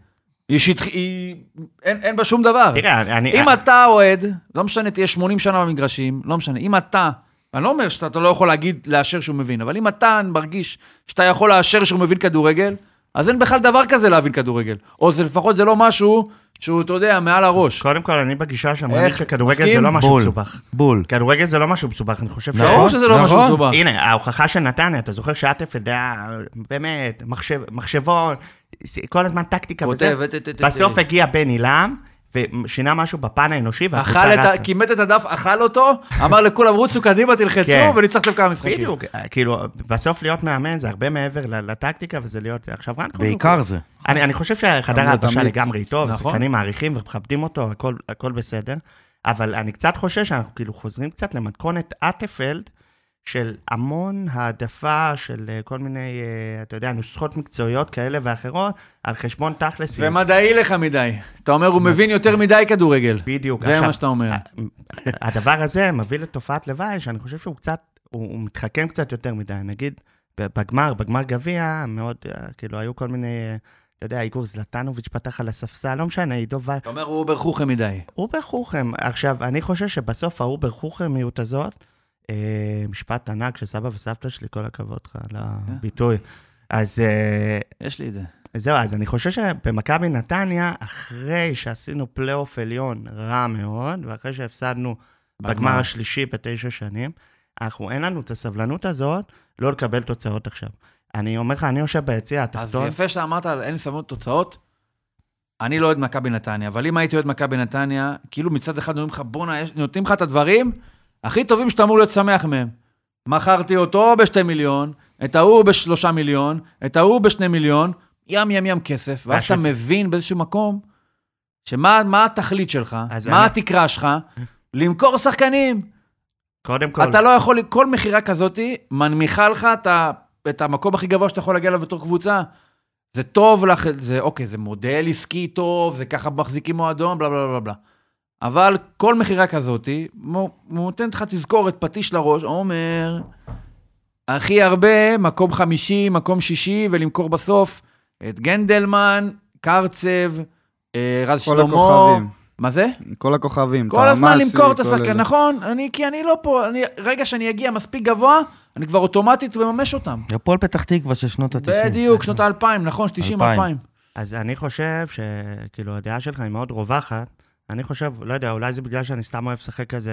Speaker 2: היא שטח- היא... אין אין בה שום דבר.
Speaker 4: תראה, אני- אני...
Speaker 2: אם אתה אוהד, לא משנה, תהיה 80 שנה במגרשים, לא משנה, אם אתה, אני לא אומר שאתה אתה לא יכול להגיד, לאשר שהוא מבין, אבל אם אתה מרגיש שאתה יכול לאשר שהוא מבין כדורגל, אז אין בכלל דבר כזה להבין כדורגל. או זה לפחות זה לא משהו שהוא, אתה יודע, מעל הראש.
Speaker 4: קודם כל, אני בגישה שאמרתי
Speaker 2: איך?
Speaker 4: שכדורגל זה
Speaker 2: מסכים?
Speaker 4: לא משהו
Speaker 3: בול.
Speaker 4: מסובך.
Speaker 3: בול.
Speaker 2: כן,
Speaker 4: כדורגל זה לא משהו מסובך, אני חושב ש...
Speaker 3: נכון.
Speaker 2: ברור שזה לא משהו
Speaker 3: נכון.
Speaker 2: מסובך.
Speaker 4: הנה, ההוכחה של נתניה, אתה זוכר שעטף יודע, באמת, מחשב, מחשבון, כל הזמן טקטיקה וזה.
Speaker 2: כותב, ת- ת- ת-
Speaker 4: בסוף
Speaker 2: ת-
Speaker 4: הגיע בן עילם, ושינה משהו בפן האנושי, והקבוצה
Speaker 2: אכל את
Speaker 4: רצה.
Speaker 2: ה... כימת את הדף, אכל אותו, אמר לכולם, רוצו קדימה,
Speaker 4: כן.
Speaker 2: תלחצו, וניצחתם כמה משחקים.
Speaker 4: בדיוק, כאילו, בסוף להיות מאמן זה הרבה מעבר ל- לטקטיקה, וזה להיות... עכשיו רן קוז'וק-
Speaker 3: בעיקר זה.
Speaker 4: אני, אני חושב שחדר
Speaker 5: גם
Speaker 4: ההלבשה
Speaker 5: לתמליץ.
Speaker 4: לגמרי איתו,
Speaker 2: נכון.
Speaker 4: ושחקנים מעריכים ומכבדים אותו, הכל, הכל בסדר. אבל אני קצת חושש שאנחנו כאילו חוזרים קצת למתכונת אטפלד, של המון העדפה של אה, כל מיני, אה, אתה יודע, נוסחות מקצועיות כאלה ואחרות, על חשבון תכלס.
Speaker 2: זה מדעי לך מדי. אתה אומר, הוא מבין יותר מדי כדורגל.
Speaker 4: בדיוק.
Speaker 2: זה
Speaker 4: עכשיו,
Speaker 2: מה שאתה אומר.
Speaker 4: הדבר הזה מביא לתופעת לוואי, שאני חושב שהוא קצת, הוא, הוא מתחכם קצת יותר מדי. נגיד, ב- בגמר, בגמר גביע, מאוד, אה, כאילו, היו כל מיני, אה, אתה יודע, איגור זלטנוביץ' פתח על הספסל, לא משנה, עידו ו...
Speaker 2: אתה אומר, הוא ברחוכה מדי.
Speaker 4: אובר חוכם. עכשיו, אני חושב שבסוף האובר חוכמיות הזאת, אה, משפט ענק של סבא וסבתא שלי, כל הכבוד לך
Speaker 2: כן.
Speaker 4: על הביטוי. אז אה,
Speaker 2: יש לי את זה.
Speaker 4: זהו, אז אני חושב שבמכבי נתניה, אחרי שעשינו פלייאוף עליון רע מאוד, ואחרי שהפסדנו
Speaker 2: בגמר.
Speaker 4: בגמר השלישי בתשע שנים, אנחנו, אין לנו את הסבלנות הזאת לא לקבל תוצאות עכשיו. אני אומר לך, אני יושב ביציע
Speaker 2: אז
Speaker 4: התחתון,
Speaker 2: יפה שאמרת על אין סבלנות תוצאות. אני לא אוהד מכבי נתניה, אבל אם הייתי אוהד מכבי נתניה, כאילו מצד אחד אומרים לך, בואנה, יש- נותנים לך את הדברים הכי טובים שאתה אמור להיות שמח מהם. מכרתי אותו בשתי מיליון, את ההוא בשלושה מיליון, את ההוא בשני מיליון, ים ים ים כסף, ואז אתה
Speaker 4: והשקט.
Speaker 2: מבין באיזשהו מקום, שמה מה התכלית שלך,
Speaker 4: אז
Speaker 2: מה
Speaker 4: אני-
Speaker 2: התקרה שלך, למכור שחקנים.
Speaker 4: קודם כל,
Speaker 2: אתה לא יכול, כל מכירה כזאת מנמיכה לך את, ה, את המקום הכי גבוה שאתה יכול להגיע אליו בתור קבוצה. זה טוב לך, זה אוקיי, זה מודל עסקי טוב, זה ככה מחזיקים מועדון, בלה בלה בלה בלה. אבל כל מכירה כזאת מו- נותנת לך תזכורת פטיש לראש, עומר, הכי הרבה, מקום חמישי, מקום שישי, ולמכור בסוף את גנדלמן, קרצב, אה, רז
Speaker 5: כל
Speaker 2: שלמה.
Speaker 5: הכוכבים.
Speaker 2: מה זה?
Speaker 5: כל הכוכבים.
Speaker 2: כל הזמן
Speaker 5: טועמאסי,
Speaker 2: למכור את
Speaker 5: כל
Speaker 2: השחקן,
Speaker 5: אלה.
Speaker 2: נכון? אני, כי אני לא פה, אני, רגע שאני אגיע מספיק גבוה, אני כבר אוטומטית מממש אותם.
Speaker 3: הפועל פתח תקווה של שנות ה-90.
Speaker 2: בדיוק, שנות האלפיים, נכון, 90
Speaker 3: אלפיים.
Speaker 2: אלפיים.
Speaker 4: אז אני חושב שכאילו הדעה שלך היא מאוד רווחת. אני חושב, לא יודע, אולי זה בגלל שאני סתם אוהב לשחק כזה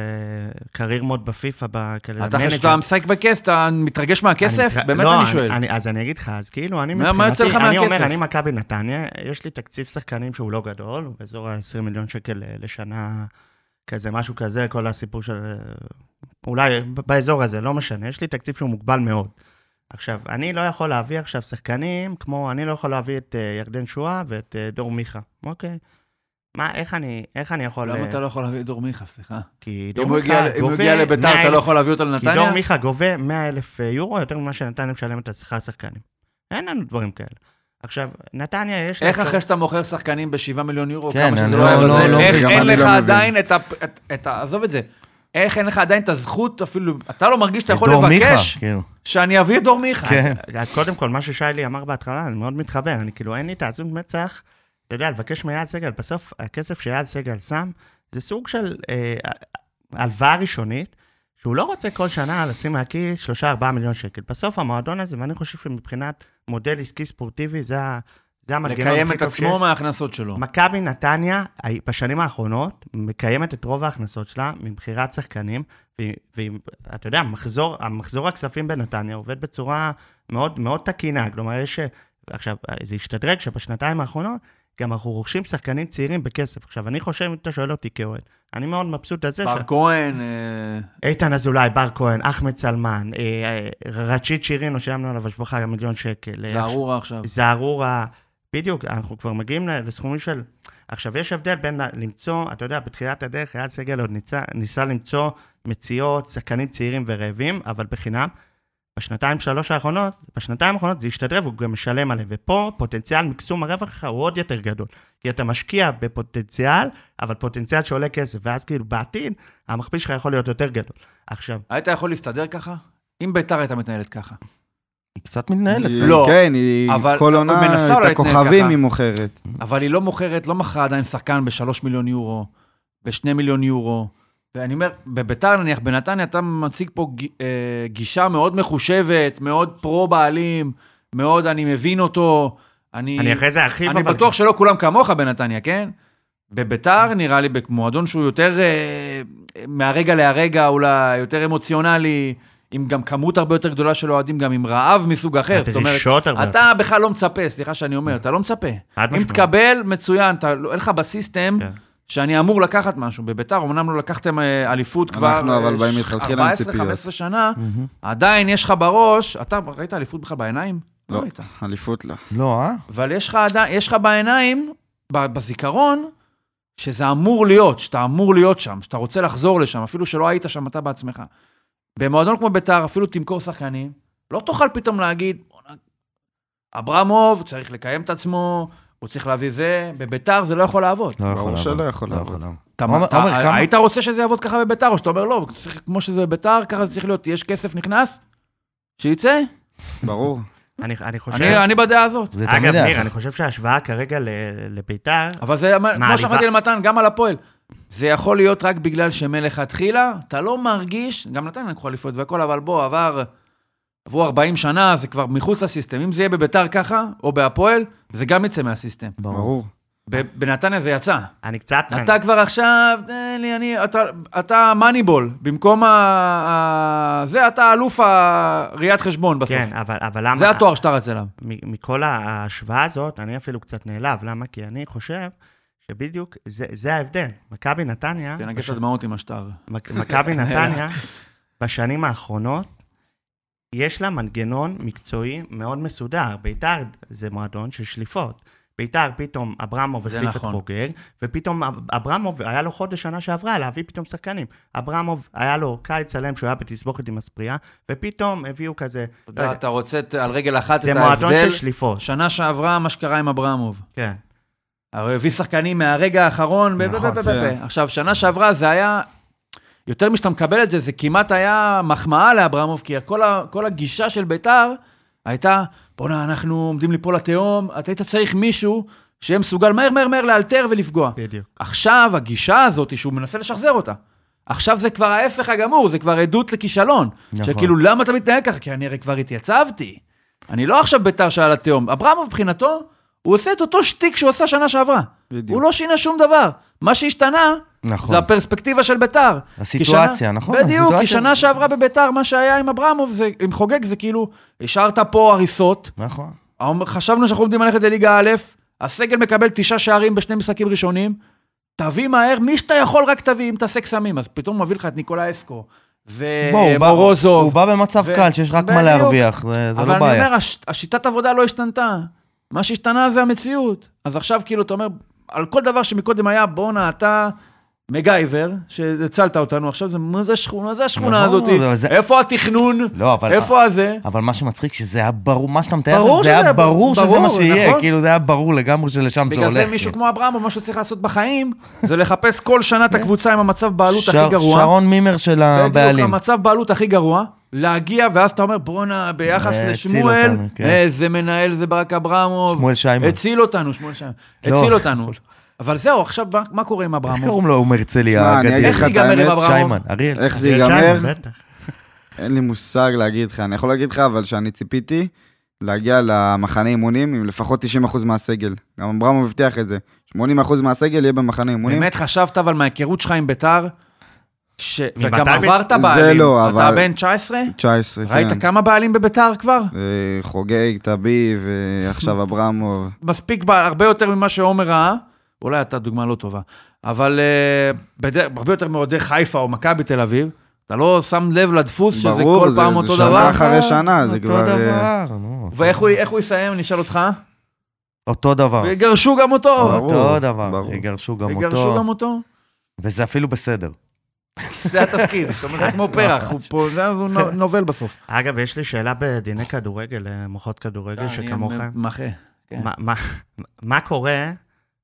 Speaker 4: קרייר מוד בפיפא, בכאלה
Speaker 2: אתה
Speaker 4: מנג'ר.
Speaker 2: כשאתה משחק בכס, אתה מתרגש מהכסף?
Speaker 4: אני-
Speaker 2: באמת
Speaker 4: לא,
Speaker 2: אני שואל.
Speaker 4: אני, אז אני אגיד לך, אז כאילו, אני
Speaker 2: מה- מה יוצא לך
Speaker 4: אני
Speaker 2: מהכסף?
Speaker 4: אומר, אני מכבי נתניה, יש לי תקציב שחקנים שהוא לא גדול, הוא באזור ה-20 מיליון שקל אה, לשנה, כזה, משהו כזה, כל הסיפור של... אה, אולי ב- באזור הזה, לא משנה, יש לי תקציב שהוא מוגבל מאוד. עכשיו, אני לא יכול להביא עכשיו שחקנים, כמו אני לא יכול להביא את אה, ירדן שואה ואת אה, דור מיכה, אוקיי? מה, איך אני, איך אני יכול...
Speaker 2: למה
Speaker 4: אה,
Speaker 2: אתה לא יכול להביא את דור מיכה, סליחה?
Speaker 4: כי דור
Speaker 2: אם הוא
Speaker 4: מיכה
Speaker 2: הגיע- אם הוא
Speaker 4: גובה
Speaker 2: הגיע לביתר,
Speaker 4: 100,000
Speaker 2: אתה לא יכול להביא אותו
Speaker 4: כי דור
Speaker 2: לנתניה?
Speaker 4: מיכה גובה 100 אלף אה, יורו יותר ממה שנתניה משלמת על שכר שחקנים. אין לנו דברים כאלה. עכשיו, נתניה יש... לה
Speaker 2: איך
Speaker 4: אפשר-
Speaker 2: אחרי שאתה מוכר שחקנים ב-7 מיליון יורו,
Speaker 3: כן,
Speaker 2: כמה שזה
Speaker 3: אני
Speaker 2: לא היה
Speaker 3: לא-
Speaker 2: בזה,
Speaker 3: לא- לא
Speaker 2: איך
Speaker 5: מבין.
Speaker 2: אין
Speaker 5: גם אני
Speaker 2: לך
Speaker 5: לא מבין.
Speaker 2: עדיין את ה... את- את ה- עזוב את זה. איך אין לך עדיין את הזכות אפילו, אתה לא מרגיש שאתה יכול
Speaker 3: דור מיכה,
Speaker 2: לבקש
Speaker 3: כאילו.
Speaker 2: שאני אביא את דור מיכה.
Speaker 3: כן.
Speaker 4: אז קודם כל, מה ששיילי אמר בהתחלה, אני מאוד מתחבר. אני כאילו, אין לי את העזות מצח, אתה יודע, לבקש מאייל סגל. בסוף, הכסף שאייל סגל שם, זה סוג של אה, הלוואה ראשונית, שהוא לא רוצה כל שנה לשים מהכיס 3-4 מיליון שקל. בסוף המועדון הזה, ואני חושב שמבחינת מודל עסקי ספורטיבי, זה, ה- זה המנגנון הכי טוב שיש.
Speaker 2: לקיים את עצמו מההכנסות שלו.
Speaker 4: מכבי נתניה, הי- בשנים האחרונות, מקיימת את רוב ההכנסות שלה ממכירת שחקנים, ואתה יודע, מחזור, המחזור הכספים בנתניה עובד בצורה מאוד מאוד תקינה. כלומר, יש... אה, עכשיו, אה, זה השתדרג שבשנתיים האחרונות, גם אנחנו רוכשים שחקנים צעירים בכסף. עכשיו, אני חושב, אם אתה שואל אותי כאוהד, אני מאוד מבסוט על זה
Speaker 2: בר כהן, אה,
Speaker 4: איתן אזולאי, בר כהן, אחמד סלמן, אה, אה, רצ'יט שירינו, שילמנו עליו השבחה גם מיליון שקל. אה,
Speaker 2: זערורה עכשיו.
Speaker 4: זערורה, בדיוק, אנחנו כבר מגיעים ל- לסכומים של... עכשיו, יש הבדל בין ל- למצוא, אתה יודע, בתחילת הדרך, אייל סגל עוד ניסה, ניסה למצוא מציאות, שחקנים צעירים ורעבים, אבל בחינם. בשנתיים, שלוש האחרונות, בשנתיים האחרונות זה השתדרב, הוא גם משלם עליהם. ופה פוטנציאל מקסום הרווח שלך הוא עוד יותר גדול. כי אתה משקיע בפוטנציאל, אבל פוטנציאל שעולה כסף, ואז כאילו בעתיד, המכפיל שלך יכול להיות יותר גדול. עכשיו,
Speaker 2: היית יכול להסתדר ככה? אם ביתר הייתה מתנהלת ככה.
Speaker 3: היא קצת מתנהלת.
Speaker 5: היא-
Speaker 2: לא.
Speaker 5: כן, היא
Speaker 2: אבל
Speaker 5: כל
Speaker 2: הוא
Speaker 5: עונה,
Speaker 2: מנסה
Speaker 5: את
Speaker 2: אולי להתנהל
Speaker 5: הכוכבים
Speaker 2: ככה.
Speaker 5: היא מוכרת.
Speaker 2: אבל היא לא מוכרת, לא מכרה עדיין שחקן בשלוש מיליון יורו, בשני מיליון יורו. ואני אומר, בביתר נניח, בנתניה אתה מציג פה ג- אה, גישה מאוד מחושבת, מאוד פרו בעלים, מאוד אני מבין אותו. אני,
Speaker 4: אני אחרי זה ארחיב,
Speaker 2: אני
Speaker 4: אבל-
Speaker 2: בטוח שלא כולם כמוך בנתניה, כן? בביתר נראה לי במועדון שהוא יותר אה, מהרגע להרגע, אולי יותר אמוציונלי, עם גם כמות הרבה יותר גדולה של אוהדים, גם עם רעב מסוג אחר. זאת אומרת,
Speaker 4: הדרישות הרבה
Speaker 2: אתה בכלל לא מצפה, סליחה שאני אומר, אתה לא מצפה.
Speaker 4: חד
Speaker 2: אם
Speaker 4: משמעית.
Speaker 2: תקבל, מצוין, אתה, לא- אין לך בסיסטם
Speaker 4: כן.
Speaker 2: שאני אמור לקחת משהו. בביתר, אמנם לא לקחתם אה, אליפות כבר...
Speaker 5: אנחנו אבל
Speaker 2: אה,
Speaker 5: באים
Speaker 2: ש-
Speaker 5: מלכתחילה עם
Speaker 2: 14,
Speaker 5: ציפיות.
Speaker 2: 15 שנה, עדיין יש לך בראש, אתה ראית אליפות בכלל בעיניים?
Speaker 5: לא,
Speaker 2: ראית.
Speaker 5: אליפות לא.
Speaker 3: לא, אה?
Speaker 2: אבל יש לך, עדיין- יש לך בעיניים, ב- בזיכרון, שזה אמור להיות, שאתה אמור להיות שם, שאתה רוצה לחזור לשם, אפילו שלא היית שם אתה בעצמך. במועדון כמו ביתר, אפילו תמכור שחקנים, לא תוכל פתאום להגיד, "בואנה, אברמוב צריך לקיים את עצמו, הוא צריך להביא זה, בביתר זה לא יכול לעבוד.
Speaker 3: לא
Speaker 5: ברור
Speaker 3: יכול
Speaker 5: שלא
Speaker 3: לעבוד.
Speaker 5: יכול
Speaker 3: לא
Speaker 5: לעבוד.
Speaker 3: לעבוד.
Speaker 2: אתה,
Speaker 3: עומר,
Speaker 2: אתה,
Speaker 3: עומר, כמה-
Speaker 2: היית רוצה שזה יעבוד ככה בביתר, או שאתה אומר, לא, צריך, כמו שזה בביתר, ככה זה צריך להיות, יש כסף נכנס, שיצא.
Speaker 5: ברור.
Speaker 4: אני, אני חושב...
Speaker 2: אני, אני בדעה הזאת.
Speaker 3: זה
Speaker 4: אגב,
Speaker 3: תמיד היה
Speaker 4: ניר,
Speaker 3: ככה.
Speaker 4: אני חושב שההשוואה כרגע ל- לביתר,
Speaker 2: אבל זה, כמו
Speaker 4: עליבה?
Speaker 2: שאמרתי למתן, גם על הפועל. זה יכול להיות רק בגלל שמלכתחילה, אתה לא מרגיש, גם נתן לקחו אליפויות והכל, אבל בוא, עבר, עברו 40 שנה, זה כבר מחוץ לסיסטם. אם זה יהיה בביתר ככה, או בהפועל, זה גם יצא מהסיסטם.
Speaker 5: ברור.
Speaker 2: ב- בנתניה זה יצא.
Speaker 4: אני קצת...
Speaker 2: אתה כבר עכשיו, תן לי, אני, אתה, אתה מאניבול, במקום ה... ה- זה, אתה אלוף הראיית חשבון בסוף.
Speaker 4: כן, אה, אבל, אבל למה...
Speaker 2: זה התואר שאתה רץ אליו.
Speaker 4: מ- מכל ההשוואה הזאת, אני אפילו קצת נעלב. למה? כי אני חושב שבדיוק זה, זה ההבדל. מכבי נתניה,
Speaker 2: תנגש את הדמעות עם השטר.
Speaker 4: מק- מכבי נתניה, בשנים האחרונות, יש לה מנגנון מקצועי מאוד מסודר. ביתר זה מועדון של שליפות. ביתר פתאום אברמוב
Speaker 2: זה
Speaker 4: החליף את
Speaker 2: נכון.
Speaker 4: חוגג, ופתאום אב- אברמוב, היה לו חודש שנה שעברה להביא פתאום שחקנים. אברמוב, היה לו קיץ שלם שהוא היה בתסבוכת עם הספרייה, ופתאום הביאו כזה... אה,
Speaker 2: אתה יודע, אתה רוצה ת- על רגל אחת את
Speaker 4: זה
Speaker 2: ההבדל?
Speaker 4: מועדון של שליפות.
Speaker 2: שנה שעברה, מה שקרה עם אברמוב.
Speaker 4: כן.
Speaker 2: הרי הוא הביא שחקנים מהרגע האחרון. ב- ב-
Speaker 3: נכון,
Speaker 2: ב- ב- ב-
Speaker 5: כן.
Speaker 2: ב- עכשיו, שנה שעברה זה היה... יותר משאתה מקבל את זה, זה כמעט היה מחמאה לאברמוב, כי כל ה- כל הגישה של ביתר הייתה, בואנה, אנחנו עומדים ליפול לתהום, אתה היית צריך מישהו שיהיה מסוגל מהר מהר מהר לאלתר ולפגוע.
Speaker 4: בדיוק.
Speaker 2: עכשיו, הגישה הזאת, שהוא מנסה לשחזר אותה, עכשיו זה כבר ההפך הגמור, זה כבר עדות לכישלון.
Speaker 3: נכון.
Speaker 2: נכון. שכאילו, למה אתה מתנהג ככה? כי אני הרי כבר התייצבתי. אני לא עכשיו ביתר שעל התהום. אברמוב, מבחינתו, הוא עושה את אותו שטיק שהוא עשה שנה שעברה.
Speaker 5: בדיוק.
Speaker 2: הוא לא שינה שום דבר. מה שהשתנה,
Speaker 3: נכון.
Speaker 2: זה הפרספקטיבה של ביתר.
Speaker 3: הסיטואציה,
Speaker 2: כי שנה-
Speaker 3: נכון,
Speaker 2: בדיוק, כי
Speaker 3: הסיטואציה.
Speaker 2: שנה שעברה בביתר, מה שהיה עם אברמוב, זה, עם חוגג, זה כאילו, השארת פה הריסות,
Speaker 3: נכון.
Speaker 2: האומ- חשבנו שאנחנו עומדים ללכת לליגה א', הסגל מקבל תשעה שערים בשני משחקים ראשונים, תביא מהר, מי שאתה יכול רק תביא, אם תעשה קסמים. אז פתאום הוא מביא לך את ניקולא אסקו,
Speaker 3: בוא, הוא בא-
Speaker 2: ומורוזוב.
Speaker 3: הוא בא במצב
Speaker 2: ו-
Speaker 3: קל שיש רק מה
Speaker 2: בדיוק.
Speaker 3: להרוויח, זה זה
Speaker 2: אבל
Speaker 3: לא
Speaker 2: אני
Speaker 3: בעיה.
Speaker 2: אומר, הש- השיטת עבודה לא השתנתה. מה שהשתנה זה המציאות. אז עכשיו כאילו אתה אומר, על כל דבר שמקודם היה, בואנה, אתה מגייבר, שהצלת אותנו, עכשיו זה, מה זה השכונה, זה השכונה
Speaker 3: נכון,
Speaker 2: הזאת,
Speaker 3: אבל זה-
Speaker 2: איפה התכנון,
Speaker 3: לא, אבל...
Speaker 2: איפה הזה?
Speaker 3: אבל מה שמצחיק, שזה היה ברור, מה שאתה מתאר,
Speaker 2: ברור
Speaker 3: זה היה
Speaker 2: שזה-
Speaker 3: ברור שזה
Speaker 2: ברור,
Speaker 3: מה שיהיה,
Speaker 2: נכון.
Speaker 3: כאילו זה היה ברור לגמרי שלשם זה
Speaker 2: בגלל
Speaker 3: הולך.
Speaker 2: זה מישהו
Speaker 3: כאילו.
Speaker 2: כמו אברהם, או מה שצריך לעשות בחיים, זה לחפש כל שנה את הקבוצה עם המצב בעלות הכי
Speaker 3: כן. שר-
Speaker 2: גרוע.
Speaker 3: שרון מימר של
Speaker 2: בדיוק,
Speaker 3: הבעלים.
Speaker 2: המצב בעלות הכי גרוע, להגיע, ואז אתה אומר, בואנה, ביחס
Speaker 3: אה, הציל
Speaker 2: לשמואל,
Speaker 3: אותנו, כן.
Speaker 2: איזה מנהל זה ברק אברמוב.
Speaker 3: שמואל שיימן.
Speaker 2: הציל אותנו, שמואל שיימן.
Speaker 3: לא.
Speaker 2: הציל אותנו. אבל זהו, עכשיו, מה- מה קורה עם
Speaker 3: איך
Speaker 2: אברמוב?
Speaker 3: קוראים לו? הוא מהרצליה
Speaker 5: מה, אני
Speaker 3: האגדי.
Speaker 5: אגיד
Speaker 2: איך
Speaker 5: לך את
Speaker 2: ייגמר עם
Speaker 5: האמת?
Speaker 2: אברמוב?
Speaker 3: שיימן, אריאל.
Speaker 5: איך זה
Speaker 4: שיימן,
Speaker 5: ייגמר?
Speaker 4: בטח.
Speaker 5: אין לי מושג להגיד לך. אני יכול להגיד לך, אבל שאני ציפיתי להגיע למחנה אימונים עם לפחות 90% מהסגל. גם אברמוב הבטיח את זה. 80% מהסגל יהיה במחנה אימונים.
Speaker 2: באמת חשבת, אבל מההיכרות שלך עם ביתר, ש- וגם
Speaker 4: ממתי?
Speaker 2: עברת
Speaker 5: זה
Speaker 2: בעלים.
Speaker 5: לא,
Speaker 2: אתה
Speaker 5: אבל-
Speaker 2: בן 19?
Speaker 5: 19,
Speaker 2: ראית
Speaker 5: כן.
Speaker 2: כמה בעלים בביתר כבר?
Speaker 5: אה, חוגג, טביב, אה, עכשיו אברמוב.
Speaker 2: מספיק, בה- הרבה יותר ממה שעומר ראה, אולי אתה דוגמה לא טובה, אבל uh, בדרך, הרבה יותר מאוהדי חיפה או מכבי תל אביב, אתה לא שם לב לדפוס שזה
Speaker 5: ברור,
Speaker 2: כל
Speaker 5: זה-
Speaker 2: פעם
Speaker 5: זה
Speaker 2: אותו
Speaker 5: שנה
Speaker 2: דבר?
Speaker 5: אחרי שנה, זה
Speaker 3: אותו
Speaker 5: כבר, אה,
Speaker 3: דבר, נו.
Speaker 2: ואיך הוא, איך הוא יסיים, אני אשאל אותך?
Speaker 3: אותו דבר.
Speaker 2: יגרשו גם אותו.
Speaker 5: ברור,
Speaker 3: אותו דבר.
Speaker 5: ברור.
Speaker 3: יגרשו גם
Speaker 2: יגרשו
Speaker 3: אותו.
Speaker 2: גם אותו?
Speaker 3: וזה אפילו בסדר.
Speaker 2: זה התפקיד, זאת אומרת, זה כמו פרח, הוא פה, זה- הוא נו- נובל בסוף.
Speaker 4: אגב, יש לי שאלה בדיני כדורגל, אה, מוחות כדורגל שכמוכם.
Speaker 2: אני מחה. כן.
Speaker 4: מה- מה- מה קורה,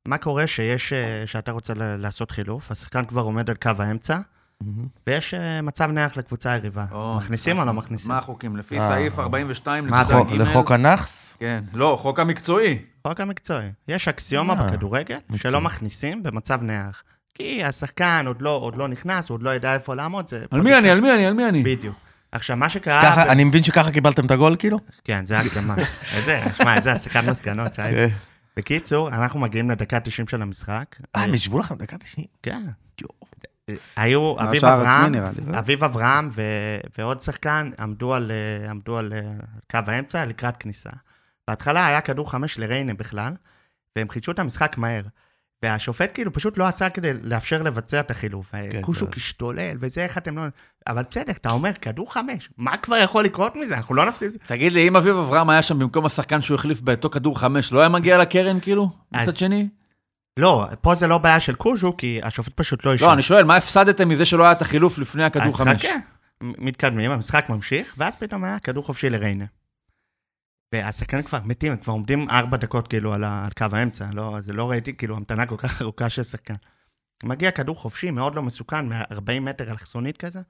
Speaker 4: מה קורה שיש, אה, שאתה רוצה ל- לעשות חילוף, השחקן כבר עומד על קו האמצע, ויש אה, מצב נייח לקבוצה היריבה.
Speaker 2: או,
Speaker 4: מכניסים או לא מכניסים?
Speaker 2: מה החוקים? לפי
Speaker 3: אה.
Speaker 2: סעיף 42
Speaker 4: מה
Speaker 2: נקודה
Speaker 4: החוק?
Speaker 2: ג'.
Speaker 3: לחוק הנאחס?
Speaker 2: כן, לא, חוק המקצועי.
Speaker 4: חוק המקצועי. יש אקסיומה
Speaker 3: אה,
Speaker 4: בכדורגל שלא
Speaker 3: מקצועי.
Speaker 4: מכניסים במצב נייח. כי השחקן עוד לא- עוד לא נכנס, הוא עוד לא ידע איפה לעמוד, זה...
Speaker 2: על מי אני? על מי אני? על מי אני?
Speaker 4: בדיוק. עכשיו, מה שקרה... ב-
Speaker 3: ככה, אני מבין שככה קיבלתם את הגול, כאילו?
Speaker 4: כן, זה הקדמה. איזה, שמע, איזה הסקת מסקנות, שי.
Speaker 3: כן.
Speaker 4: בקיצור, אנחנו מגיעים לדקה 90 של המשחק.
Speaker 3: אה, הם ישבו לכם דקה 90.
Speaker 4: כן. אה, היו אביב
Speaker 5: השער
Speaker 4: אברהם,
Speaker 5: עצמי נראה לי.
Speaker 3: אה?
Speaker 4: אביב אברהם ו- ועוד שחקן עמדו על אה, עמדו על אה, קו האמצע לקראת כניסה. בהתחלה היה כדור חמש לריינה בכלל, והם חידשו את המשחק מהר. והשופט כאילו פשוט לא עצר כדי לאפשר לבצע את החילוף.
Speaker 3: כן,
Speaker 4: קושוק השתולל וזה, איך אתם לא... אבל בסדר, אתה אומר, כדור חמש, מה כבר יכול לקרות מזה? אנחנו לא נפסיד.
Speaker 2: תגיד לי, אם אביב אברהם היה שם במקום השחקן שהוא החליף באותו כדור חמש, לא היה מגיע לקרן כאילו?
Speaker 4: אז-
Speaker 2: מצד שני?
Speaker 4: לא, פה זה לא בעיה של קוז'ו, כי השופט פשוט לא אישר.
Speaker 2: לא, אני שואל, מה הפסדתם מזה שלא היה את החילוף לפני הכדור חמש?
Speaker 4: אז כן. חכה. מ- מתקדמים, המשחק ממשיך, ואז פתאום היה כדור חופשי לריינה. והשחקנים כבר מתים, הם כבר עומדים ארבע דקות כאילו על, ה, על קו האמצע, לא, זה לא ראיתי כאילו המתנה כל כך ארוכה של שחקן. מגיע כדור חופשי, מאוד לא מסוכן, מ-40 מטר אלכסונית כזה,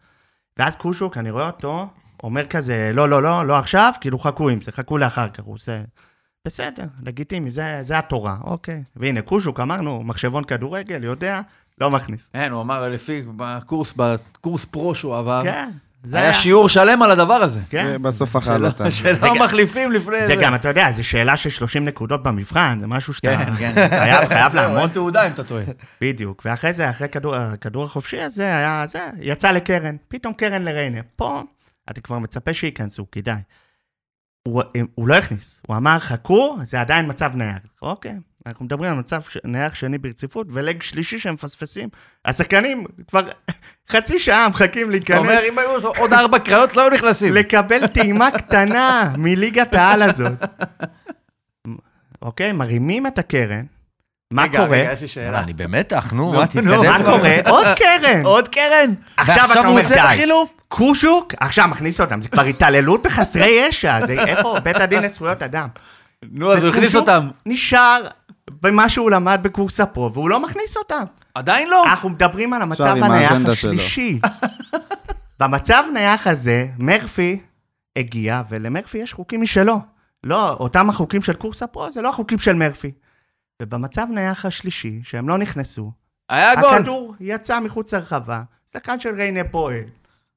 Speaker 4: ואז קושוק, אני רואה אותו, אומר כזה, לא, לא, לא, לא עכשיו, כאילו חכו עם זה, חכו לאחר כך, הוא עושה... בסדר, לגיטימי, זה, זה התורה, אוקיי. והנה, קושוק, אמרנו, מחשבון כדורגל, יודע, לא מכניס.
Speaker 2: כן, הוא אמר, לפי הקורס, בקורס פרו שהוא עבר,
Speaker 4: כן, זה
Speaker 2: אה? היה שיעור אה, שלם על הדבר הזה.
Speaker 4: כן.
Speaker 5: אה, בסוף
Speaker 2: שלא-
Speaker 5: החלטה.
Speaker 2: שלא
Speaker 4: גם-
Speaker 2: מחליפים לפני
Speaker 4: זה גם, אתה יודע, זו שאלה של 30 נקודות במבחן, זה משהו שאתה
Speaker 2: כן, כן.
Speaker 4: חייב, חייב
Speaker 2: זהו, אין
Speaker 4: לעמוד, כן,
Speaker 2: תעודה אם אתה טועה.
Speaker 4: בדיוק. ואחרי זה, אחרי כדור- הכדור החופשי הזה, היה זה, יצא לקרן, פתאום קרן לריינה. פה, אתה כבר מצפה שייכנסו, כדאי. הוא, הוא לא הכניס, הוא אמר, חכו, זה עדיין מצב נייח. אוקיי, אנחנו מדברים על מצב ש... נייח שני ברציפות, ולג שלישי שהם מפספסים. השחקנים כבר חצי שעה מחכים
Speaker 2: אתה
Speaker 4: להיכנס.
Speaker 2: אומר, אם היו עוד ארבע קריות, לא היו נכנסים.
Speaker 4: לקבל טעימה קטנה מליגת העל הזאת. אוקיי, מרימים את הקרן, מה
Speaker 2: רגע,
Speaker 4: קורה? לא,
Speaker 2: רגע, יש לי שאלה.
Speaker 3: אני במתח, נו, מה,
Speaker 2: נו,
Speaker 4: מה
Speaker 3: תתקדם. כבר.
Speaker 4: קורה? עוד קרן!
Speaker 2: עוד קרן?
Speaker 4: עכשיו
Speaker 3: ועכשיו
Speaker 4: אתה
Speaker 3: הוא
Speaker 4: אומר
Speaker 3: עושה את
Speaker 4: די.
Speaker 3: החילוף?
Speaker 4: קושוק, עכשיו מכניס אותם, זה כבר התעללות בחסרי ישע, זה איפה? בית הדין לזכויות אדם.
Speaker 2: נו, אז הוא הכניס
Speaker 4: וקושוק
Speaker 2: אותם.
Speaker 4: נשאר במה שהוא למד בקורס הפרו, והוא לא מכניס אותם.
Speaker 2: עדיין לא?
Speaker 4: אנחנו מדברים על המצב
Speaker 5: עכשיו עם
Speaker 4: הנייח
Speaker 5: האג'נדה שלו.
Speaker 4: השלישי. במצב נייח הזה, מרפי הגיע, ולמרפי יש חוקים משלו. לא, אותם החוקים של קורס הפרו, זה לא החוקים של מרפי. ובמצב נייח השלישי, שהם לא נכנסו,
Speaker 2: היה
Speaker 4: אה,
Speaker 2: גול.
Speaker 4: הכדור יצא מחוץ לרחבה, שחקן של ריינה פועל,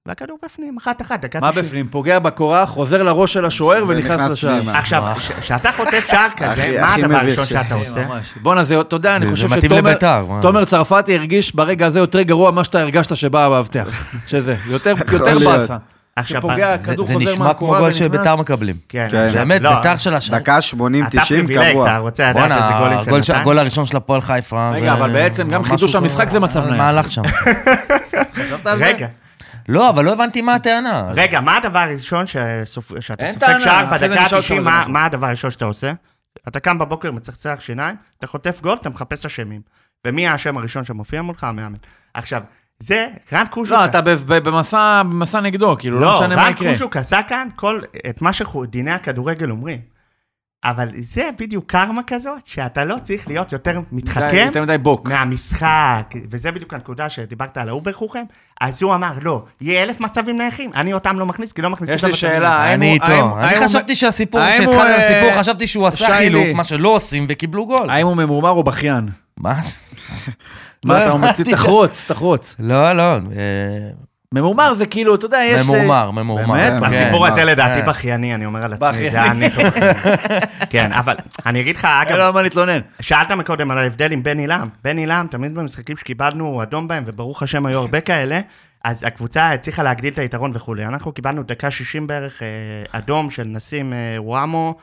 Speaker 4: והכדור בפנים, אחת-אחת, דקה
Speaker 2: מה
Speaker 4: תשעים.
Speaker 2: בפנים? פוגע בקורה, חוזר לראש של השוער ונכנס
Speaker 5: ונכנס
Speaker 2: לשער.
Speaker 5: פנימה.
Speaker 4: עכשיו, כשאתה חוטף שער כזה,
Speaker 5: הכי-
Speaker 4: מה
Speaker 5: הכי
Speaker 4: הדבר
Speaker 5: אה. מביך
Speaker 4: הראשון
Speaker 5: ש-
Speaker 4: שאתה
Speaker 2: כן,
Speaker 4: עושה?
Speaker 2: ממש. בואנה, זה, אתה יודע, אני
Speaker 3: זה- זה
Speaker 2: חושב
Speaker 3: מתאים
Speaker 2: שתומר
Speaker 3: לבית"ר, מה?
Speaker 2: תומר צרפתי הרגיש ברגע הזה יותר גרוע ממה שאתה הרגשת שבא המאבטח. שזה, יותר יותר
Speaker 5: להיות.
Speaker 2: באסה.
Speaker 4: עכשיו, אה,
Speaker 2: שפוגע,
Speaker 3: זה-
Speaker 2: כדור
Speaker 3: זה
Speaker 2: חוזר
Speaker 3: נשמע כמו
Speaker 2: מהקורה
Speaker 3: גול
Speaker 2: ונכנס.
Speaker 3: שביתר מקבלים.
Speaker 4: כן,
Speaker 5: כן.
Speaker 4: עכשיו,
Speaker 3: באמת,
Speaker 4: לא,
Speaker 3: ביתר של השנה.
Speaker 5: דקה 80-90
Speaker 4: אתה פריבילג,
Speaker 5: קבוע.
Speaker 4: אתה רוצה לדעת
Speaker 3: בואנה,
Speaker 4: איזה גולים
Speaker 3: הגול ש-
Speaker 4: שנתן?
Speaker 3: הגול הראשון של הפועל חיפה.
Speaker 2: רגע,
Speaker 3: זה-
Speaker 2: אבל בעצם גם
Speaker 3: משהו
Speaker 2: חידוש
Speaker 3: קורה.
Speaker 2: המשחק זה מצב נייח.
Speaker 3: מה הלך שם?
Speaker 2: חשבת על זה?
Speaker 4: רגע,
Speaker 3: לא, אבל לא הבנתי מה הטענה.
Speaker 4: רגע, מה הדבר הראשון שסופ- שאתה
Speaker 2: אין
Speaker 4: סופג
Speaker 2: טענה,
Speaker 4: שער
Speaker 2: אחרי זה
Speaker 4: בדקה
Speaker 2: נשאל אותך
Speaker 4: ה-90,
Speaker 2: על זה
Speaker 4: מה-
Speaker 2: משהו.
Speaker 4: מה הדבר הראשון שאתה עושה? אתה קם בבוקר, מצחצח שיניים, אתה חוטף גול, אתה מחפש אשמים. ומי האשם הראשון שמופיע מולך? המאמן. עכשיו, זה, רן קוז'וק...
Speaker 2: לא, אתה ב- ב- במסע במסע נגדו, כאילו, לא משנה מה יקרה.
Speaker 4: רן קוז'וק עשה כאן כל, את מה שדיני הכדורגל אומרים. אבל זה בדיוק קרמה כזאת, שאתה לא צריך להיות יותר
Speaker 2: די,
Speaker 4: מתחכם
Speaker 2: יותר מדי בוק.
Speaker 4: מהמשחק, וזה בדיוק הנקודה שדיברת על האובר חוכם, אז הוא אמר, לא, יהיה אלף מצבים נייחים, אני אותם לא מכניס, כי לא מכניס
Speaker 2: יש לי
Speaker 4: אותם בטרמינל."
Speaker 2: שאלה, האם
Speaker 3: אני
Speaker 2: הוא- האם-
Speaker 3: איתו. אני
Speaker 2: האם הוא-
Speaker 3: חשבתי שהסיפור,
Speaker 2: האם הוא,
Speaker 3: כשהתחלנו
Speaker 2: אה,
Speaker 3: לסיפור, חשבתי שהוא עשה
Speaker 2: שייני.
Speaker 3: חילוף, מה שלא עושים, וקיבלו גול.
Speaker 2: האם הוא ממורמר או בכיין?
Speaker 3: מה זה? לא
Speaker 2: מה אתה אומר?
Speaker 3: הבנתי.
Speaker 2: תחרוץ, תחרוץ.
Speaker 3: לא, לא, אה,
Speaker 2: ממורמר זה כאילו, אתה יודע, יש... אה,
Speaker 3: ממורמר, ממורמר.
Speaker 2: באמת?
Speaker 3: כן,
Speaker 4: הסיפור הזה
Speaker 3: כן.
Speaker 4: לדעתי בכייני, אני אומר על עצמי, זה היה
Speaker 2: בכייני.
Speaker 4: נטו בכייני. כן, אבל אני אגיד לך,
Speaker 2: אין לו
Speaker 4: אגב,
Speaker 2: על מה להתלונן.
Speaker 4: שאלת מקודם על ההבדל עם בן עילם. בן עילם, תמיד במשחקים שקיבלנו אדום בהם, וברוך השם היו הרבה כאלה, אז הקבוצה הצליחה להגדיל את היתרון וכולי. אנחנו קיבלנו דקה 60 בערך אה, אדום של נסים אה, וואמו,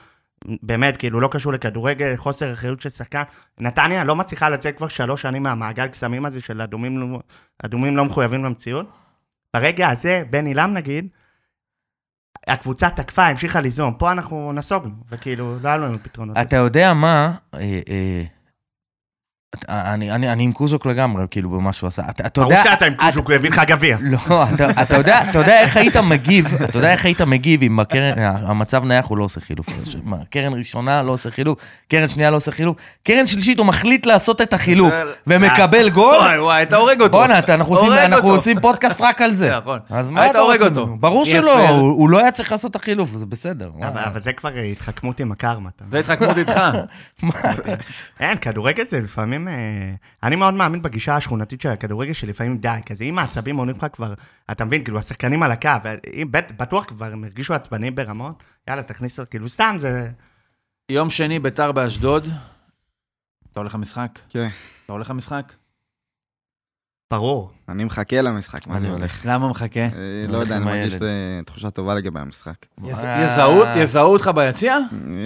Speaker 4: באמת, כאילו, לא קשור לכדורגל, חוסר אחריות של שחקן. נתניה לא מצליחה לצאת כבר שלוש שנים מהמעגל קסמים הזה של אדומים, לא- אדומים לא מחויבים למציאות. ברגע הזה, בן עילם נגיד, הקבוצה תקפה, המשיכה ליזום. פה אנחנו נסוגנו, וכאילו, לא היה לנו פתרונות.
Speaker 2: אוקיי.
Speaker 3: אתה יודע מה, אה, אה, אתה- אני אני- אני עם קוז'וק לגמרי, כאילו, במה שהוא עשה. אתה אתה יודע...
Speaker 4: ברור שאתה עם
Speaker 3: אתה-
Speaker 4: קוז'וק, הוא הביא לך גביע.
Speaker 3: לא, אתה, אתה, יודע, אתה יודע איך היית מגיב, אתה יודע איך היית מגיב אם הקרן, המצב נייח הוא לא עושה חילוף. מה, קרן ראשונה לא עושה חילוף, קרן שנייה לא עושה חילוף, קרן שלישית הוא מחליט לעשות את החילוף ומקבל גול.
Speaker 2: וואי, וואי, אתה הורג אותו.
Speaker 3: בואנה, אתה- אנחנו עושים-
Speaker 2: אה, הורג
Speaker 3: אנחנו
Speaker 2: אותו.
Speaker 3: עושים פודקאסט רק על זה.
Speaker 2: נכון.
Speaker 3: אז מה
Speaker 2: היית
Speaker 3: אתה
Speaker 2: הורג
Speaker 3: רוצה?
Speaker 2: אותו.
Speaker 3: ממנו? ברור
Speaker 2: יפה.
Speaker 3: שלא, הוא הוא לא היה צריך לעשות את החילוף, זה בסדר.
Speaker 4: אבל
Speaker 3: וואי.
Speaker 4: אבל זה כבר התחכמות עם הקרמה. אתה מבין?
Speaker 2: זה התחכמות איתך.
Speaker 4: אין, כדורגל זה לפעמים... אה, אני מאוד מאמין בגישה השכונתית של הכדורגל, שלפעמים די, כזה אם העצבים עונים לך כבר, אתה מבין, כאילו, השחקנים על הקו, אם בט- בטוח כבר הם הרגישו עצבניים ברמות, יאללה, תכניס אותו, כאילו, סתם זה...
Speaker 2: יום שני, ביתר באשדוד. אתה הולך למשחק?
Speaker 5: כן.
Speaker 2: אתה הולך למשחק?
Speaker 4: ברור.
Speaker 5: אני מחכה למשחק, מה
Speaker 3: אני
Speaker 5: זה הולך?
Speaker 2: למה מחכה?
Speaker 5: אה, לא
Speaker 3: הולך
Speaker 5: יודע, אני
Speaker 3: עם
Speaker 5: מרגיש
Speaker 3: הילד.
Speaker 5: אה, תחושה טובה לגבי המשחק.
Speaker 2: יז-
Speaker 3: אה.
Speaker 2: יזהו יזהו אותך ביציע?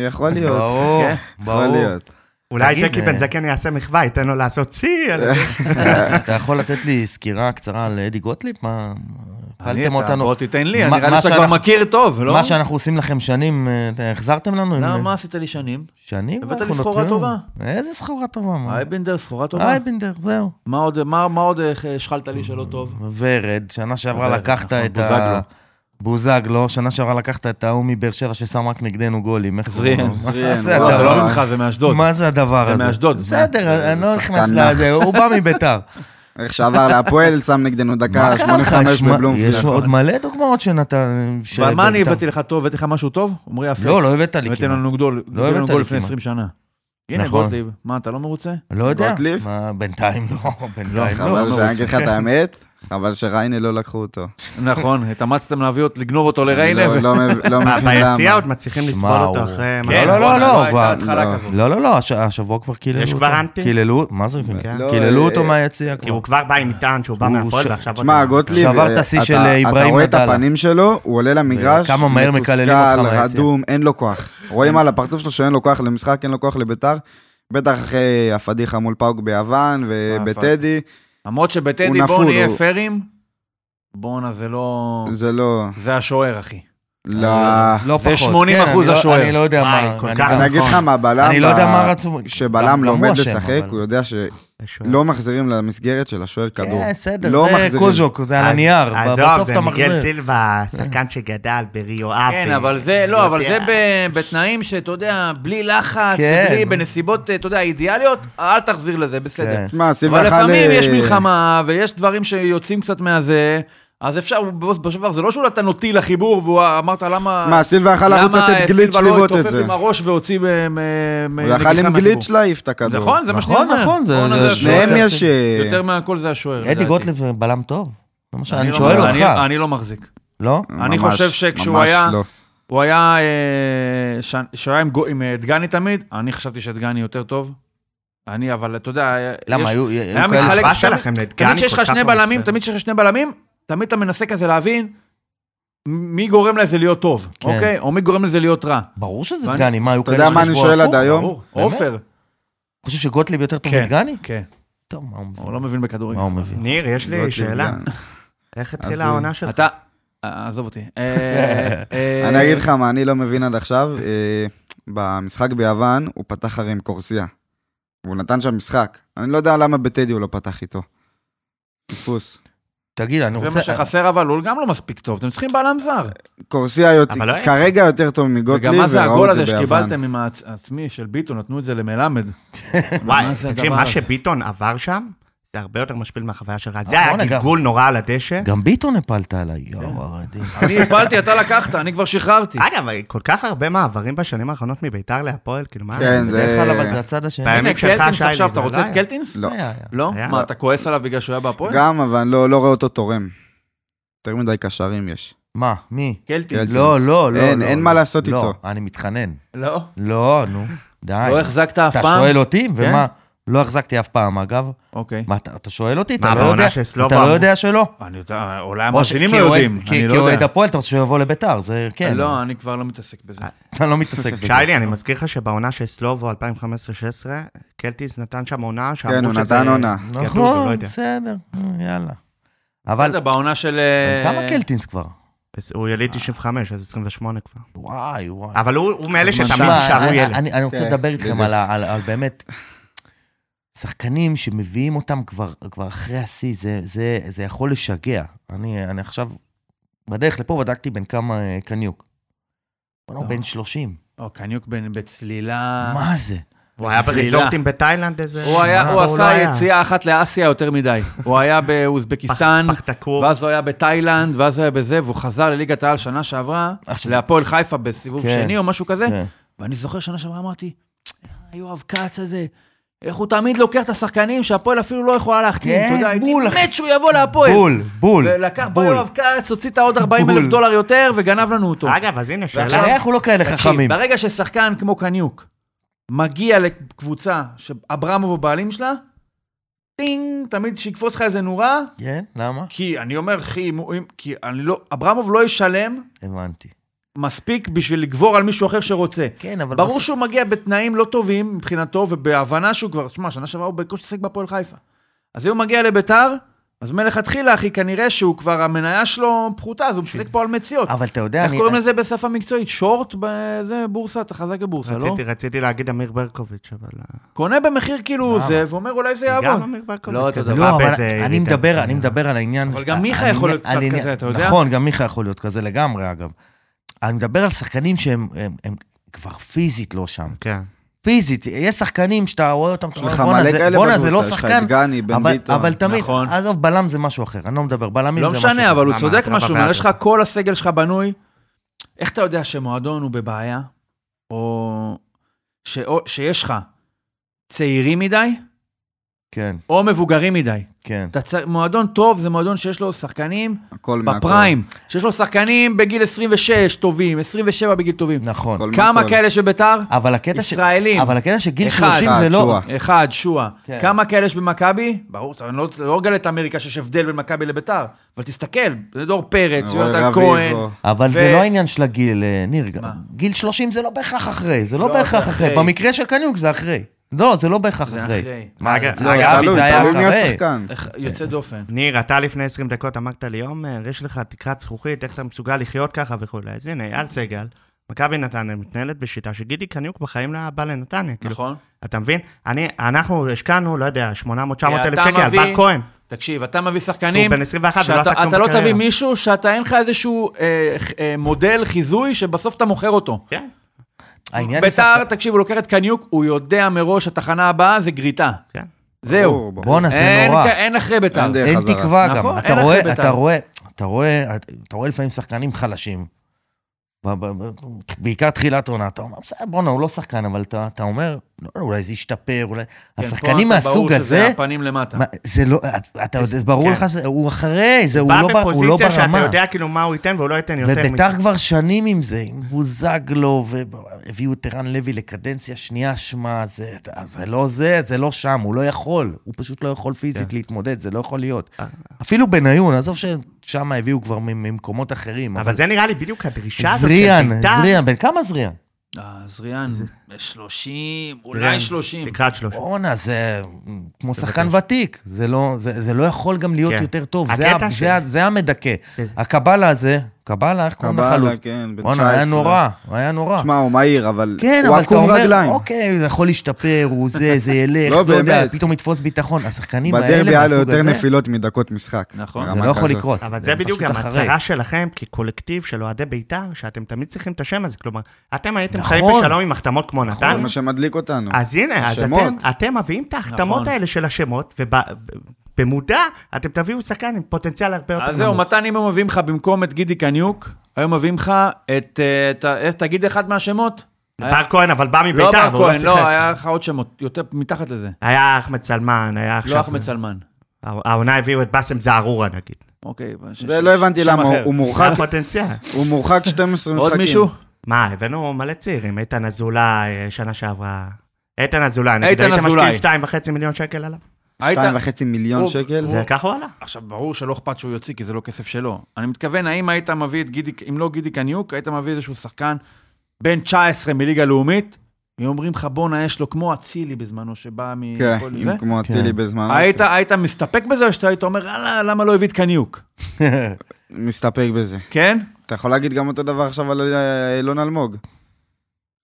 Speaker 5: יכול להיות,
Speaker 3: ברור,
Speaker 2: כן,
Speaker 5: יכול
Speaker 3: ברור.
Speaker 5: להיות.
Speaker 4: אולי
Speaker 3: תגיד,
Speaker 4: ג'קי
Speaker 3: אה,
Speaker 4: בן זקן יעשה מחווה, ייתן לו לעשות שיא. לא על-
Speaker 3: אתה יכול לתת לי סקירה קצרה על אדי גוטליב? מה...
Speaker 2: אני,
Speaker 3: הפלתם
Speaker 2: אתה-
Speaker 3: אותנו.
Speaker 2: בוא תיתן לי,
Speaker 3: מה-
Speaker 2: נראה
Speaker 3: מה
Speaker 2: לי שאתה כבר
Speaker 3: שאנחנו-
Speaker 2: מכיר טוב, לא?
Speaker 3: מה שאנחנו עושים לכם שנים, אה, אתה- החזרתם לנו? עם- אה,
Speaker 2: למה, מה עשית לי שנים?
Speaker 3: שנים?
Speaker 2: הבאת לי
Speaker 3: אנחנו
Speaker 2: סחורה
Speaker 3: נותנים.
Speaker 2: טובה.
Speaker 3: איזה סחורה טובה, מה?
Speaker 2: אייבנדר, סחורה טובה.
Speaker 3: אייבנדר, זהו.
Speaker 2: מה עוד- מה מה עוד אה, השחלת לי שלא טוב?
Speaker 3: ורד, שנה שעברה
Speaker 2: ורד,
Speaker 3: לקחת
Speaker 2: נכון,
Speaker 3: את ה... בוזגלו, שנה שעברה לקחת את ההוא מבאר שבע ששם רק נגדנו גולים. איך
Speaker 2: זריאן,
Speaker 3: קוראים לו?
Speaker 5: זריאן,
Speaker 3: מה זה
Speaker 5: וואו,
Speaker 2: לא, זה
Speaker 3: הדבר
Speaker 2: לא
Speaker 5: אבל-
Speaker 2: ממך, זה מאשדוד.
Speaker 3: מה זה הדבר
Speaker 2: זה
Speaker 3: הזה?
Speaker 2: מאשדוד.
Speaker 3: בסדר, אני לא
Speaker 5: אה, שחקן
Speaker 3: נכנס
Speaker 5: נח. כן,
Speaker 3: לזה, הוא בא מביתר.
Speaker 5: איך שעבר להפועל, שם נגדנו דקה
Speaker 3: מה קרה לך?
Speaker 5: 85
Speaker 3: שמע,
Speaker 5: בבלומפילד.
Speaker 3: יש עוד מלא דוגמאות שנתן... ש-
Speaker 2: ומה אני
Speaker 3: בביתר.
Speaker 2: הבאתי לך טוב? הבאתי לך משהו טוב? עמרי יפה.
Speaker 3: לא, לא הבאת לי
Speaker 2: הבאתי
Speaker 3: כמעט.
Speaker 2: לנו גדול, הבאתי לנו
Speaker 3: הבאת
Speaker 2: גול
Speaker 3: לי
Speaker 2: לפני
Speaker 3: כמעט.
Speaker 2: 20 שנה. הנה,
Speaker 3: נכון.
Speaker 2: גוטליב, מה, אתה לא מרוצה?
Speaker 3: לא יודע.
Speaker 5: גוטליב?
Speaker 3: מה, בינתיים לא, בינתיים לא.
Speaker 5: חבל
Speaker 3: לא
Speaker 5: שאני אגיד לך
Speaker 3: מרוצה.
Speaker 5: את האמת, חבל שריינה לא לקחו אותו.
Speaker 2: נכון, התאמצתם להביא אותו, לגנוב אותו לריינה.
Speaker 5: לא-
Speaker 2: ו-
Speaker 5: לא מב- לא מבין
Speaker 4: ביציע
Speaker 5: למה.
Speaker 4: עוד מצליחים
Speaker 3: שמע,
Speaker 4: לסבול אותו
Speaker 3: הוא-
Speaker 4: אחרי...
Speaker 2: כן,
Speaker 4: מה-
Speaker 3: לא, לא,
Speaker 2: בואנה,
Speaker 3: לא, לא,
Speaker 2: הייתה
Speaker 3: כבר-
Speaker 2: התחלה
Speaker 5: לא.
Speaker 2: כזאת.
Speaker 3: לא, לא, לא, הש- השבוע כבר קיללו אותו.
Speaker 4: יש כבר אנטי?
Speaker 3: קיללו, מה זה?
Speaker 4: כן.
Speaker 5: לא,
Speaker 3: קיללו
Speaker 5: אה,
Speaker 3: אותו
Speaker 5: אה,
Speaker 3: מהיציע כבר.
Speaker 4: כי הוא כבר בא עם מטען שהוא בא
Speaker 3: הוא
Speaker 4: מהפועל
Speaker 3: ש-
Speaker 4: ועכשיו... עוד
Speaker 5: תשמע,
Speaker 4: פעם.
Speaker 5: גוטליב,
Speaker 3: שבר את
Speaker 5: אה,
Speaker 3: השיא
Speaker 5: אתה-
Speaker 3: של איברהים
Speaker 5: אתה רואה את
Speaker 3: עדאלה.
Speaker 5: הפנים שלו, הוא עולה למגרש,
Speaker 3: כמה מהר מקללים אותך
Speaker 5: מתוסכל,
Speaker 3: מהיציע.
Speaker 5: רדום, אין לו כוח. רואים על הפרצוף שלו שאין לו כוח למשחק, אין לו כוח לביתר. בטח אחרי הפדיחה מול פאוק ביוון
Speaker 3: אה,
Speaker 5: ובטדי,
Speaker 2: למרות שבטדי
Speaker 5: הוא
Speaker 2: בואו
Speaker 5: נפול,
Speaker 2: נהיה
Speaker 5: הוא-
Speaker 2: פיירים, בואנה זה לא...
Speaker 5: זה לא...
Speaker 2: זה השוער, אחי.
Speaker 5: לא...
Speaker 3: אה, לא
Speaker 2: זה
Speaker 3: פחות.
Speaker 2: 80%
Speaker 3: כן, אני לא-
Speaker 2: השוער.
Speaker 3: אני לא יודע
Speaker 4: וואי,
Speaker 3: מה.
Speaker 4: כל
Speaker 3: אני
Speaker 4: כך
Speaker 3: גם-
Speaker 5: אני אגיד לך מה, בלם...
Speaker 3: אני לא יודע
Speaker 5: ב-
Speaker 3: מה רצו... גם-
Speaker 5: כשבלם
Speaker 3: גם הוא
Speaker 5: לומד
Speaker 3: אשם,
Speaker 5: לא לשחק,
Speaker 3: אבל-
Speaker 5: הוא יודע שלא לא מחזירים למסגרת של השוער כדור.
Speaker 3: כן, בסדר,
Speaker 5: לא
Speaker 3: זה
Speaker 5: מחזירים.
Speaker 3: קוז'וק, זה על
Speaker 4: אז-
Speaker 3: הנייר. ב-
Speaker 4: אה, עזוב,
Speaker 3: בסוף
Speaker 4: זה
Speaker 3: אתה
Speaker 4: מיגל
Speaker 3: מחזיר.
Speaker 4: סילבה, שחקן שגדל בריו אבי.
Speaker 2: כן, אבל זה, לא, אבל זה ב- בתנאים שאתה יודע, בלי לחץ,
Speaker 3: כן.
Speaker 2: בלי, בנסיבות, אתה יודע, אידיאליות, אל תחזיר לזה, בסדר.
Speaker 3: כן.
Speaker 5: שמע, סילבה
Speaker 2: אבל
Speaker 5: יכל...
Speaker 2: לפעמים
Speaker 5: אה,
Speaker 2: יש מלחמה, ויש דברים שיוצאים קצת מהזה, אז אפשר, הוא בסופו של דבר, זה לא שהוא נתן אותי לחיבור, והוא אמרת למה...
Speaker 5: מה, סילבה יכל לרוץ
Speaker 2: למה
Speaker 5: לתת גליץ'
Speaker 2: סילבה לא
Speaker 5: לבעוט את
Speaker 2: התעופף
Speaker 5: זה.
Speaker 2: עם הראש והוציא מ- מ- מ-
Speaker 5: הוא יכל
Speaker 2: נגיחה
Speaker 5: עם
Speaker 2: מהחיבור.
Speaker 5: גליץ' לא, להעיף את הכדור.
Speaker 2: נכון, זה מה שאני
Speaker 3: נכון,
Speaker 2: אומר.
Speaker 3: נכון, זה-
Speaker 2: בואנה,
Speaker 3: זה-
Speaker 2: השוער.
Speaker 5: שניהם יש... אה,
Speaker 2: יותר מהכל זה השוער.
Speaker 3: אדי
Speaker 2: לדעתי.
Speaker 3: גוטליב זה בלם טוב? זה מה
Speaker 2: אני
Speaker 3: שאני
Speaker 2: לא-
Speaker 3: שואל
Speaker 2: אני-
Speaker 3: אותך,
Speaker 2: אני לא מחזיק.
Speaker 3: לא?
Speaker 2: אני
Speaker 5: ממש,
Speaker 2: חושב שכשהוא
Speaker 5: ממש
Speaker 2: היה-
Speaker 5: לא.
Speaker 2: הוא היה, אה, ש- שהוא היה עם גו- עם אה, דגני תמיד, אני חשבתי שדגני יותר טוב. אני, אבל אתה יודע, אה, יש-
Speaker 3: למה, היו היו
Speaker 2: היה
Speaker 3: כאלה
Speaker 2: מתחלק-
Speaker 3: ש-
Speaker 4: ההשוואה שלכם לדגני
Speaker 2: תמיד כשיש
Speaker 4: כל
Speaker 2: לך
Speaker 4: כך
Speaker 2: שני
Speaker 4: לא
Speaker 2: בלמים,
Speaker 4: בסדר.
Speaker 2: תמיד כשיש לך שני בלמים, תמיד אתה מנסה כזה להבין מי גורם לזה להיות טוב,
Speaker 3: כן.
Speaker 2: אוקיי? או מי גורם לזה להיות רע.
Speaker 3: ברור שזה
Speaker 2: ואני-
Speaker 3: דגני, מה, היו
Speaker 5: אתה
Speaker 3: כאלה
Speaker 5: יודע מה אני
Speaker 3: שחשבו
Speaker 5: שואל
Speaker 3: הפוך?
Speaker 5: עד היום?
Speaker 2: ברור,
Speaker 3: באמת?
Speaker 2: עופר.
Speaker 3: אתה חושב שגוטליב יותר טוב
Speaker 2: כן.
Speaker 3: מדגני?
Speaker 2: כן,
Speaker 3: טוב, מה הוא מבין?
Speaker 2: הוא לא מבין בכדורגל.
Speaker 3: מה הוא מבין?
Speaker 4: ניר, יש לי
Speaker 5: גוטליב,
Speaker 4: שאלה.
Speaker 5: כן.
Speaker 4: איך
Speaker 5: אז,
Speaker 4: התחילה
Speaker 5: אה,
Speaker 4: העונה שלך?
Speaker 2: אתה, אה, עזוב אותי. אה, אה,
Speaker 5: אני אגיד לך מה אני לא מבין עד עכשיו, אה, במשחק ביוון הוא פתח הרי עם קורסיה. והוא נתן שם משחק. אני לא יודע למה בטדי הוא לא פתח איתו. פספוס.
Speaker 3: תגיד, אני
Speaker 2: זה מה
Speaker 3: רוצה...
Speaker 2: שחסר, אבל הוא גם לא מספיק טוב. אתם צריכים בלם זר.
Speaker 5: קורסיה יותר,
Speaker 4: אבל לא היה.
Speaker 5: כרגע יותר טוב מגוטליב,
Speaker 2: וגם מה זה
Speaker 5: וראו
Speaker 2: הגול
Speaker 5: את
Speaker 2: הזה
Speaker 5: זה ביוון.
Speaker 2: שקיבלתם עם העצ- העצמי של ביטון, נתנו את זה למלמד.
Speaker 4: וואי,
Speaker 2: מה זה
Speaker 4: תקשיב,
Speaker 2: הדבר
Speaker 4: מה
Speaker 2: הזה?
Speaker 4: שביטון עבר שם, זה הרבה יותר משפיל מהחוויה שלך. זה
Speaker 3: אה,
Speaker 4: היה
Speaker 3: בואנה, גם-
Speaker 4: גלגול נורא על הדשא.
Speaker 3: גם ביטון הפלת עליי,
Speaker 2: כן.
Speaker 3: יואו, הרדי.
Speaker 2: אני הפלתי, אתה לקחת, אני כבר שחררתי.
Speaker 4: אגב, כל כך הרבה מעברים בשנים האחרונות מביתר להפועל, כאילו מה?
Speaker 5: כן, זה-
Speaker 3: בדרך כלל, אבל זה הצד השני.
Speaker 4: באמת,
Speaker 2: הנה,
Speaker 4: שלך,
Speaker 2: קלטינס
Speaker 4: שי,
Speaker 2: עכשיו, אתה
Speaker 4: זה
Speaker 2: רוצה את
Speaker 4: עליי.
Speaker 2: קלטינס?
Speaker 5: לא.
Speaker 3: היה, היה.
Speaker 2: לא?
Speaker 4: היה.
Speaker 2: מה, אתה כועס עליו בגלל שהוא היה בהפועל?
Speaker 5: גם, אבל אני לא לא רואה אותו תורם. יותר מדי קשרים יש.
Speaker 3: מה, מי?
Speaker 2: קלטינס.
Speaker 5: קלטינס.
Speaker 3: לא, לא, לא.
Speaker 5: אין-
Speaker 3: לא,
Speaker 5: אין
Speaker 3: לא.
Speaker 5: מה לעשות
Speaker 3: לא,
Speaker 5: איתו.
Speaker 3: אני מתחנן.
Speaker 2: לא?
Speaker 3: לא, נו, די.
Speaker 2: לא החזקת אף
Speaker 3: אתה
Speaker 2: פעם? כן.
Speaker 3: שואל אותי, ומה? לא החזקתי אף פעם, אגב.
Speaker 2: אוקיי.
Speaker 3: מה, אתה אתה שואל אותי?
Speaker 4: מה,
Speaker 3: אתה לא
Speaker 4: בעונה
Speaker 3: יודע?
Speaker 4: של סלובו
Speaker 3: אתה לא
Speaker 4: אמרו-
Speaker 3: יודע שלא.
Speaker 2: אני יודע, אולי
Speaker 3: או ש-
Speaker 2: המאזינים
Speaker 3: כי
Speaker 2: לא
Speaker 3: אוהד-
Speaker 2: יודעים,
Speaker 3: כי-
Speaker 2: אני לא
Speaker 3: כי אוהד
Speaker 2: יודע.
Speaker 3: הפועל, אתה רוצה שהוא יבוא לביתר, זה כן.
Speaker 2: לא, אני כבר לא מתעסק בזה.
Speaker 3: אתה לא מתעסק בזה.
Speaker 4: שיילי, אני מזכיר לך שבעונה של סלובו 2015-2016, קלטיס נתן שם עונה שאמרו
Speaker 5: כן, הוא
Speaker 4: שזה...
Speaker 5: נתן עונה.
Speaker 4: גדול, הוא לא
Speaker 3: נכון,
Speaker 4: יודע.
Speaker 3: בסדר, יאללה.
Speaker 2: אתה
Speaker 3: אבל
Speaker 2: יודע, בעונה של...
Speaker 3: בן
Speaker 2: אה,
Speaker 3: כמה קלטינס כבר?
Speaker 4: הוא יליד 95, אז 28 כבר.
Speaker 3: וואי, וואי.
Speaker 4: אבל הוא הוא מאלה
Speaker 2: הזמן
Speaker 4: שתמיד
Speaker 2: שם.
Speaker 3: שמע,
Speaker 4: נשארו
Speaker 3: אני-
Speaker 2: אה,
Speaker 4: ילד.
Speaker 3: אני- אני רוצה
Speaker 5: כן,
Speaker 3: לדבר איתכם
Speaker 5: בדיוק.
Speaker 3: על ה- על- על באמת שחקנים שמביאים אותם כבר כבר אחרי השיא, זה- זה- זה יכול לשגע. אני אני עכשיו, בדרך לפה בדקתי בן כמה אה, קניוק. בוא'נה, הוא
Speaker 2: לא.
Speaker 3: בן 30.
Speaker 2: או, קניוק בן- בצלילה.
Speaker 3: מה זה?
Speaker 4: הוא היה
Speaker 2: אה, זילה.
Speaker 4: בריזורטים בתאילנד איזה...
Speaker 2: הוא היה-
Speaker 4: מה,
Speaker 2: הוא
Speaker 4: לא
Speaker 2: עשה
Speaker 4: היה.
Speaker 2: יציאה אחת לאסיה יותר מדי. הוא היה באוזבקיסטן,
Speaker 4: פח תקור.
Speaker 2: ואז הוא היה בתאילנד, ואז הוא היה בזה, והוא חזר לליגת העל שנה שעברה,
Speaker 3: עכשיו-
Speaker 2: להפועל חיפה בסיבוב
Speaker 3: כן.
Speaker 2: שני או משהו כזה,
Speaker 3: כן.
Speaker 2: ואני זוכר שנה שעברה אמרתי, "אה, יואב כץ הזה, איך הוא תמיד לוקח את השחקנים שהפועל אפילו לא יכולה להחתים,
Speaker 3: כן,
Speaker 2: אתה יודע, הייתי
Speaker 3: בול, אחי.
Speaker 2: מת שהוא יבוא להפועל.
Speaker 3: בול, בול.
Speaker 2: ולקח בו
Speaker 3: בול.
Speaker 2: יואב כץ, הוציא את העוד 40
Speaker 3: בול.
Speaker 2: אלף דולר יותר, וגנב לנו אותו.
Speaker 4: אגב, אז הנה,
Speaker 2: ואחרי-
Speaker 4: שאלה.
Speaker 3: אחרי אנחנו לא כאלה
Speaker 2: תקשיב,
Speaker 3: חכמים.
Speaker 2: ברגע ששחקן כמו קניוק מגיע לקבוצה שאברמוב הוא בעלים שלה, טינג, תמיד שיקפוץ לך איזה נורה,
Speaker 3: כן, למה?
Speaker 2: כי אני אומר, אחי, אם הוא- אם- כי אני לא, אברמוב לא ישלם
Speaker 3: הבנתי.
Speaker 2: מספיק בשביל לגבור על מישהו אחר שרוצה.
Speaker 3: כן, אבל...
Speaker 2: ברור שהוא מגיע בתנאים לא טובים מבחינתו, ובהבנה שהוא כבר, שמע, שנה שעברה הוא בקושי שיחק בהפועל חיפה. אז אם הוא מגיע לביתר, אז מלכתחילה, אחי, כנראה שהוא כבר, המניה שלו פחותה, אז הוא משחק פה על מציאות.
Speaker 3: אבל אתה יודע,
Speaker 2: איך
Speaker 3: אני...
Speaker 2: קוראים לזה בשפה מקצועית? שורט? זה בורסה, אתה חזק בבורסה, לא?
Speaker 4: רציתי, רציתי להגיד אמיר ברקוביץ', אבל... אה,
Speaker 2: קונה במחיר כאילו
Speaker 3: למה?
Speaker 2: זה, ואומר אולי זה יעבוד.
Speaker 4: גם אמיר ברקוביץ'.
Speaker 2: לא,
Speaker 4: כזה אה,
Speaker 2: אתה יודע,
Speaker 4: בא
Speaker 3: לא, אבל
Speaker 4: באיזה
Speaker 3: אני
Speaker 4: ליגה.
Speaker 3: מדבר, אני מדבר על העניין...
Speaker 2: אבל גם מיכה
Speaker 3: על
Speaker 2: יכול להיות
Speaker 3: עניין-
Speaker 2: קצת
Speaker 3: על עניין-
Speaker 2: כזה, אתה יודע?
Speaker 3: נכון, גם מיכה יכול להיות כזה לגמרי, אגב. אני מדבר על שחקנים שהם הם- הם כבר פיזית לא שם.
Speaker 4: כן.
Speaker 3: פיזית, יש שחקנים שאתה רואה אותם, אתה
Speaker 5: יש לך
Speaker 3: אומר, "בואנה,
Speaker 5: מלא
Speaker 3: זה-
Speaker 5: כאלה
Speaker 3: בואנה, זה לא
Speaker 5: בקבוצה, יש לך
Speaker 3: שחקן,
Speaker 5: את גני, בן
Speaker 3: אבל-
Speaker 5: ביטון.
Speaker 3: אבל תמיד,
Speaker 2: נכון.
Speaker 3: עזוב, בלם זה משהו אחר, אני לא מדבר, בלמים זה
Speaker 2: לא
Speaker 3: משהו אחר.
Speaker 2: משנה, אבל הוא
Speaker 4: למה?
Speaker 2: צודק
Speaker 4: אדרבה
Speaker 2: מה שהוא אומר, יש לך
Speaker 4: ואדרבה.
Speaker 2: כל הסגל שלך בנוי. איך אתה יודע שמועדון הוא בבעיה, או שאו- שיש לך צעירים מדי,
Speaker 3: כן,
Speaker 2: או מבוגרים מדי?
Speaker 3: כן.
Speaker 2: אתה צ- מועדון טוב זה מועדון שיש לו שחקנים
Speaker 5: הכל מהכל.
Speaker 2: בפריים, שיש לו שחקנים בגיל 26 טובים, 27 בגיל טובים.
Speaker 3: נכון.
Speaker 5: הכל
Speaker 2: כמה
Speaker 5: מהכל.
Speaker 2: כאלה שביתר?
Speaker 3: אבל הקטע ש...
Speaker 2: ישראלים.
Speaker 3: אבל הקטע שגיל
Speaker 2: אחד.
Speaker 3: 30 זה
Speaker 5: אחד,
Speaker 3: לא...
Speaker 5: שועה.
Speaker 2: אחד, שועה.
Speaker 3: כן.
Speaker 2: כמה כאלה יש במכבי? ברור, אני לא- לא אגלה את אמריקה שיש הבדל בין מכבי לביתר, אבל תסתכל, זה דור פרץ,
Speaker 5: רוי
Speaker 2: יונתן
Speaker 5: רביבו.
Speaker 2: כהן.
Speaker 3: אבל
Speaker 2: ו-
Speaker 3: זה לא העניין של הגיל, אה, ניר.
Speaker 2: מה?
Speaker 3: גיל 30 זה לא בהכרח אחרי, זה לא
Speaker 2: לא,
Speaker 3: בהכרח
Speaker 2: זה
Speaker 3: אחרי.
Speaker 2: אחרי.
Speaker 3: במקרה של קניוק זה אחרי. לא, זה לא בהכרח
Speaker 2: זה
Speaker 3: אחרי.
Speaker 2: אחרי.
Speaker 3: מה,
Speaker 4: רגע,
Speaker 3: אצל
Speaker 5: לא,
Speaker 3: זהבי
Speaker 5: תלוי,
Speaker 3: זה היה
Speaker 5: תלוי מי
Speaker 3: אחרי.
Speaker 5: השחקן.
Speaker 2: איך- יוצא דופן.
Speaker 4: ניר, אתה לפני 20 דקות אמרת לי, עומר, יש לך תקרת זכוכית, איך אתה מסוגל לחיות ככה וכולי. אז הנה, אייל סגל, מכבי נתניה מתנהלת בשיטה שגידי קניוק בחיים לא בא לנתניה. כאילו,
Speaker 2: נכון?
Speaker 4: אתה מבין? אני, אנחנו השקענו, לא יודע, 800-900 אלף
Speaker 2: אתה
Speaker 4: שקל על
Speaker 2: מביא-
Speaker 4: בר כהן.
Speaker 2: תקשיב, אתה מביא שחקנים,
Speaker 4: שהוא בן 21 ולא עשה
Speaker 2: שאתה
Speaker 4: כלום
Speaker 2: אתה לא
Speaker 4: בקריירה.
Speaker 2: תביא מישהו שאתה אין לך איזשהו אה, ח- אה, מודל חיזוי שבסוף אתה מוכר אותו.
Speaker 4: כן.
Speaker 3: העניין עם שחקן-
Speaker 2: ביתר, תקשיב, הוא לוקח את קניוק, הוא יודע מראש, התחנה הבאה זה גריטה.
Speaker 4: כן.
Speaker 2: זהו.
Speaker 5: ברור, ברור.
Speaker 3: בואנה, זה
Speaker 2: אין
Speaker 3: נורא.
Speaker 2: כ- אין אחרי ביתר.
Speaker 5: אין דרך.
Speaker 3: אין
Speaker 5: חזרה.
Speaker 3: תקווה גם.
Speaker 2: נכון,
Speaker 3: אתה
Speaker 2: אין
Speaker 3: רואה,
Speaker 2: אחרי
Speaker 3: אתה
Speaker 2: בית"ר.
Speaker 3: רואה, אתה רואה, אתה רואה לפעמים שחקנים חלשים. ב- ב- ב- בעיקר תחילת עונה, אתה אומר, בסדר, בואנה, הוא לא שחקן, אבל אתה אתה אומר, "לא, אולי זה ישתפר, אולי...
Speaker 2: כן,
Speaker 3: השחקנים
Speaker 2: פה אתה ברור
Speaker 3: מהסוג
Speaker 2: שזה
Speaker 3: הזה,
Speaker 2: הפנים למטה.
Speaker 3: מה, זה לא, אתה- אתה יודע, ברור
Speaker 4: כן.
Speaker 3: לך, שזה- הוא אחרי, זה, הוא
Speaker 4: בא
Speaker 3: לא ב- הוא לא
Speaker 4: בפוזיציה שאתה
Speaker 3: ברמה.
Speaker 4: יודע כאילו מה הוא ייתן והוא לא ייתן יותר.
Speaker 3: וביתר
Speaker 4: מזה.
Speaker 3: כבר שנים עם זה, עם בוזגלו, והביאו את ערן לוי לקדנציה שנייה, שמע, זה, זה לא זה, זה לא שם, הוא לא יכול. הוא פשוט לא יכול פיזית
Speaker 4: כן.
Speaker 3: להתמודד, זה לא יכול להיות.
Speaker 4: אה.
Speaker 3: אפילו בניון, עזוב ששם הביאו כבר מ- ממקומות אחרים,
Speaker 4: אבל
Speaker 3: אבל...
Speaker 4: זה נראה לי בדיוק הדרישה הזאת
Speaker 3: זריאן, זריאן, בן כמה זריאן?
Speaker 2: אה, זריאן, 30,
Speaker 4: זריאן,
Speaker 2: אולי 30.
Speaker 4: לקראת שלוש.
Speaker 3: בואנה, זה כמו שחקן ותיק, זה לא, זה, זה לא יכול גם להיות
Speaker 4: כן.
Speaker 3: יותר טוב, זה,
Speaker 4: הקטע
Speaker 3: ה,
Speaker 4: ש-
Speaker 3: זה, ה- זה המדכא.
Speaker 4: כן.
Speaker 3: הקבלה הזה, קבלה, איך קוראים
Speaker 5: קבלה,
Speaker 3: לחלוץ?
Speaker 5: כן, בן
Speaker 3: בואנה, היה
Speaker 5: 19.
Speaker 3: נורא, היה נורא.
Speaker 5: שמע, הוא מהיר, אבל
Speaker 3: כן,
Speaker 5: הוא
Speaker 3: אבל אתה
Speaker 5: עקום
Speaker 3: אומר,
Speaker 5: רגליים.
Speaker 3: אוקיי, זה יכול להשתפר, הוא זה, זה ילך,
Speaker 5: לא,
Speaker 3: לא יודע,
Speaker 5: באמת.
Speaker 3: פתאום יתפוס ביטחון. השחקנים האלה
Speaker 5: בדרבי היה לו
Speaker 3: מהסוג
Speaker 5: יותר
Speaker 3: הזה,
Speaker 5: נפילות מדקות משחק.
Speaker 2: נכון.
Speaker 3: זה
Speaker 5: ברמה
Speaker 3: לא יכול
Speaker 5: כזאת.
Speaker 3: לקרות.
Speaker 4: אבל זה בדיוק
Speaker 3: פשוט
Speaker 4: גם
Speaker 3: אחרי.
Speaker 4: הצהרה שלכם כקולקטיב של אוהדי בית"ר, שאתם תמיד צריכים את השם הזה. כלומר, אתם הייתם
Speaker 3: נכון.
Speaker 4: חיים בשלום עם החתמות כמו
Speaker 5: נכון, זה לא
Speaker 4: נתן,
Speaker 5: מה שמדליק אותנו.
Speaker 4: אז הנה, אז
Speaker 5: השמות.
Speaker 4: אתם- אתם מביאים את ההחתמות
Speaker 2: נכון.
Speaker 4: האלה של השמות, ובמודע אתם תביאו שחקן עם פוטנציאל הרבה יותר
Speaker 2: אז אה, זהו,
Speaker 4: נמוך.
Speaker 2: מתן, אם היו מביאים לך במקום את גידי קניוק, היו מביאים לך את... אה, את ה- איך תגיד אחד מהשמות?
Speaker 4: בר כהן, אבל בא
Speaker 2: לא
Speaker 4: מבית"ר,
Speaker 2: בר
Speaker 4: והוא לא
Speaker 2: כהן, לא,
Speaker 4: שיחק.
Speaker 2: היה לך עוד שמות, יותר מתחת לזה.
Speaker 4: היה אחמד סלמן, היה עכשיו...
Speaker 2: לא אחמד סלמן.
Speaker 4: העונה הביאו את באסם זערורה נגיד.
Speaker 2: אוקיי. ש- ש-
Speaker 5: ולא
Speaker 2: ש-
Speaker 5: לא הבנתי
Speaker 2: שם
Speaker 5: למה, הוא-
Speaker 2: אחר.
Speaker 5: הוא
Speaker 4: זה
Speaker 5: מורחק
Speaker 4: הפוטנציאל.
Speaker 5: הוא מורחק 12 משחקים.
Speaker 2: עוד מישהו?
Speaker 4: מה, הבאנו מלא צעירים, איתן אזולאי, אה, שנה שעברה. איתן אזולאי, נגיד,
Speaker 2: איתן
Speaker 4: הייתם
Speaker 2: אזולאי.
Speaker 4: משקיעים שתיים וחצי מיליון שקל עליו?
Speaker 2: היית?
Speaker 5: 2.5 מיליון
Speaker 2: הוא-
Speaker 5: שקל.
Speaker 4: זה ככה הוא עלה.
Speaker 2: עכשיו, ברור שלא אכפת שהוא יוציא, כי זה לא כסף שלו. אני מתכוון, האם היית מביא את גידי, אם לא גידי קניוק, היית מביא איזשהו שחקן בן 19 מליגה לאומית, היו אומרים לך, בואנה, יש לו כמו אצילי בזמנו, שבא מ...
Speaker 5: כן,
Speaker 2: כל
Speaker 5: אם
Speaker 2: זה.
Speaker 5: כמו אצילי
Speaker 3: כן.
Speaker 5: בזמן.
Speaker 2: היית, היית מסתפק בזה, או שאתה היית אומר, יאללה, למה לא הביא את קניוק?
Speaker 5: מסתפק בזה.
Speaker 2: כן?
Speaker 5: אתה יכול להגיד גם אותו דבר עכשיו על אה, אילון אלמוג.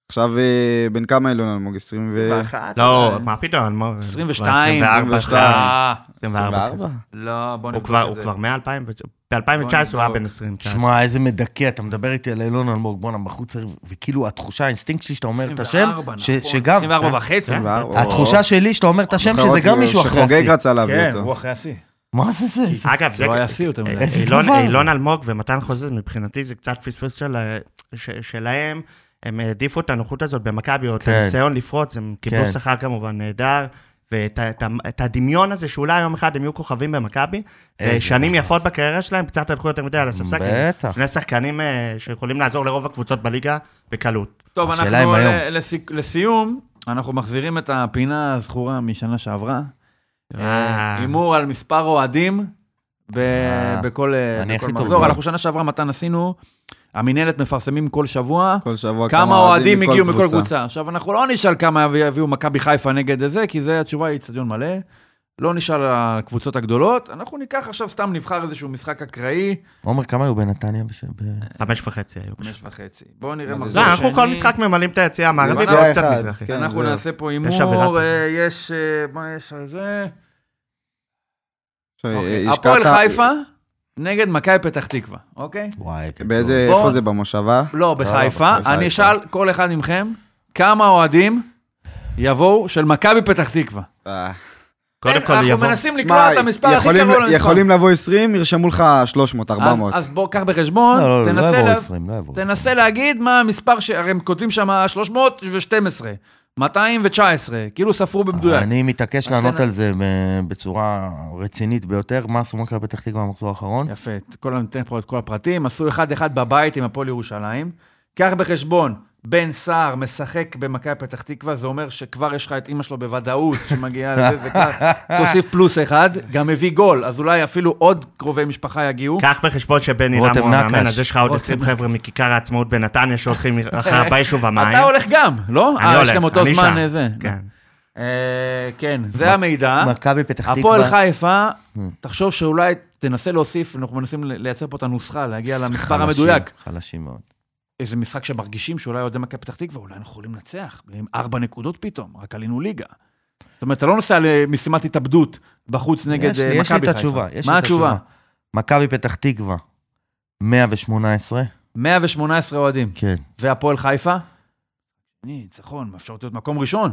Speaker 5: עכשיו, אה, בן כמה אילון אלמוג? 20 ו...
Speaker 4: לא, מה פתאום? מה,
Speaker 2: 22,
Speaker 4: 24,
Speaker 5: 22.
Speaker 2: אה,
Speaker 4: 24. כזה.
Speaker 2: לא, בוא
Speaker 4: הוא
Speaker 2: נבדוק
Speaker 4: כבר-
Speaker 2: את
Speaker 4: הוא
Speaker 2: זה.
Speaker 4: כבר מ-2000, ב-2019 הוא היה
Speaker 2: נבדוק.
Speaker 4: בן 20.
Speaker 3: שמע, איזה מדכא, אתה מדבר איתי על אילון אלמוג, בואנה, בחור צעיר, וכאילו התחושה, האינסטינקט שלי שאתה אומר את השם,
Speaker 2: 24,
Speaker 3: ש-
Speaker 2: נכון.
Speaker 3: שגם,
Speaker 2: 24 וחצי.
Speaker 3: התחושה שלי שאתה אומר את השם,
Speaker 5: נכון,
Speaker 3: שזה
Speaker 5: כאילו,
Speaker 3: גם מישהו אחרי
Speaker 5: שחוגג
Speaker 3: השיא.
Speaker 5: אה, רצה להביא
Speaker 2: כן,
Speaker 5: אותו.
Speaker 2: הוא אחרי השיא.
Speaker 3: מה זה זה? זה-
Speaker 4: אגב, זה... אה,
Speaker 2: לא היה שיא יותר מדי.
Speaker 3: איזה
Speaker 4: אילון-
Speaker 3: דבר זה?
Speaker 4: אילון אלמוג ומתן חוזז, מבחינתי זה קצת פספוס של ה- ש- שלהם. הם העדיפו את הנוחות הזאת במכבי, או את
Speaker 3: כן.
Speaker 4: הניסיון לפרוץ, הם
Speaker 3: כן.
Speaker 4: קיבלו שכר כמובן נהדר, ואת ה- את ה- את הדמיון הזה שאולי יום אחד הם יהיו כוכבים במכבי,
Speaker 3: איזה
Speaker 4: שנים
Speaker 3: דבר.
Speaker 4: יפות בקריירה שלהם, קצת הלכו יותר מדי על הספסק.
Speaker 3: בטח.
Speaker 4: שני שחקנים אה, שיכולים לעזור לרוב הקבוצות בליגה בקלות.
Speaker 2: טוב,
Speaker 3: השאלה
Speaker 2: אנחנו
Speaker 3: אם היום.
Speaker 2: ל- לסיק- לסיום, אנחנו מחזירים את הפינה הזכורה משנה שעברה. אה,
Speaker 4: אה,
Speaker 2: הימור על מספר אוהדים ב-
Speaker 3: אה,
Speaker 2: בכל אה,
Speaker 3: אני
Speaker 2: בכל
Speaker 3: הכי טוב
Speaker 2: מחזור.
Speaker 3: בו.
Speaker 2: אנחנו שנה שעברה, מתן, עשינו, המינהלת מפרסמים כל שבוע.
Speaker 5: כל שבוע
Speaker 2: כמה אוהדים
Speaker 5: מכל
Speaker 2: הגיעו מכל קבוצה. עכשיו, אנחנו לא נשאל כמה יביאו מכבי חיפה נגד זה, כי זה התשובה היא אצטדיון מלא. לא נשאל על הקבוצות הגדולות, אנחנו ניקח עכשיו, סתם נבחר איזשהו משחק אקראי,
Speaker 3: עומר, כמה היו בנתניה? בש- ב-
Speaker 4: חמש וחצי היו.
Speaker 2: חמש וחצי. בואו נראה
Speaker 5: מה זה?
Speaker 4: לא,
Speaker 2: מחזור
Speaker 4: אנחנו כל
Speaker 2: שני.
Speaker 4: משחק ממלאים את היציאה המערבית
Speaker 5: יציאה
Speaker 4: ועוד קצת
Speaker 5: אחד.
Speaker 4: מזרחי.
Speaker 5: כן,
Speaker 2: אנחנו
Speaker 5: זהו.
Speaker 2: נעשה פה
Speaker 4: עבירה
Speaker 2: הימור,
Speaker 4: כזאת.
Speaker 2: אה, יש, אה, מה יש על זה?
Speaker 5: עכשיו,
Speaker 2: אוקיי,
Speaker 5: אה, השקעת-
Speaker 2: הפועל חיפה נגד מכבי פתח תקווה, אוקיי?
Speaker 3: וואי, גדול.
Speaker 5: באיזה,
Speaker 2: בוא.
Speaker 5: איפה זה, במושבה?
Speaker 2: לא, בחיפה.
Speaker 5: בחיפה.
Speaker 2: אני אשאל כל אחד מכם, כמה אוהדים יבואו של מכבי פתח תקווה?
Speaker 5: אה,
Speaker 4: קודם
Speaker 2: אין,
Speaker 4: כל
Speaker 2: אנחנו
Speaker 4: יבוא.
Speaker 2: מנסים לקרוא
Speaker 5: שמע,
Speaker 2: את המספר הכי
Speaker 5: יכולים-
Speaker 2: קרוב למספר.
Speaker 5: יכולים לבוא 20, ירשמו לך 300, 400.
Speaker 2: אז- אז בוא, קח בחשבון,
Speaker 3: לא, לא, לא, לא
Speaker 2: תנסה
Speaker 3: יעבור
Speaker 2: לה-
Speaker 3: 20, לא יעבור 20.
Speaker 2: תנסה להגיד מה המספר, ש- הרי הם כותבים שם 312, 219, כאילו ספרו במדויק.
Speaker 3: אני מתעקש
Speaker 2: אז
Speaker 3: לענות
Speaker 2: תן-
Speaker 3: על זה ב- בצורה רצינית ביותר. מה עשו מכבי פתח תקווה במחזור האחרון?
Speaker 2: יפה, את כל, ניתן פה את כל הפרטים. עשו 1-1 בבית עם הפועל ירושלים. קח בחשבון, בן סער משחק במכבי פתח תקווה, זה אומר שכבר יש לך את אימא שלו בוודאות שמגיעה לזה, זה כבר, תוסיף פלוס אחד, גם הביא גול, אז אולי אפילו עוד קרובי משפחה יגיעו.
Speaker 4: קח בחשבון שבני
Speaker 3: רותם
Speaker 4: למו המאמן,
Speaker 3: נקש.
Speaker 4: אז יש לך עוד
Speaker 2: רותם
Speaker 4: 20 חבר'ה מכיכר העצמאות בנתניה שהולכים אחרי ביישוב המים.
Speaker 2: אתה הולך גם, לא?
Speaker 4: אני
Speaker 2: אה,
Speaker 4: הולך,
Speaker 2: יש גם אותו
Speaker 4: אני
Speaker 2: זמן
Speaker 4: שם.
Speaker 2: אה, זה.
Speaker 4: כן.
Speaker 2: אה, כן, זה המידע.
Speaker 3: מכבי פתח
Speaker 2: הפועל
Speaker 3: תקווה.
Speaker 2: חיפה,
Speaker 4: Hmm.
Speaker 2: תחשוב שאולי תנסה להוסיף, אנחנו מנסים לייצר פה את הנוסחה, להגיע למספר
Speaker 3: חלשים,
Speaker 2: המדויק.
Speaker 3: חלשים מאוד.
Speaker 2: איזה משחק שמרגישים שאולי אוהדי מכבי פתח תקווה, אולי אנחנו יכולים לנצח, עם ארבע נקודות פתאום, רק עלינו ליגה. זאת אומרת, אתה לא נוסע למשימת התאבדות בחוץ נגד
Speaker 3: יש
Speaker 2: אה,
Speaker 3: לי-
Speaker 2: מכבי חיפה.
Speaker 3: יש לי את התשובה. יש לי
Speaker 2: מה
Speaker 3: את
Speaker 2: התשובה?
Speaker 3: מכבי פתח תקווה, 118.
Speaker 2: 118 אוהדים,
Speaker 3: כן.
Speaker 2: והפועל חיפה? אני, ניצחון, אפשר להיות מקום ראשון.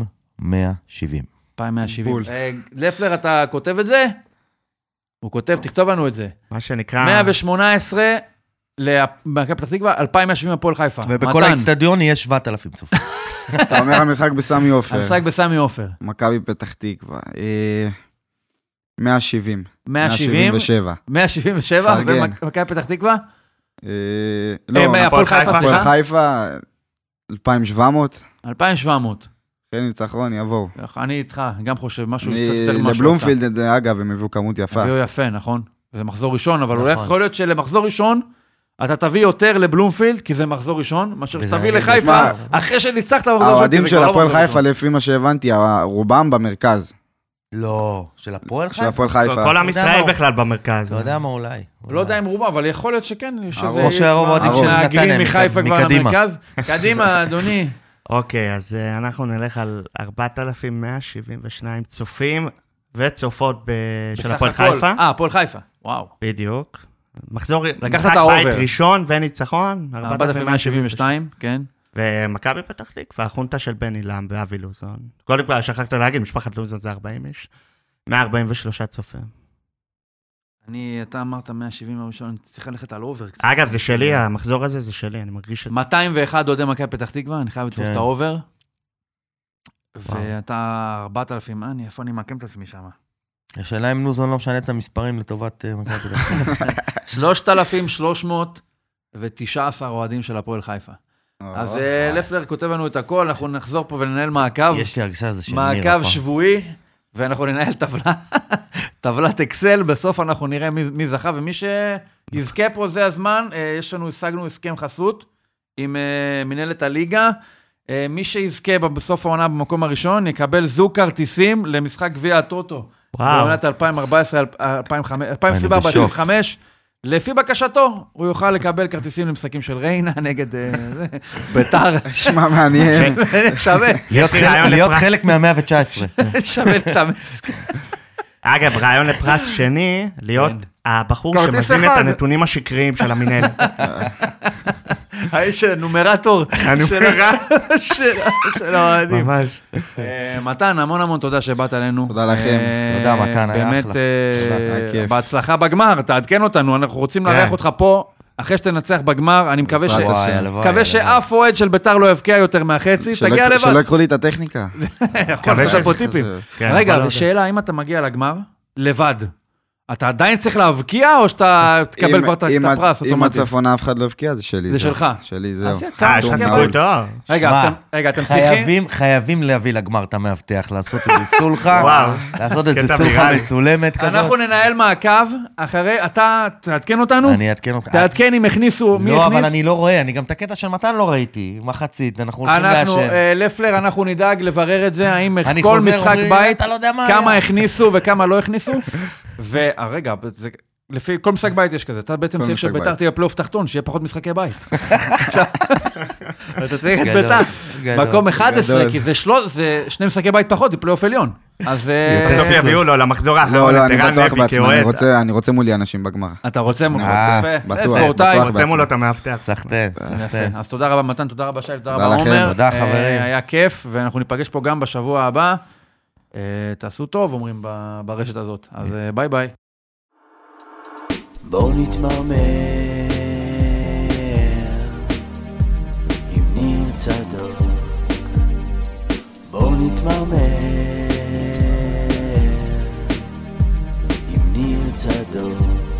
Speaker 3: 2,170.
Speaker 2: 2170.
Speaker 5: בול.
Speaker 2: אה, לפלר, אתה כותב את זה? הוא כותב, תכתוב לנו את זה.
Speaker 4: מה
Speaker 3: אה.
Speaker 4: שנקרא...
Speaker 2: 118 למכבי פתח תקווה, 2170 הפועל חיפה.
Speaker 3: ובכל
Speaker 2: מתן,
Speaker 3: האיצטדיון יהיה 7,000 צופים.
Speaker 5: אתה אומר המשחק בסמי עופר,
Speaker 2: המשחק בסמי עופר.
Speaker 5: מכבי פתח תקווה, אה, 170,
Speaker 2: 170,
Speaker 5: 177.
Speaker 2: 177,
Speaker 5: פרגן.
Speaker 2: ומכבי פתח תקווה?
Speaker 5: אה,
Speaker 2: אה,
Speaker 5: לא,
Speaker 2: הפועל
Speaker 4: חיפה,
Speaker 2: חיפה,
Speaker 5: הפועל
Speaker 2: סליחה?
Speaker 5: חיפה, 2,700,
Speaker 2: 2,700.
Speaker 5: כן ניצחון, יבואו.
Speaker 2: אני איתך, גם חושב משהו
Speaker 5: אני-
Speaker 2: קצת יותר ממה שהוא עשה.
Speaker 5: לבלומפילד, אה, אגב, הם הביאו כמות יפה.
Speaker 2: הביאו יפה, נכון? זה מחזור ראשון, אבל
Speaker 3: נכון.
Speaker 2: אולי יכול להיות שלמחזור ראשון, אתה תביא יותר לבלומפילד, כי זה מחזור ראשון, מאשר
Speaker 3: וזה
Speaker 2: שתביא
Speaker 3: אני-
Speaker 2: לחיפה,
Speaker 5: מה?
Speaker 2: אחרי שניצחת במחזור ראשון,
Speaker 5: האוהדים
Speaker 2: כי זה
Speaker 5: של
Speaker 2: כבר לא
Speaker 5: הפועל
Speaker 2: מחזור
Speaker 5: חיפה,
Speaker 2: ראשון.
Speaker 5: לפי מה שהבנתי, ה- רובם במרכז,
Speaker 3: לא, של הפועל
Speaker 5: של
Speaker 3: חיפה?
Speaker 5: הפועל חיפה.
Speaker 4: כל עם
Speaker 3: יודע
Speaker 4: ישראל
Speaker 3: מה?
Speaker 4: בכלל במרכז.
Speaker 3: אתה יודע מה אולי.
Speaker 2: לא יודע אם רובם, אבל יכול להיות שכן, שזה...
Speaker 3: או שהרוב האוהדים
Speaker 5: של
Speaker 3: נתניה,
Speaker 2: מהגרים אה, מחיפה כבר
Speaker 3: מקדימה.
Speaker 2: למרכז. קדימה, אדוני.
Speaker 4: אוקיי, אז אה, אנחנו נלך על 4,172 צופים וצופות ב- של
Speaker 2: בסך
Speaker 4: הפועל
Speaker 2: הכל.
Speaker 4: חיפה.
Speaker 2: אה, הפועל חיפה. וואו.
Speaker 4: בדיוק. מחזור,
Speaker 2: את
Speaker 4: משחק
Speaker 2: האובר.
Speaker 4: בית ראשון וניצחון, 4,172.
Speaker 2: 4,172, כן.
Speaker 4: ומכבי פתח תקווה, החונטה של בני לם ואבי לוזון. קודם כל, שכחת להגיד, משפחת לוזון זה 40 איש. 143 צופים.
Speaker 2: אני, אתה אמרת 170 הראשון, אני צריך ללכת על אובר קצת. אה,
Speaker 4: אגב, זה
Speaker 2: כן.
Speaker 4: שלי, אה, המחזור הזה זה שלי, אני מרגיש את זה.
Speaker 2: 201 אוהדי מכבי פתח תקווה, אני חייב לתפוס
Speaker 3: כן.
Speaker 2: את האובר.
Speaker 3: וואו.
Speaker 2: ואתה 4,000, אה, אני- איפה אני מעקם את עצמי שם?
Speaker 3: השאלה אם לוזון לא משנה את המספרים לטובת אה, מכבי פתח תקווה.
Speaker 2: 3,319 אוהדים של הפועל חיפה. אז אה, לפלר כותב לנו את הכל, אנחנו נחזור פה וננהל מעקב,
Speaker 3: יש לי הרגשה שזה לא של ניר.
Speaker 2: מעקב
Speaker 3: הפעם.
Speaker 2: שבועי, ואנחנו ננהל טבלה, טבלת אקסל, בסוף אנחנו נראה מי מי זכה, ומי שיזכה פה זה הזמן, אה, יש לנו, השגנו הסכם חסות עם אה, מינהלת הליגה. אה, מי שיזכה בסוף העונה במקום הראשון, יקבל זוג כרטיסים למשחק גביע הטוטו.
Speaker 4: וואו.
Speaker 2: בעונת 2014-2025,
Speaker 3: בשוק.
Speaker 2: לפי בקשתו, הוא יוכל לקבל כרטיסים למשחקים של ריינה נגד אה, זה, ביתר.
Speaker 5: שמע, מעניין.
Speaker 2: שווה,
Speaker 3: להיות
Speaker 4: יש לי
Speaker 3: חלק-
Speaker 4: רעיון
Speaker 3: להיות
Speaker 4: לפרס.
Speaker 3: חלק מה-119.
Speaker 2: שווה להתאמץ.
Speaker 4: אגב, רעיון לפרס שני, להיות
Speaker 2: כן.
Speaker 4: הבחור
Speaker 2: כרטיס
Speaker 4: שמזין
Speaker 2: אחד.
Speaker 4: את הנתונים השקריים של המינהלת.
Speaker 2: האיש הנומרטור של
Speaker 4: "אה,
Speaker 2: ה- של ה- של האוהדים.
Speaker 4: ממש.
Speaker 2: אה, מתן, המון המון תודה שבאת אלינו.
Speaker 5: תודה לכם.
Speaker 2: אה,
Speaker 3: תודה, מתן, היה
Speaker 2: באמת,
Speaker 3: אחלה.
Speaker 2: אה,
Speaker 3: תודה,
Speaker 5: היה כיף.
Speaker 2: בהצלחה בגמר, תעדכן אותנו, אנחנו רוצים לארח
Speaker 4: כן.
Speaker 2: אותך פה, אחרי שתנצח בגמר, אני מקווה ש...
Speaker 5: בעזרת
Speaker 3: וואי,
Speaker 5: השם.
Speaker 3: הלוואי,
Speaker 2: מקווה
Speaker 3: הלוואי.
Speaker 2: שאף אוהד של ביתר לא יבקיע יותר מהחצי,
Speaker 5: שלא-
Speaker 2: תגיע לבד.
Speaker 5: שלא יקחו לי את הטכניקה. אה,
Speaker 2: יכול להיות
Speaker 4: מקווה
Speaker 2: פה
Speaker 4: ש-
Speaker 2: טיפים. לא
Speaker 4: כן,
Speaker 2: רגע,
Speaker 4: אבל-
Speaker 2: ושאלה, אם אתה מגיע לגמר, לבד, אתה עדיין צריך להבקיע, או שאתה תקבל
Speaker 5: אם-
Speaker 2: כבר את
Speaker 5: אם
Speaker 2: את
Speaker 5: הצ-
Speaker 2: הפרס
Speaker 5: אם
Speaker 2: אוטומטית?
Speaker 5: הצפון אף אחד לא הבקיע, זה שלי.
Speaker 2: זה
Speaker 5: זהו.
Speaker 2: שלך.
Speaker 5: שלי,
Speaker 2: אז
Speaker 5: זהו.
Speaker 2: יהיה כמה
Speaker 4: אה, יש
Speaker 5: חתום
Speaker 4: לך
Speaker 2: סיכוי
Speaker 5: נעול.
Speaker 4: סיכוי טוב.
Speaker 2: רגע,
Speaker 3: שמע,
Speaker 2: אז אתם- רגע, אתם צריכים...
Speaker 3: חייבים, חייבים להביא לגמר את המאבטח, לעשות איזה סולחה,
Speaker 4: וואו.
Speaker 3: לעשות איזה
Speaker 4: קטע
Speaker 3: סולחה
Speaker 4: ויראלי.
Speaker 3: מצולמת
Speaker 2: אנחנו
Speaker 3: כזאת.
Speaker 2: ננהל מעקב אחרי... אתה תעדכן אותנו?
Speaker 3: אני אעדכן אותך.
Speaker 2: תעדכן אם הכניסו, מי
Speaker 3: לא,
Speaker 2: הכניס?
Speaker 3: אבל אני לא רואה, אני גם את הקטע של מתן לא ראיתי, מחצית, אנחנו הולכים
Speaker 2: אנחנו,
Speaker 3: לעשן.
Speaker 2: אה, לפלר, אנחנו נדאג לברר את זה, האם
Speaker 3: אני
Speaker 2: כל
Speaker 3: חוזר,
Speaker 2: משחק
Speaker 3: אומרים,
Speaker 2: בית,
Speaker 3: "אתה לא יודע מה
Speaker 2: כמה
Speaker 3: היה".
Speaker 2: הכניסו וכמה לא הכניסו. אה, ורגע, לפי כל משחק בית יש כזה, אתה בעצם
Speaker 5: כל
Speaker 2: צריך
Speaker 5: משחק
Speaker 2: שביתר
Speaker 5: בית.
Speaker 2: תהיה פלייאוף תחתון, שיהיה פחות משחקי בית. אתה צריך את
Speaker 3: גדול,
Speaker 2: ביתר.
Speaker 3: גדול,
Speaker 2: מקום 11,
Speaker 5: גדול.
Speaker 2: כי זה שלוש- זה שני משחקי בית פחות, זה פלייאוף עליון. אז אה,
Speaker 3: יותר
Speaker 4: בסוף יביאו לו למחזור
Speaker 5: לא,
Speaker 4: האחרון
Speaker 5: לא,
Speaker 4: את
Speaker 5: אני
Speaker 4: ערן
Speaker 5: בטוח
Speaker 4: לוי
Speaker 5: בעצמי, אני
Speaker 4: כאוהד.
Speaker 5: רוצה- אני רוצה מולי אנשים בגמר.
Speaker 2: אתה רוצה מול
Speaker 3: אה,
Speaker 2: יפה,
Speaker 5: בטוח,
Speaker 2: ספורטאי.
Speaker 5: בטוח.
Speaker 4: רוצה מולו את המאבטח.
Speaker 3: סחטיין,
Speaker 2: יפה,
Speaker 3: סחטיין.
Speaker 2: אז תודה רבה מתן, תודה רבה שי, תודה
Speaker 5: תודה
Speaker 2: רבה
Speaker 5: לכם,
Speaker 2: עומר.
Speaker 3: תודה,
Speaker 2: אה,
Speaker 3: חברים.
Speaker 2: היה כיף, ואנחנו ניפגש פה גם בשבוע הבא. אה, תעשו טוב, אומרים ב- ברשת הזאת. אז אה, ביי ביי.
Speaker 1: בואו נתמרמר, אם נמצא דוק. בואו נתמרמר, אם נמצא דוק.